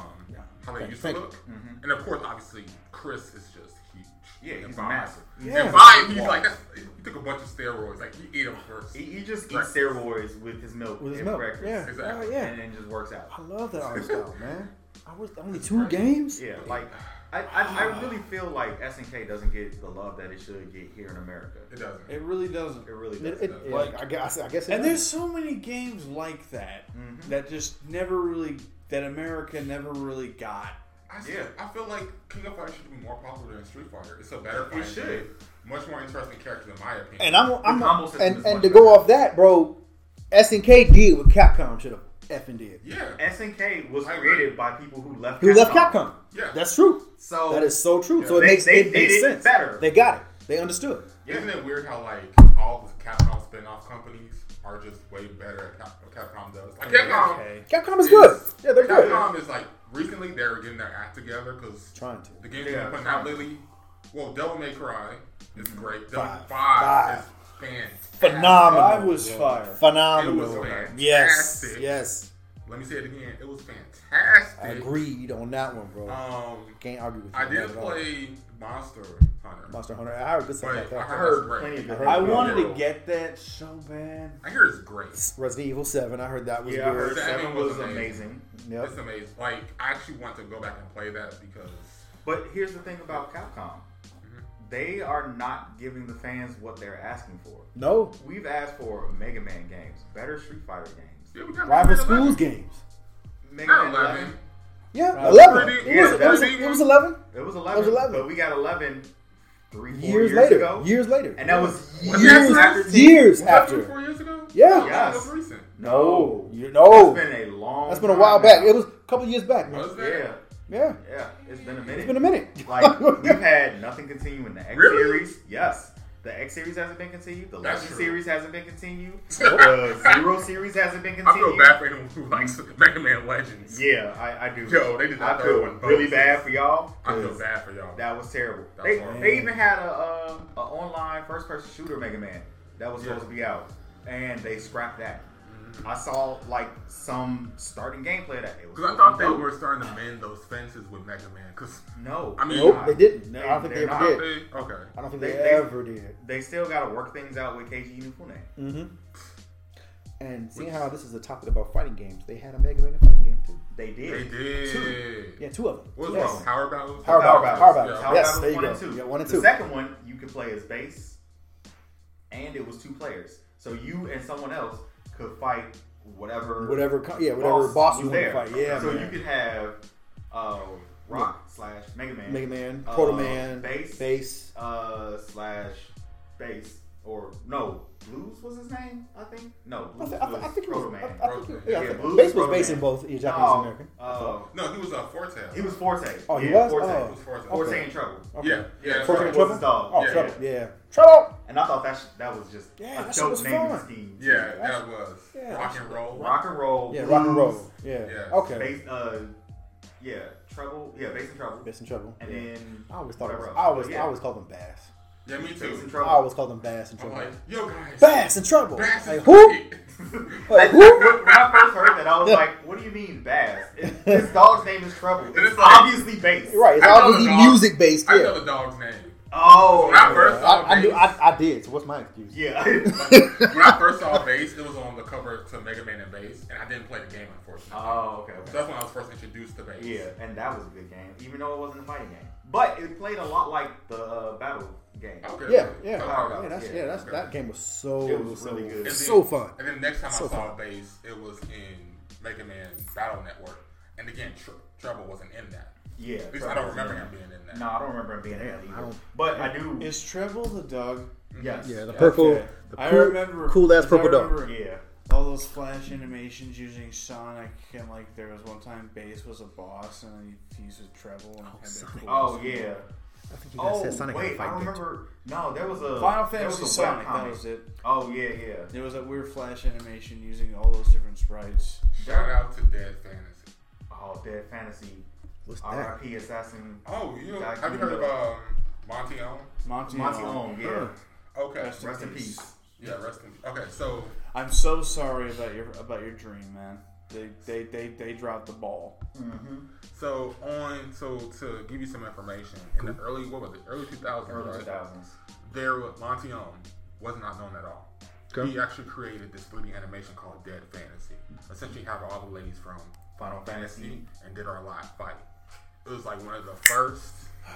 how they Thank- used to thank look. And of course, obviously, Chris is just huge. Yeah, And he's Vibe- massive. Yeah. And Vibe, he's like that's, he took a bunch of steroids. Like he ate them first. He, he just Right. eats steroids with his milk With his and milk. breakfast. Yeah. Exactly. Oh, yeah. And then just works out. I love that art style, man. I was only two games. Yeah, like I, I, I really feel like SNK doesn't get the love that it should get here in America. It doesn't. It really doesn't. It really It- does. it- Yeah. like I guess, I guess. it And is. there's so many games like that that just never really that America never really got. I Yeah. yeah. I feel like King of Fighters should be more popular than Street Fighter. It's a better It fighting should. game. Much more interesting character in my opinion. and I'm, I'm The combo system and, is and much to go better. off that, bro, SNK did what Capcom should have effing did. yeah. SNK was I agree. created by people who left. Who left Capcom? Yeah. that's true. So That is so true. So it They- makes they it makes did it sense. better. They got it. They understood. Isn't it weird how like all the Capcom spin-off companies are just way better at Cap- what Capcom does? Like Capcom, Okay. Capcom is good. Yeah, they're good. Capcom is like recently they're getting their act together because Trying to. the games Yeah, they've been putting trying out lately. Well, Devil May Cry is great. Devil Mm-hmm. Five. Five, Five. is fantastic. Phenomenal. I was fire. It was Uh, Phenomenal. fantastic. Yes. Yes. Let me say it again. It was fantastic. I agreed on that one, bro. Um, Can't argue with you. I on did that at all. play Monster Hunter. Monster Hunter. I heard good stuff But about I that. heard heard that's plenty of great. good. I reviews. wanted to get that so bad. I hear it's great. It's Resident Evil Seven. I heard that was Yeah, I good. heard Seven seven was was amazing. amazing. Yep. amazing. Like I actually want to go back and play that because But here's the thing about Capcom. Mm-hmm. They are not giving the fans what they're asking for. No. We've asked for Mega Man games, better Street Fighter games. yeah, we got Rival Mega Man 11. schools games. Mega Not Man 11. eleven. Yeah, Right. eleven. Pretty- it, was, yeah, it, was, that's- it was eleven It was 11, was 11. but we got 11 three, four years, years, later. ago. Years later. And that was Was years, that after recent? years What happened after. four years ago? Yeah. That was Yes. recent. No, you Oh, It's no. been a long That's been a time while now. back. It was a couple years back. Was that? Yeah, Yeah, yeah. It's been a minute. it's been a minute. Like we've had nothing continue in the X Really? series. Yes, the X series hasn't been continued. The That's Legend true. series hasn't been continued. the Zero series hasn't been I feel continued. bad for anyone who likes Mega Man Legends. Yeah, I, I do. Yo, they did not I feel throw one really bonuses. bad for y'all. I feel 'cause bad for y'all. That was terrible. That was They, horrible. they even had a, uh, a online first person shooter Mega Man that was supposed Yeah. Mm-hmm. to be out, and they scrapped that. I saw like some starting gameplay of that it was. Because I supposed thought to they be were starting to mend those fences with Mega Man. Because dope. No, I mean- they're Nope, not. they didn't. I don't think they they're ever not. did. okay, okay. I don't think they, They- they- ever did. They still got to work things out with Keiji Inufune. Mm-hmm. And seeing Which- how this is a topic about fighting games, they had a Mega Man fighting game too. They did. they did. Yeah, two of them. What was yes. wrong? Power battles. Power Power Battles. Battles. Power Battles. Power Yes, Battles there you one and go. two. Yeah, one and the two. second one you could play as base, and it was two players, so you and someone else could fight whatever Whatever, co- yeah, whatever boss, you was want to there. fight. Yeah, so man. you could have uh, Rock slash Mega Man, Mega Man, uh, Proto Man, Base, Base. uh, slash Base, or no Blues was his name, I think. No, I, Blues th- I, th- was I think it was. Proto Man. I, I think, it- yeah, I Yeah, think- Blues, Base was Proto based in Man. both yeah, Japanese and no, American. uh, No, he was a Forte. he was Forte. Oh, he yeah, was? Forte. Oh. He was Forte. Forte in trouble. Yeah, yeah. Forte Trouble in was Trouble? his dog. Oh, Yeah. trouble. Yeah, trouble. And I thought that sh- that was just Yeah, a that shit dope was naming fun. scheme. Yeah, that was Yeah. rock and roll. rock and roll. Yeah, blues, rock and roll. Yeah. Yeah. Okay. Bass, uh, yeah, trouble. Yeah, bass and trouble. Base in trouble. And Yeah. then I always thought it whatever was, else. I always, Yeah. I always called them bass. Yeah, me Bass and too. I trouble. always called them bass in I'm trouble. like, yo guys, bass in trouble. Bass like is who? great. Like when who? I first heard that, I was like, "What do you mean, bass? It- This dog's name is Trouble. It's, it's like- obviously bass, right. It's I know obviously the dog. music based. I know Yeah. the dog's name. Oh, When I yeah. first I, saw I knew. Bass, I, I did. So what's my excuse? yeah. when I first saw Bass, it was on the cover to Mega Man and Bass, and I didn't play the game unfortunately. oh, okay, so okay. that's when I was first introduced to Bass. Yeah, and that was a good game, even though it wasn't a fighting game. But it played a lot like the uh, battle game. Okay. Yeah. Yeah. Okay. Yeah. That's yeah. Yeah. That's that game was so It was so, really good. And so then- fun. And then next time So I saw Bass, it was in Mega Man Battle Network, and again, Tr- Trouble wasn't in that. Yeah, At least I don't remember him being in that. No, I don't remember him being in that I either. don't- But I do. Is Treble the dog? Yes. Yeah, the yes, purple. Okay. The cool, I remember cool ass I purple dog. remember Yeah. All those flash animations using Sonic and like there was one time Bass was a boss and then he fused with Treble and had that Sonic. cool Oh yeah. I think you guys Oh said Sonic had a wait, fight I game. remember. No, there was a Final there was Fantasy a Sonic, that webcomic. was it. Oh yeah, yeah. There was that weird flash animation using all those different sprites. Shout out to Dead Fantasy. Oh, Dead Fantasy, What's that? R.I.P. Assassin, Oh, you know, That have you game, heard of uh, um, Monty Elm? Monty, Monty Hall. Long. Yeah, Okay. Rest rest in peace. yeah, rest in peace. Okay, so I'm so sorry about your about your dream, man. They they they, they dropped the ball. so on so to give you some information in the early what was it early 2000s Early two right? thousands. there was Monty Elm was not known at all. Okay. He actually created this 3D animation called Dead Fantasy. Essentially, have all the ladies from Final Fantasy Fantasy. and did our live fight. It was like one of the first.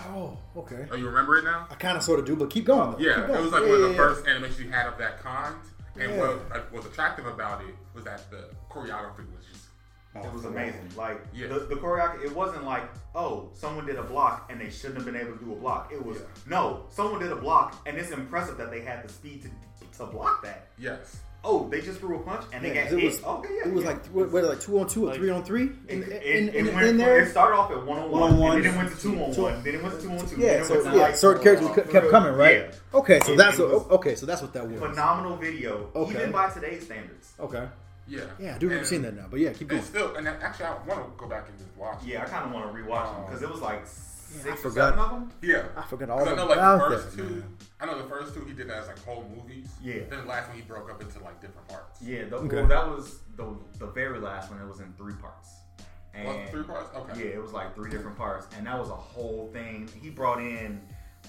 Oh, okay. Oh, you remember it now? I kind of sort of do, but keep going. Though. Yeah, Keep going. it was like one of the yeah, first animations you had of that kind. And Yeah. what uh, was attractive about it was that the choreography was just yeah. It was amazing. Like Yeah. the, the choreography, it wasn't like oh someone did a block and they shouldn't have been able to do a block. It was Yeah. no someone did a block and it's impressive that they had the speed to to block that. yes. Oh, they just threw a punch and they Yeah, got it hit. was, okay, yeah, it was yeah. like what, what, like two on two or Like- three on three It, in, it, in, it in, went in from- there. It started off at one on one, One-on-one, and then it went to two on two- oh one, then it went to two on two. then Yeah, it so went to, yeah, like, oh certain characters four-on-one. kept, kept coming, right? Yeah. Okay, so It- that's it what, was okay, so that's what that was. phenomenal video, Okay. even by today's standards. Okay, Yeah. yeah, I do remember And- seeing that now, but yeah, keep And going. still, and then, actually, I want to go back and just watch. it. Yeah, I kind of want to rewatch them because it was like six or forgot. seven of them. Yeah. I forgot all Because I know like the about first that, two. man. I know the first two he did that as like whole movies. Yeah. Then the last one he broke up into like different parts. Yeah, the, Okay. well, that was the the very last one. It was in three parts. And Was it three parts? Okay. Yeah, it was like three different parts, and that was a whole thing. He brought in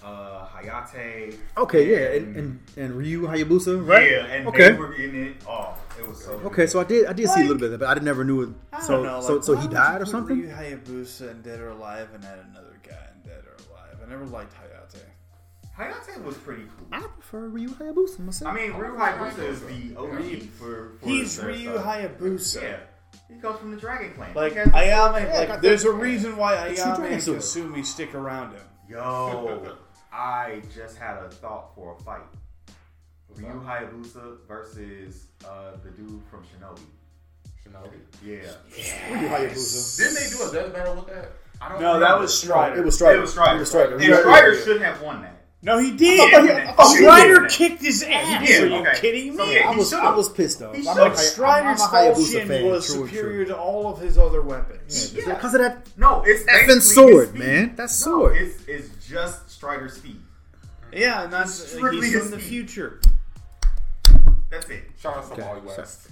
uh, Hayate. Okay, yeah, and, and and Ryu Hayabusa, right? Yeah, and okay. they were getting it off. It was so Okay, so I did I did see a little bit of it, but I never knew it. I So don't know. so like, so why he would died you or put something. Ryu Hayabusa and Dead or Alive, and add another guy in Dead or Alive. I never liked Hayate. Hayate was pretty cool. I prefer Ryu Hayabusa myself. I mean, Ryu Hayabusa is the OG for, for He's their Ryu stuff. Hayabusa. Yeah, he comes from the Dragon Clan. Like He has- Ayame, Yeah, like got there's the- a reason why the true Ayame dragon and sword. Kasumi stick around him. Yo, I just had a thought for a fight. Ryu Hayabusa versus uh, the dude from Shinobi. Shinobi. Yeah. Ryu Hayabusa. Didn't they do a death battle with that? I don't. No, that remember. was Strider. It was Strider. It was Strider. It was Strider. And Ryu Strider Hayabusa. should have won that. no, he thought he- did. I thought he Strider did. oh, kicked his ass. did, Are you okay. kidding So, me? yeah, I he was should've. I was pissed off. He I'm a should've. Hay- Like I'm Strider's I'm a Hayabusa falchion fan, was true and superior true. to all of his other weapons. It's Because of that No, it's basically effing his sword, speed. man. That No, sword. it's, it's just Strider's speed. Yeah, and that's Strictly he's his from the feet. future. That's it. Shout out to Wally West.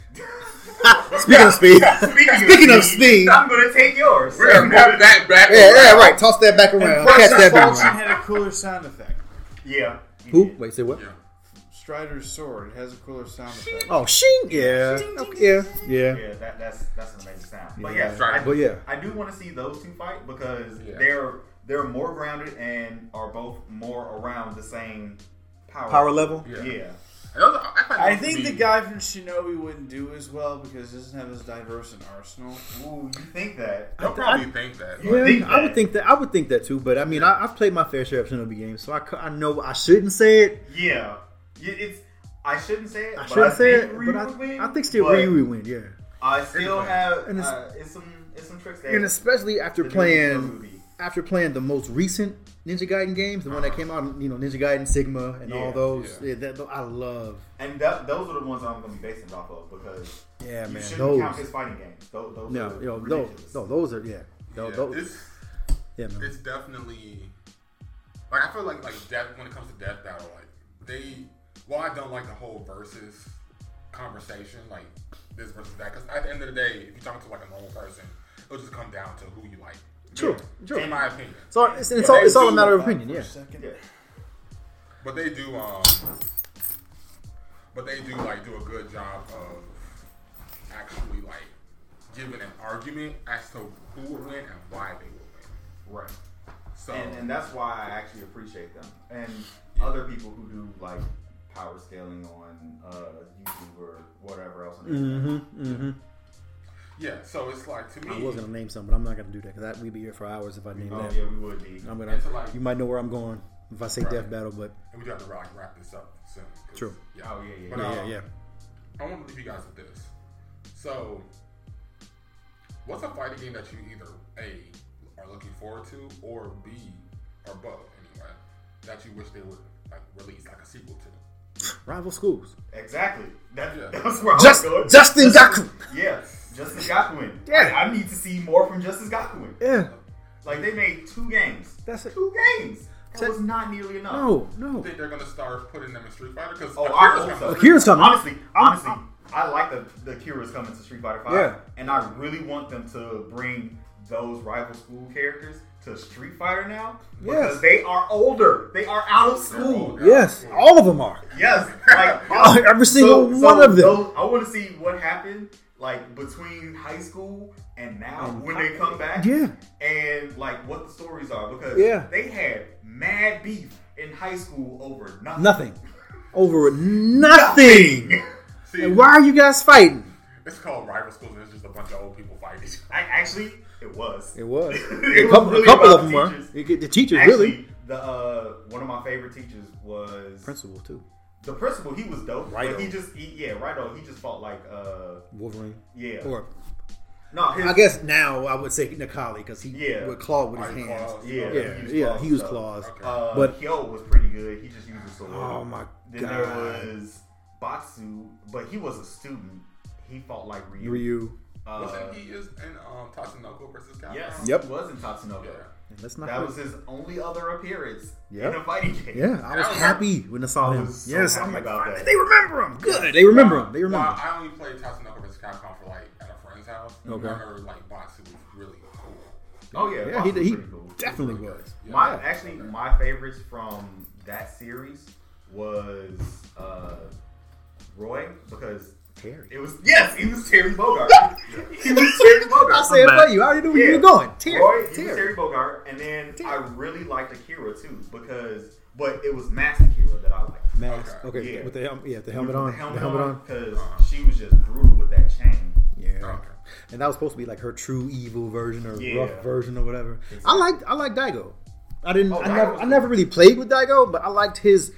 Speaking of speed. Speaking, Speaking of speed. I'm gonna take yours. We're gonna wrap that back. Yeah, yeah, around. right. Toss that back around. Catch that back Falchion around. had a cooler sound effect. Yeah. you Who? did. Wait, say what? Yeah. Strider's sword has a cooler sound effect. Oh, shing. Yeah. Yeah. Yeah. Yeah, that, that's that's an amazing sound. But Yeah. yeah, I, But yeah. I do want to see those two fight because Yeah. they're they're more grounded and are both more around the same power. Power level. Yeah. Yeah. And those are- thought I those would think the be- guy from Shinobi wouldn't do as well because he doesn't have as diverse an arsenal. Ooh, you think that? They'll probably think that. Yeah. Like, think I would that. think that. I would think that too. But I mean, I, I've played my fair share of Shinobi games, so I, cou- I know I shouldn't say it. Yeah. Y- It's. I shouldn't say it. I but shouldn't say it. Ryu But I, would win, I think still but Ryu would win. Yeah. I still have. And it's- uh, it's some. It's some tricks there. And especially after The new playing movie. after playing the most recent Ninja Gaiden games, the one that came out, you know, Ninja Gaiden Sigma and Yeah, all those. yeah. Yeah. that, I love. And that, those are the ones I'm gonna be basing it off of because Yeah, you man. shouldn't Those. count his fighting games. Those, those No, are yo, no, ridiculous. no, those are yeah. Tho- yeah, those- It's yeah, man. it's definitely like I feel like like death when it comes to death battle like they well I don't like the whole versus conversation like this versus that because at the end of the day if you're talking to like a normal person it'll just come down to who you like. True, true. In my opinion, So it's, it's Yeah, all it's they all a do matter of Back opinion. for a Yeah. second. Yeah. but they do um but they do like do a good job of actually like giving an argument as to who would win and why they would win. Right. So and, and that's why I actually appreciate them and Yeah. other people who do like power scaling on uh, YouTube or whatever else. on the internet. Mm-hmm. Mm-hmm. yeah, so it's like to me I was gonna name some, but I'm not gonna do that because we'd be here for hours if I named Oh that. yeah, we would be. I'm And so, gonna. like- You might know where I'm going if I say Right. Death Battle, but And we do have to rock, wrap this up soon. 'cause- True. Yeah. Oh, yeah, yeah, But, yeah. uh, yeah, yeah. I want to leave you guys with this. So, what's a fighting game that you either A, are looking forward to, or B, or both, anyway, that you wish they would like release like a sequel to? Rival schools. Exactly. That, Yeah. That's where Just I was going. Justin Gaku. yeah, Justice Gakuin. Yeah. I, I need to see more from Justice Gakuin. Yeah. Like they made two games. That's it. Two games. That That- was not nearly enough. No, no. I think they're gonna start putting them in Street Fighter because Oh, I hope so. Akira's coming. Honestly, I'm- honestly, I like the the Akira's coming to Street Fighter Five, Yeah. and I really want them to bring those rival school characters to Street Fighter now because Yes. they are older. They are out of school. Yes, all of them are. Yes, like Every single one of them. those- I want to see what happened like between high school and now when they come back. Yeah. and like what the stories are because Yeah. they had mad beef in high school over nothing. Nothing. Over nothing. See, And why are you guys fighting? it's called rival schools, and it's just a bunch of old people fighting. I actually, it was. It was. It a was couple, really a couple about of them the were. teachers. You get The teachers, Actually, really. the uh, one of my favorite teachers was Principal, too. the principal. He was dope. Righto. But he just, he, yeah, righto. He just fought like, uh, Wolverine. yeah, Or, no, his, I guess now I would say Nikali because he Yeah. would claw with his Like, hands. claws. Yeah. Yeah, He used yeah, claws, he used so- claws. Okay. uh, but- Hyo was pretty good. He just used a sword. Oh my Then there god. was Batsu, but he was a student. He fought like Ryu. Ryu. Uh, Wasn't he is in um, Tatsunoko versus Capcom? yes, Yep. he was in Tatsunoko. Yeah. Let's not. That was his only other appearance Yep. in a fighting game. yeah, I was was- happy when I saw I him. was so Yes, happy I'm like, about "Fine, that." they remember him. Good, they remember him. They remember. Well, him. I only played Tatsunoko versus Capcom for like at a friend's house. Okay. I remember like Batsu was really cool. Oh yeah, Yeah, he, Fox was he pretty cool. definitely was. Yeah. My actually my favorites from that series was uh, Roy because Terry. it was yes he was Terry Bogart. he was Terry Bogart. I said it for you. I already knew where you Yeah. were going. Terry. Roy, he was Terry. Terry Bogart, and then Terry. I really liked Akira too because, but it was Mask Akira that I liked. Mask. Okay. Okay. Yeah. With the helmet. Yeah, the helmet on. The helmet, on. because she was just brutal with that chain. Yeah. Okay. And that was supposed to be like her true evil version or Yeah. rough version or whatever. I liked I liked Daigo. I didn't Oh, I Daigo never was I never really played with Daigo, but I liked his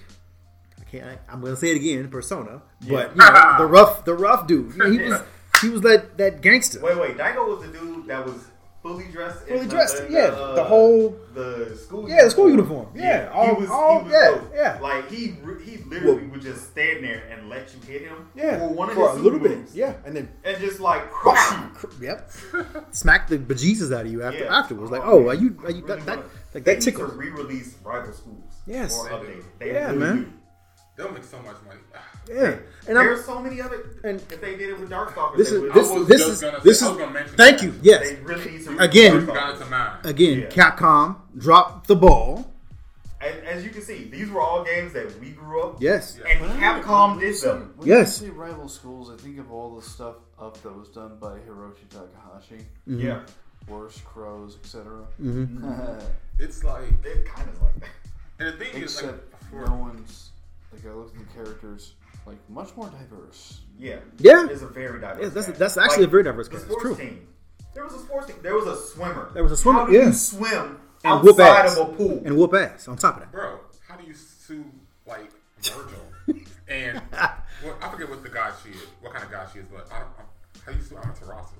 I can't I, am gonna say it again, persona. But you know, the rough the rough dude. You know, he was he was that that gangster. Wait, wait, Daigo was the dude that was fully dressed. in Fully the- dressed, in yeah, the whole- the school. Yeah, the school uniform, yeah, all- all- yeah, dope. yeah. Like he, re- he literally would just stand there and let you hit him. yeah, for one of for his a little super bit. moves. Yeah, and then and just like crush you. yep, smack the bejesus out of you after Yeah. afterwards. Like, Oh, oh, are you are Really you that, that good. like they that need tickles? to re-release rival schools. Yes. or update. They Yeah, really man. do. They'll make so much money. Yeah, and I'm, There's so many other. and- if they did it with Darkstalkers, this they is would- this I was this just is gonna say- this I is. was gonna mention Thank that. you. Yes, They really need to You Again. got it to mine. again, Yeah. Capcom dropped the ball. As, as you can see, these were all games that we grew up. Yes, And Capcom did them. When you Yes. say rival schools, I think of all the stuff up that was done by Hiroshi Takahashi, Mm-hmm. Yeah. Worse Crows, etc. Mm-hmm. It's like, They're kind of like that. and the thing is, like, Except for, no one's like I looked at the characters like much more diverse. Yeah. Yeah. It's a very diverse. Yeah, that's- cast. that's actually a very diverse the cast, sports true. Team. There was a sports team. There was a swimmer. There was a swimmer, How do you yeah. swim And whoop outside ass. of a pool? and whoop ass. On top of that, bro, how do you sue like Virgil? and well, I forget what the god she is, what kind of god she is, but I don't. I, how do you sue Amaterasu?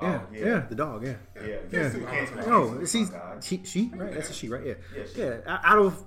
Oh, yeah, yeah. yeah, the dog, yeah. Yeah. You Yeah. can't- Oh, you can't- No, you it's she's can't- she, she right. That's a she, right? Yeah, Yeah, yeah. she. o- Out of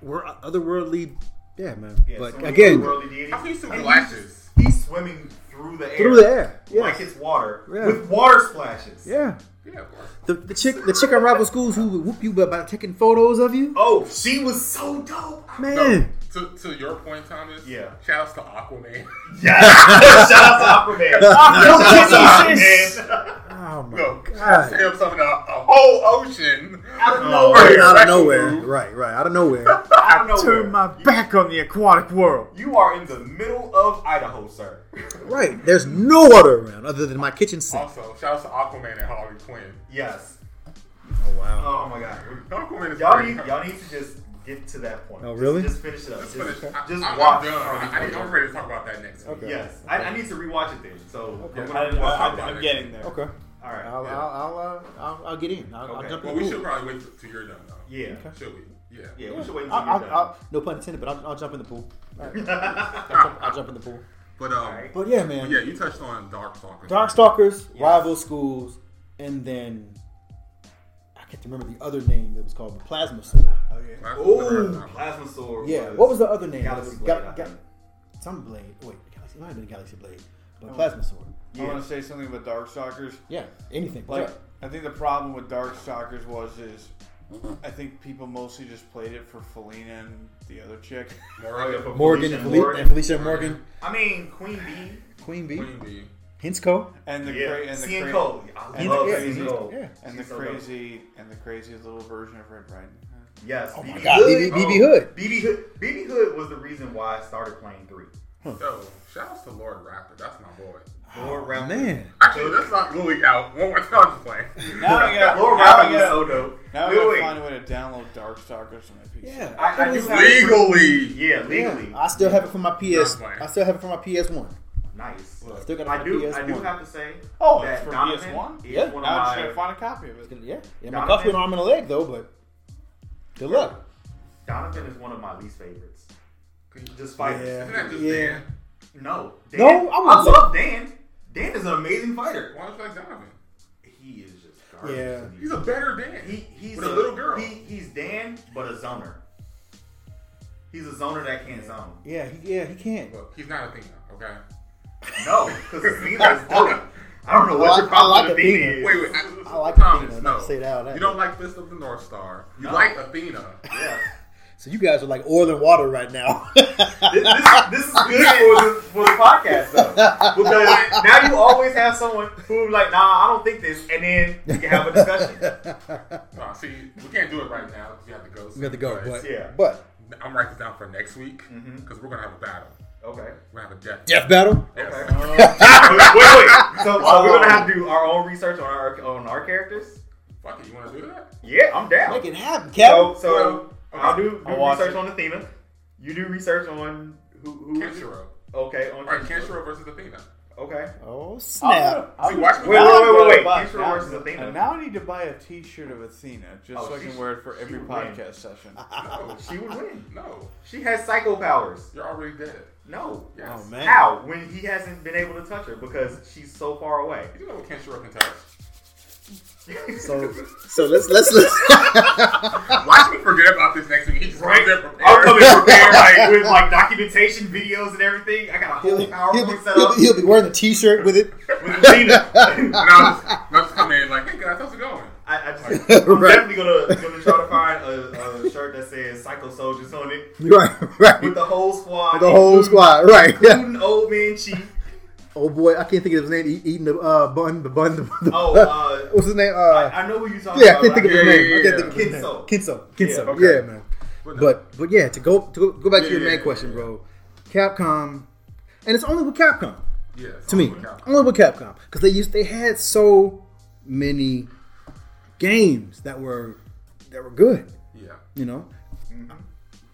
wor- otherworldly, yeah, man. Yeah, but so many again, otherworldly deities. How can you sue And Galactus? He's, he's swimming through the air. Through the air, Like yes. it's water. Yeah. With water splashes. yeah, Yeah, of course. the, the chick, the chick on rival schools who would whoop you by, by taking photos of you, Oh, she was so dope. man. To, to your point, Thomas. Yeah. Shouts to Aquaman. Yes. Shout out to Aquaman. Shout out to Jesus. Aquaman. Oh my no, God. Sam summoned a, a whole ocean Out of Oh, nowhere. out of Right. nowhere, right, right, out of nowhere. Out of nowhere. back on the aquatic world. You are in the middle of Idaho, sir. Right, there's no water around other than my kitchen sink. Also, shouts to Aquaman and Harley Quinn. Yes. Oh wow. Oh my God. Aquaman is Y'all great. need y'all need to just get to that point. Oh, Just- really? Just, finish it up. Just, But it's- I, just I'm watch. done. Harley I, I, Quinn. I'm ready to talk about that next week. Okay. Yes, I, I need to rewatch it then. So Okay. I'm I- gonna- I- I'm- I'm there. Okay. All right. I'll, yeah. I'll, I'll, uh, I'll, I'll get in. I'll, Okay. I'll jump Well, in. the we pool. should probably wait till you're done, though. yeah. Should we? Yeah. Yeah, we should wait until I'll, you're I'll, done. I'll, no pun intended, but I'll, I'll jump in the pool. All right. I'll, jump, I'll jump in the pool. But um, Alright. But yeah, but man. yeah, you touched on Darkstalkers. Darkstalkers, Yes. rival schools, and then I can't remember the other name that was called the Plasma Sword. Oh yeah. I've never heard of Ooh, that one. plasma sword. Yeah. What was the other name? Galaxy It was Blade, Ga- I Ga- think. some blade. Wait, Galaxy, it might have been Galaxy Blade, but Plasma Sword. I Yeah. want to say something about Darkstalkers. Yeah. Anything. Like Like, I think the problem with Darkstalkers was is I think people mostly just played it for Felina and the other chick. Oh, yeah, Moria, for Morgan Felicia and, Felicia, Morgan. and Felicia Morgan, I mean, Queen Bee. Queen Bee, Queen Bee. Hinsco. And the Yeah. cra- and the Cian cra- Cole. I and love the- Cian yeah, Cole. yeah. and the She's so dope. crazy and the crazy little version of Red Riding. Hood. Yes. Oh my BB God, BB BB Hood. BB Hood. BB Hood was the reason why I started playing three. Yo, shouts to Lord Raptor. That's my boy. Lord Raptor. Oh, Man. Actually, let's not Louis out. One more time to play. Now I got Lord now Raptor I was got so dope. now I Wait, gotta wait. find a way to download Darkstalkers on my PC. Yeah. I, I It do was- have it for- Legally. Yeah, legally. I still have it from my PS. Not playing. I still have it from my PS One. nice. I still got it I from do. PS I do One. have to say. Oh, that it's for Donovan PS1? is Yeah. one Now I of just gotta my find a copy of it. Yeah, yeah. My Donovan? cuff with an arm and a leg though, but good luck. Donovan is one of my least favorites. Just Yeah. fighters. Isn't that just Yeah. Dan? No. Dan, No, I wouldn't I say- love Dan. Dan is an amazing fighter. Why don't you like Donovan? He is just garbage. Yeah. to me. He's a better Dan. He, he's With a little girl. He, he's Dan, but a zoner. He's a zoner that can't zone. Yeah, he, yeah, he can't. Look, he's not a Athena, okay? No, because Athena's dope. I don't know I what your like- I problem like with Athena Athena. is. Wait, wait. I like Thomas, Athena, No. not to say it out. You don't like Fist of the North Star. You like Athena. Yeah. So you guys are like oil and water right now. This, this- this is good for the, for the podcast though, because now you always have someone who like, nah, I don't think this, and then you can have a discussion. Nah, see, we can't do it right now because you have to go. we got to go, but Yeah. but I'm writing this down for next week because we're gonna have a battle. Okay. We're gonna have a death. death battle. Yes. Okay. wait, wait. So, so we're gonna have to do our own research on our on our characters. Fuck it. You want to do that? Yeah, I'm down. Make it happen, So, Kevin. so Well, I'll do, I'll do watch research it. on Athena. You do research on who? who is it? Kenshiro. Okay, on All right, Kenshiro. Kenshiro versus Athena. Okay. oh snap! See, watch me. Wait, wait, wait, wait, wait. Now- Kenshiro now- versus Athena. and Now I need to buy a T-shirt of Athena just Oh, so I can she- wear it for every would win. podcast session. No, She would win. no, She has psycho powers. you're already dead. No. Yes. Oh man, How? When he hasn't been able to touch her because she's so far away. You know what Kenshiro can touch. So so let's let's let's. Watch me forget about this next week. He just right there prepared. I'm coming prepared like, with like documentation, videos, and everything. I got a he'll, whole be, he'll, be, PowerPoint set he'll up be- he'll be wearing the T-shirt with it. with Athena. And I'll just, I'll just come in like, hey guys, how's it going? I, I just, I'm Right. definitely gonna gonna try to find a, a shirt that says Psycho Soldiers on it Right, right. with the whole squad, the whole including- squad, right? Yeah. including Old Man Chief. Oh boy, I can't think of his name. He, eating the uh, bun, the bun. The, the, Oh, uh, what's his name? Uh, I, I know who you talking yeah, I about. can't think of but his Yeah, name. yeah, I yeah. can't think of his name. Kinso. Kinso, Kinso. Yeah, Yeah, okay. man. But, But but yeah, to go to go, go back to Yeah, your yeah, main yeah, question, yeah. bro. Capcom, and it's only with Capcom yeah, to me. Only with Capcom because they used they had so many games that were that were good. Yeah. You know,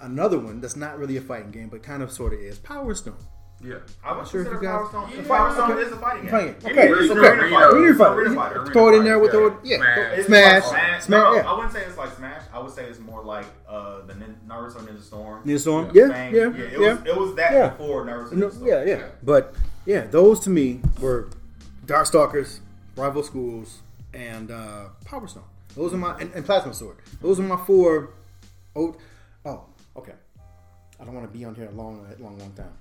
another one that's not really a fighting game, but kind of sort of is Power Stone. Yeah. I was Sure, if consider you Power guys- Stone. Yeah. Power Stone is a fighting game. Playing it. Yeah, Okay, really it's good. okay. Arena fighter. Arena fighter. Arena Yeah, fighter. Throw it in Arena there with fighter. the yeah. Smash. throw- It's Smash. like Smash. Smash. Smash. No, Yeah. I wouldn't say it's like Smash. I would say it's more like uh, the Nin- Naruto Ninja Storm. Ninja Storm. thing. Yeah. Yeah. Yeah. it, Was, it was that Yeah. before Naruto No, Ninja Storm. yeah, yeah. But yeah, those to me were Darkstalkers, rival schools, and uh, Power Stone. Those are my and, and Plasma Sword. Those are my four. Oh, oh, okay. I don't want to be on here a long, long, long time.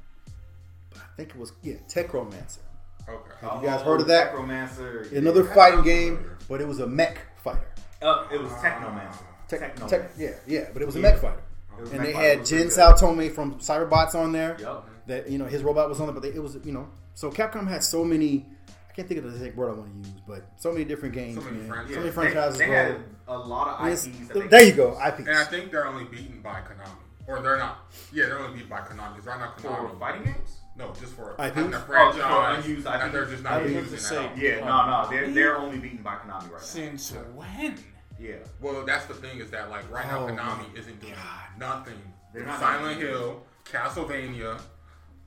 But I think it was yeah, Techromancer. Okay. Have you guys heard of that? Technomancer. Another fighting game, but it was a mech fighter. Uh, it was Technomancer. Tech, Technomancer. tech, yeah, yeah, but it was a Yeah. mech fighter. It was And mech they fighter. It had was Jin really good. Saotome from Cyberbots on there. Yup. that you know his robot was on it, but they, it was you know. So Capcom had so many. I can't think of the exact word I want to use, but so many different games, many man. franchises. So many They- franchises. They, they bro. had a lot of IPs. Yes, That th- they there you go. IPs. And I think they're only beaten by Konami, or they're not. Yeah, they're only beaten by Konami. 'cause Right now, Konami For fighting games? No, just for I having think- a Oh, franchise, for unused and they're IPs. just I not was about using to say, it. out. Yeah, no, no. They're, they're only beaten by Konami right now. Since when? Yeah. Well, that's the thing is that like right now, Oh, Konami isn't doing nothing. They're not Silent doing Hill, Castlevania,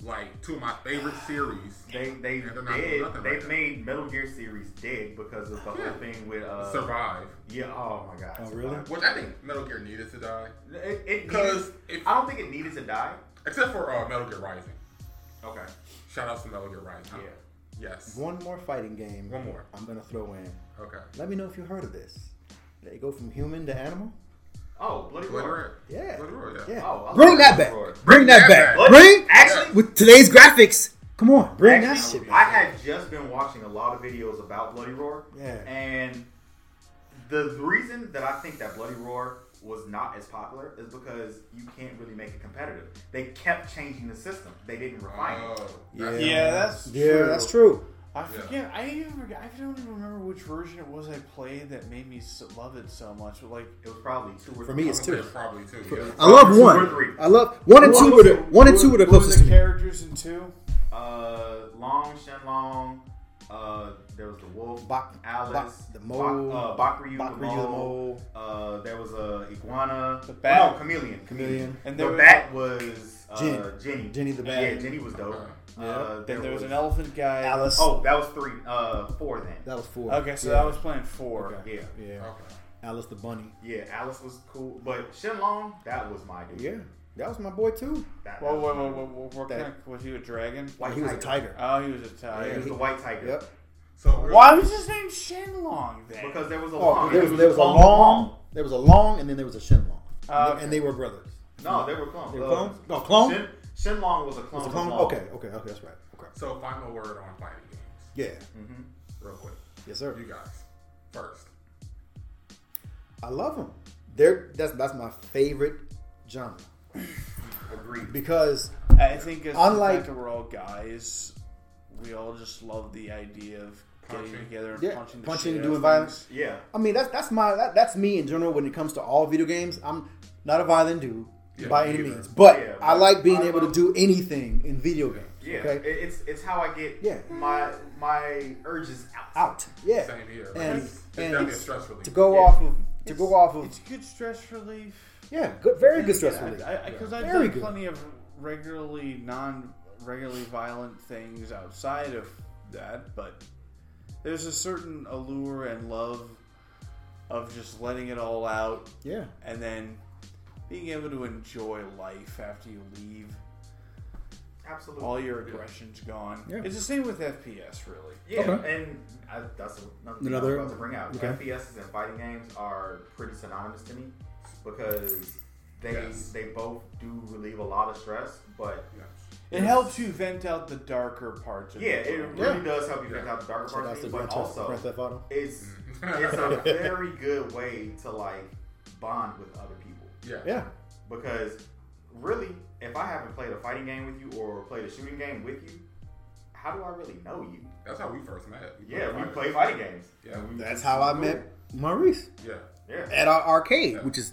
like two of my favorite series. They they And they're not doing dead. nothing They've right now. made Metal Gear series dead because of the whole thing with uh survive, yeah. Oh my god. Oh, really? which I think Metal Gear needed to die, It- It because because if I don't think it needed to die. except for uh, Metal Gear Rising. Okay. Shout out to Metal Gear Rising. Yeah. Yes. One more fighting game. One more. I'm gonna throw in. Okay. Let me know if you heard of this. They go from human to animal. Oh, Bloody Blood Roar. Red. Yeah. Blood Roar, yeah. Yeah. Oh, I bring love that Blood back. Roar. Bring that that back. back. What? Bring Actually- with today's graphics. Come on, bring that Actually, shit. I had just been watching a lot of videos about Bloody Roar. Yeah. And the reason that I think that Bloody Roar was not as popular is because you can't really make it competitive. They kept changing the system. They didn't refine it. Oh, Yeah, that's- Yeah, that's yeah, true. that's true. I forget. I even forget, I don't even remember which version it was I played that made me s- love it so much. But like, It was probably two or For me, three. it's I'd two. say Probably two. Yeah. I love Two or one. three. I love one and two were the one and who- two were the who the closest to me. characters in two. uh, Long Shenlong. Uh, there was the wolf, Bak- Alice, Bak- the mole. Bak, uh, Bakryu, Bakryu the the mole. mole. Uh, there was a iguana. The bat. No, chameleon. Chameleon. And And there the was- bat was uh, Jen- Jenny. Jenny the bat. Yeah, Jenny was dope. Okay. Uh, Uh-huh. then there was, an elephant guy. Alice. Oh, that was three. Uh, four then. That was Oh. four. Okay, so Yeah. that was playing four. Okay. yeah, Yeah. Okay. Alice the Bunny. yeah. Alice was cool, but Shenlong, that was my dude. Yeah, that was my boy too. That, Whoa, that whoa, was my whoa, dude. whoa, whoa, what That- kind of- was he a dragon? White he was a tiger. tiger. Oh, he was a He tiger. was the white tiger. Yep. So Why was his name Shenlong then? Because there was a Oh, long. there was, there was a long, there was a long, and then there was a shin long, Oh, and, they, and they were brothers. No, they were clones. They were Uh, clones? No, clone? Shen, Shenlong was a clone. Was a of clone? Long. Okay, okay, okay, that's right. Okay, Mm-hmm. So final word on fighting games. yeah, real quick. Yes, sir. You guys first. I love them. They're that's that's my favorite genre Agreed. because I think it's Unlike- the fact that we're all guys, we all just love the idea of Punching. getting together and Yeah, punching, the punching shit and out doing of violence. things. Yeah. I mean that's that's my that, that's me in general when it comes to all video games. I'm not a violent dude Yeah, by me any either. means, but Yeah, I like being I able to love- do anything in video games. Yeah. Okay, It- It's it's how I get Yeah. my my urges out. out. Yeah, Same here. And- it's, it's and definitely a it's- stress relief. to go Yeah. off of to It's- go off of It's good stress relief. yeah, good, very good stress relief. Because I've Very done good. plenty of regularly non regularly violent things outside of that, but there's a certain allure and love of just letting it all out yeah, and then being able to enjoy life after you leave. Absolutely. All your aggression's gone. Yeah. It's the same with FPS, really. Yeah, Okay. and I, that's another thing Another- I was about to bring out. okay. FPSs and fighting games are pretty synonymous to me because they Yes. they both do relieve a lot of stress, but Yeah. It helps you vent out the darker parts. Of yeah, your it brain. really Yeah. does help you pick Yeah. out the darker So parts that's of the you, Grand but Theft, also Grand Theft Auto. it's it's a very good way to like bond with other people Yeah. Yeah, because really, if I haven't played a fighting game with you or played a shooting game with you, how do I really know you? That's how we first met. Yeah, we fighting. play fighting games. Yeah. We- that's how I met Maurice Yeah. Yeah, at our arcade, Yeah. which is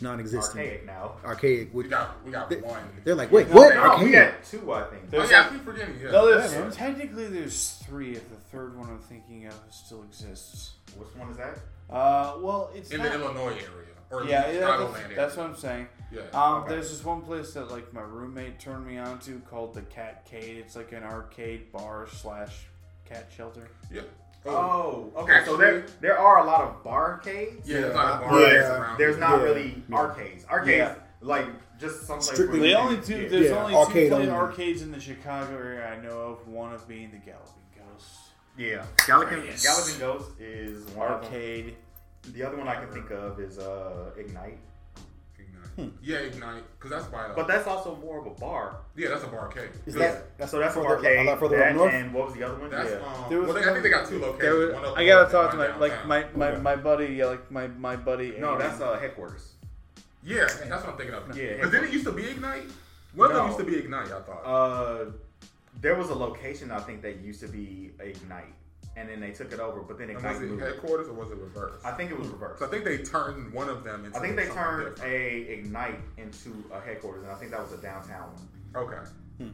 non-existent. archaic now. Archaic, We which got we got They- one. they're like, wait, No, what? no, No, we arcade? got two, I think. There's oh yeah, I keep forgetting. Yeah. No, there's Yeah, man. technically there's three if the third one I'm thinking of still exists. Which one is that? Uh, well, it's in not, the Illinois area or yeah, the yeah, Chicagoland that's, area. that's what I'm saying. Yeah. Um, Okay. there's this one place that like my roommate turned me on to called the Cat Cade. It's like an arcade bar slash cat shelter. yeah. Oh, okay. so there there are a lot of barcades. Yeah, there's not a Yeah. bar that's Yeah. around There's here. not Yeah. really Yeah. arcades. Arcades Yeah. like just someplace. where Strictly- The you only can- two yeah. there's Yeah, only arcade two played only. arcades in the Chicago area I know of. One of being the Galloping Ghost Yeah, Oh, Gallican Yes. Gallican Ghost is one of them. arcade. The other one I can think of is uh Ignite, Ignite. Yeah, ignite. Cause that's by. but that's also more of a bar. yeah, that's a barcade. Is That's- that that's So that's further, an arcade. a lot further that up north? and what was the other one? That's yeah. um, There was well, they, I think they got two There locations. was, one up I gotta north talk to and my one like downtown. my my, my buddy yeah, like my my buddy. no, Aiden. that's uh headquarters. Yeah, that's what I'm thinking of. Yeah. Because then it used to be Ignite. One of No. them used to be Ignite, I thought. Uh, there was a location I think that used to be Ignite, and then they took it over, but then and Ignite was it moved. headquarters or was it reverse? I think it was reversed. so I think they turned one of them into I think they something turned different. a Ignite into a headquarters, and I think that was a downtown one. Okay.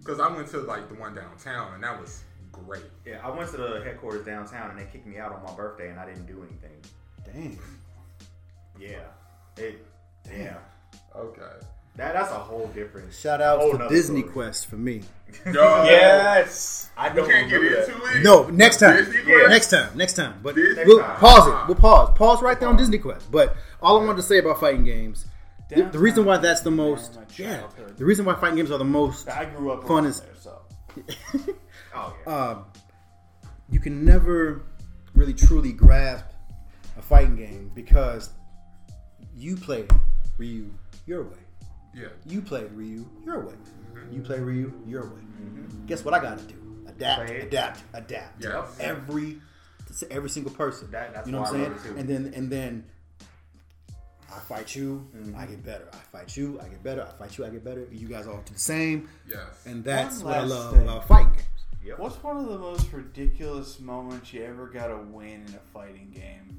Because I went to like the one downtown and that was great. Yeah, I went to the headquarters downtown, and they kicked me out on my birthday, and I didn't do anything. Dang. Yeah, it. Damn, Okay. that that's a whole different. Shout out Whole to nother Disney story. Quest for me. Oh. Yo, yes. I We don't can't get remember into that. it. No, next time. Disney Yeah. Quest? Next time. Next time. But Disney we'll time. pause it. We'll pause. Pause right there on Disney Quest. But all I wanted to say about fighting games, the, the reason why that's the most, my yeah, childhood. the reason why fighting games are the most, I grew up Fun around is- there, so Oh yeah. um, you can never really truly grasp a fighting game because you play Ryu your way. Yeah. You play Ryu your way. Mm-hmm. You play Ryu your way. Guess what I got to do? Adapt, Play it. adapt, adapt. Yeah. every to every single person. That- that's you know what why I I'm wrote it saying? too. And then and then I fight you, Mm-hmm. I get better. I fight you, I get better. I fight you, I get better. You guys all do the same, Yes. and that's One what I last love thing. about fighting games. Yep. What's one of the most ridiculous moments you ever got to win in a fighting game?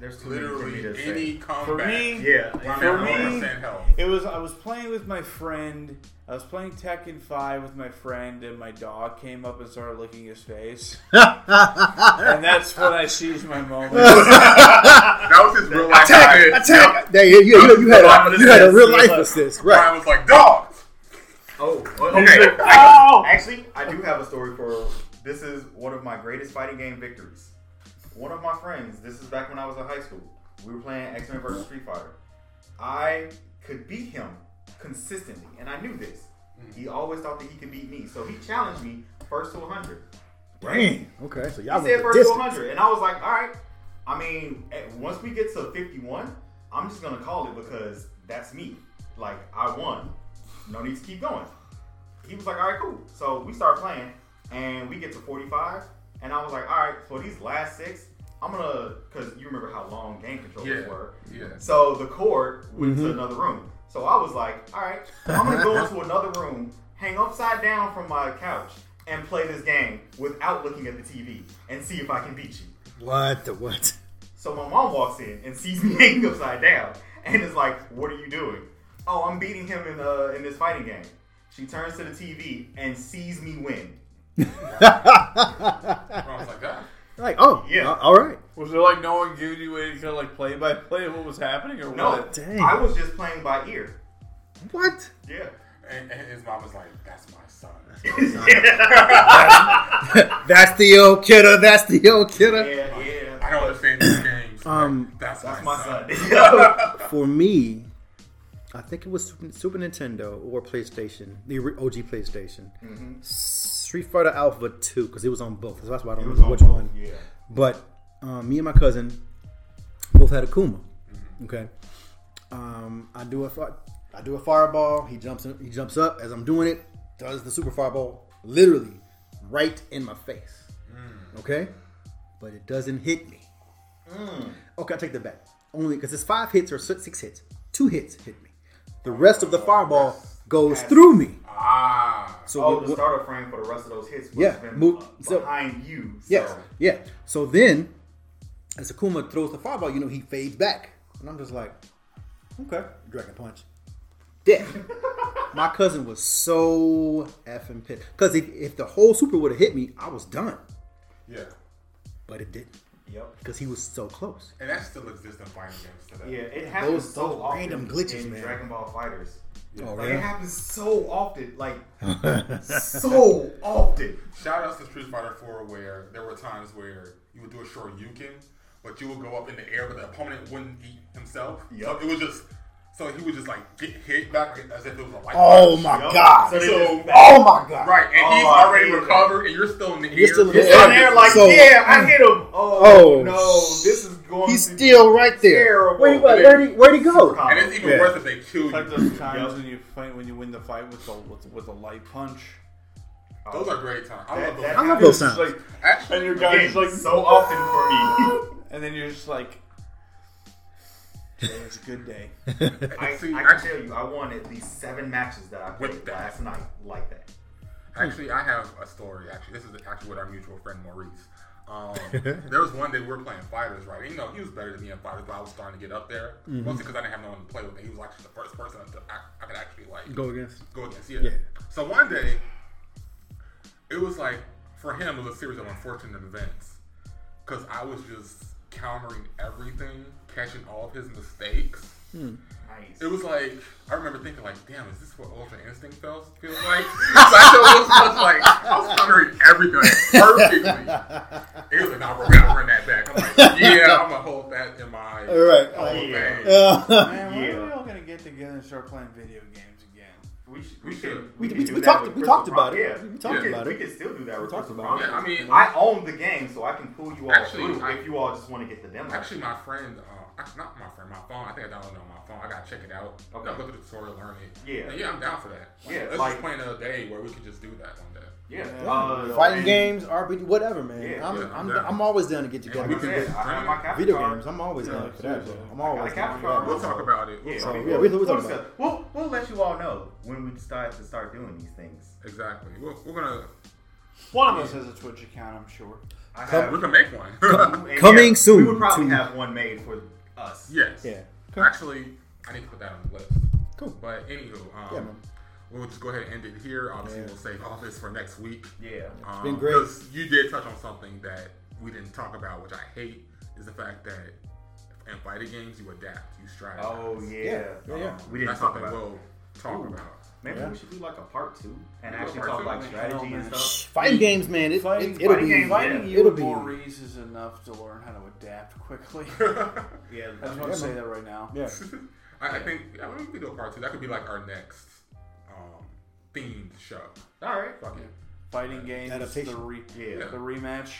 There's too many for me literally to say. any combat. me- Yeah. I'm For at me- 100% health. It was I was playing with my friend. I was playing Tekken 5 with my friend, and my dog came up and started licking his face. and that's when I seized my moment. That was his real life. Attack! guy. Attack! There, you, you, you, you had I'm a gonna you had a say real this, life but- assist, right? Brian was like, dog. Oh, well, Okay. okay. Oh! Actually, I do have a story for. This is one of my greatest fighting game victories. One of my friends. This is back when I was in high school. We were playing X Men versus Street Fighter. I could beat him consistently, and I knew this. He always thought that he could beat me, so he challenged me first to 100. Dang. Okay, so y'all He said went the first to distance. 100, and I was like, all right. I mean, at- once we get to 51, I'm just gonna call it because that's me. Like I won. No need to keep going. He was like, all right, cool. So we start playing, and we get to 45, And I was like, all right, for these last six, I'm gonna, cause you remember how long game controllers Yeah. were. Yeah. So the cord went to another room. So I was like, all right, I'm gonna go into another room, hang upside down from my couch, and play this game without looking at the TV and see if I can beat you. What the what? So my mom walks in and sees me hanging upside down and is like, "What are you doing?" Oh, I'm beating him in uh, in this fighting game. She turns to the TV and sees me win. I was like, ah. Like, oh, Yeah. yeah. all right. Was there like no one giving you any kind of like play by play of what was happening or No, what? Oh, Dang. I was just playing by ear. What? Yeah. And, and his mom was like, that's my son. That's the old kidder. That's the old kidder. Yeah, I yeah. don't understand these games. Um, that's, That's my, my son. son. For me, I think it was Super- Super Nintendo or PlayStation, the ori- OG PlayStation. Street Fighter Alpha 2, because it was on both. So that's why I don't It was remember on which both, one. Yeah. But um, me and my cousin both had a Kuma. Okay. Um, I do a fi- I do a fireball. He jumps in, he jumps up as I'm doing it. Does the super fireball literally right in my face? Okay, but it doesn't hit me. Okay, I take that back. Only because it's five hits or si- six hits. Two hits hit me. The rest of the fireball goes through me. Ah. So Oh, wh- the wh- starter frame for the rest of those hits was Yeah, been move- uh, so- behind you. So. Yes. Yeah. So then, as Akuma throws the fireball, you know, he fades back. And I'm just like, okay, Dragon Punch. Dead. My cousin was so effing pissed. Because if, if the whole super would have hit me, I was done. Yeah. But it didn't. Yep. Because he was so close. And that still exists in fighting games Yeah, today. it happens those- so those often random glitches, in man. Dragon Ball Fighters. Oh, Like yeah? it happens so often, like so often. Shout outs to Street Fighter 4 where there were times where you would do a short Yukin, but you would go up in the air, but the opponent wouldn't eat himself. So Yup. it was just, so he would just like get hit back as if it was a light. Oh punch. my Yup. God. So they So- just- Oh my God. Right, and he's Oh, I already hate that. recovered, and you're still in the air. You're still in the It's on there like, So- yeah, I hit him. Oh, Oh, no, sh- this is going. He's to still right there. Terrible. Where, where, where'd, he, where'd he go? And it's even Yeah. worse if they kill you. Like those times when you fight when you win the fight with the with, with a light punch. Those are great times. I love That- those. that- I love those It's sounds. like, Actually, and your Again, guy's like, so often for me. and then you're just like, today is a good day. I, I See, can actually- tell you, I won at least seven matches that I With played that. last night like that. Actually, I have a story. Actually, this is actually with our mutual friend Maurice. Um, there was one day we were playing fighters, right? And, you know, he was better than me in fighters, but I was starting to get up there mostly because I didn't have no one to play with. And he was actually the first person to, I, I could actually like Go against. go against. Yeah. Yeah. So one day, it was like for him it was a series of unfortunate events because I was just countering everything, catching all of his mistakes. Nice. It was like I remember thinking like, damn, is this what Ultra Instinct feels feels like? so I thought it was just like I was countering everything perfectly. It was like, nah, bro, we gotta run that back. I'm like, yeah, I'm gonna hold that in my All right. Uh, whole Yeah. thing. Man, when Yeah. are we all gonna get together and start playing video games again? We should. We should. We- could we- do we that talked- with we Crystal talked Pro- about it. Yeah, We talked could- about we it. could still do that. We talked about it. Yeah, I mean, I own the game, so I can pull you all Actually, through I- if you all just want to get the demo. Actually, my friend, uh, actually, not my friend, my phone. I think I downloaded it on my phone. I gotta check it out. Okay. Okay. Look at the tutorial, learn it. Yeah. And yeah, I'm down for that. Like, Yeah, let's like- just plan a day where we could just do that one day. yeah, Yeah. uh, Fighting and- games, RPG, whatever, man. Yeah, I'm, yeah, I'm, I'm down. I'm always down to get Like together. I We can said, do I have my capture video card. games. I'm always down for that. Yeah. bro. I'm I got always a down capture for that. card. We'll talk about it. We'll Yeah, talk yeah, about we- we'll we'll, talk about discuss- we'll, we'll let you all know when we decide to start doing these things. it. Exactly. We're, we're gonna One of us has a Twitch account, I'm sure. I we can make one. and Coming soon We would probably to- have one made for us. yes. Yeah. Actually, I need to put that on the list. Cool. But anywho, um, Yeah, man. we'll just go ahead and end it here. Obviously, we'll save all this for next week. Yeah. Um, been great. 'cause You did touch on something that we didn't talk about, which I hate, is the fact that in fighting games you adapt, you strategize. Oh yeah. Yeah, yeah, yeah. Um, We didn't that's talk something about it. we'll talk Ooh. about. Maybe Yeah. we should do like a part two and Yeah, actually part talk two, like man. strategy and stuff. Fighting games, man. It, Fighting- it, it'll fighting be. games, Fighting yeah. you It'll and be- Maurice is enough to learn how to adapt quickly. Yeah. I just want Yeah, to say man. that right now. Yeah. I, I think yeah, we can do a part two. That could be like our next um, themed show. All right. Fuck it. Fighting games, Adaptation. the re- Yeah. the rematch.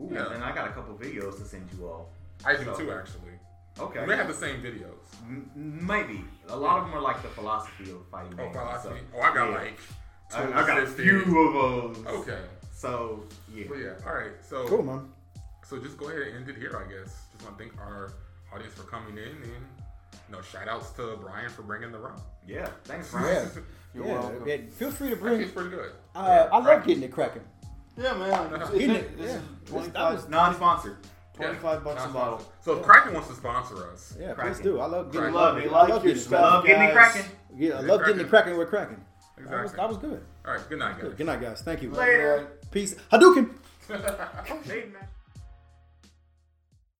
Ooh, Yeah. And I got a couple videos to send you all. I do So- too, actually. Okay. We have the same videos. M- maybe a lot of them are like the philosophy of fighting Oh, games. philosophy. and stuff. Oh, I got Yeah. like. I, I got a twisted theories. few of those. Okay. So yeah. But yeah, all right. So Cool, man. So just go ahead and end it here, I guess. Just want to thank our audience for coming in, and you know, shout outs to Brian for bringing the rum. Yeah. Thanks, Yeah. Ryan. You're yeah. welcome. yeah, Feel free to Actually, it's bring. pretty good. Uh, I love getting it cracking. Yeah, man. Like, Isn't it's- it? this is Yeah. 25, Non-sponsored. 25 bucks a Not bottle. sponsored. So if Kraken wants to sponsor us. Yeah, please Cracking. do. I love getting Cracking. Love it. it. I Like love your getting it. stuff. Love getting it guys. cracking. Yeah, I You're love getting cracking. it cracking. We're cracking. That was, Exactly. that was good. All right. Good night, guys. Good night, guys. Thank you. Later. Peace. Hadouken. Shade match.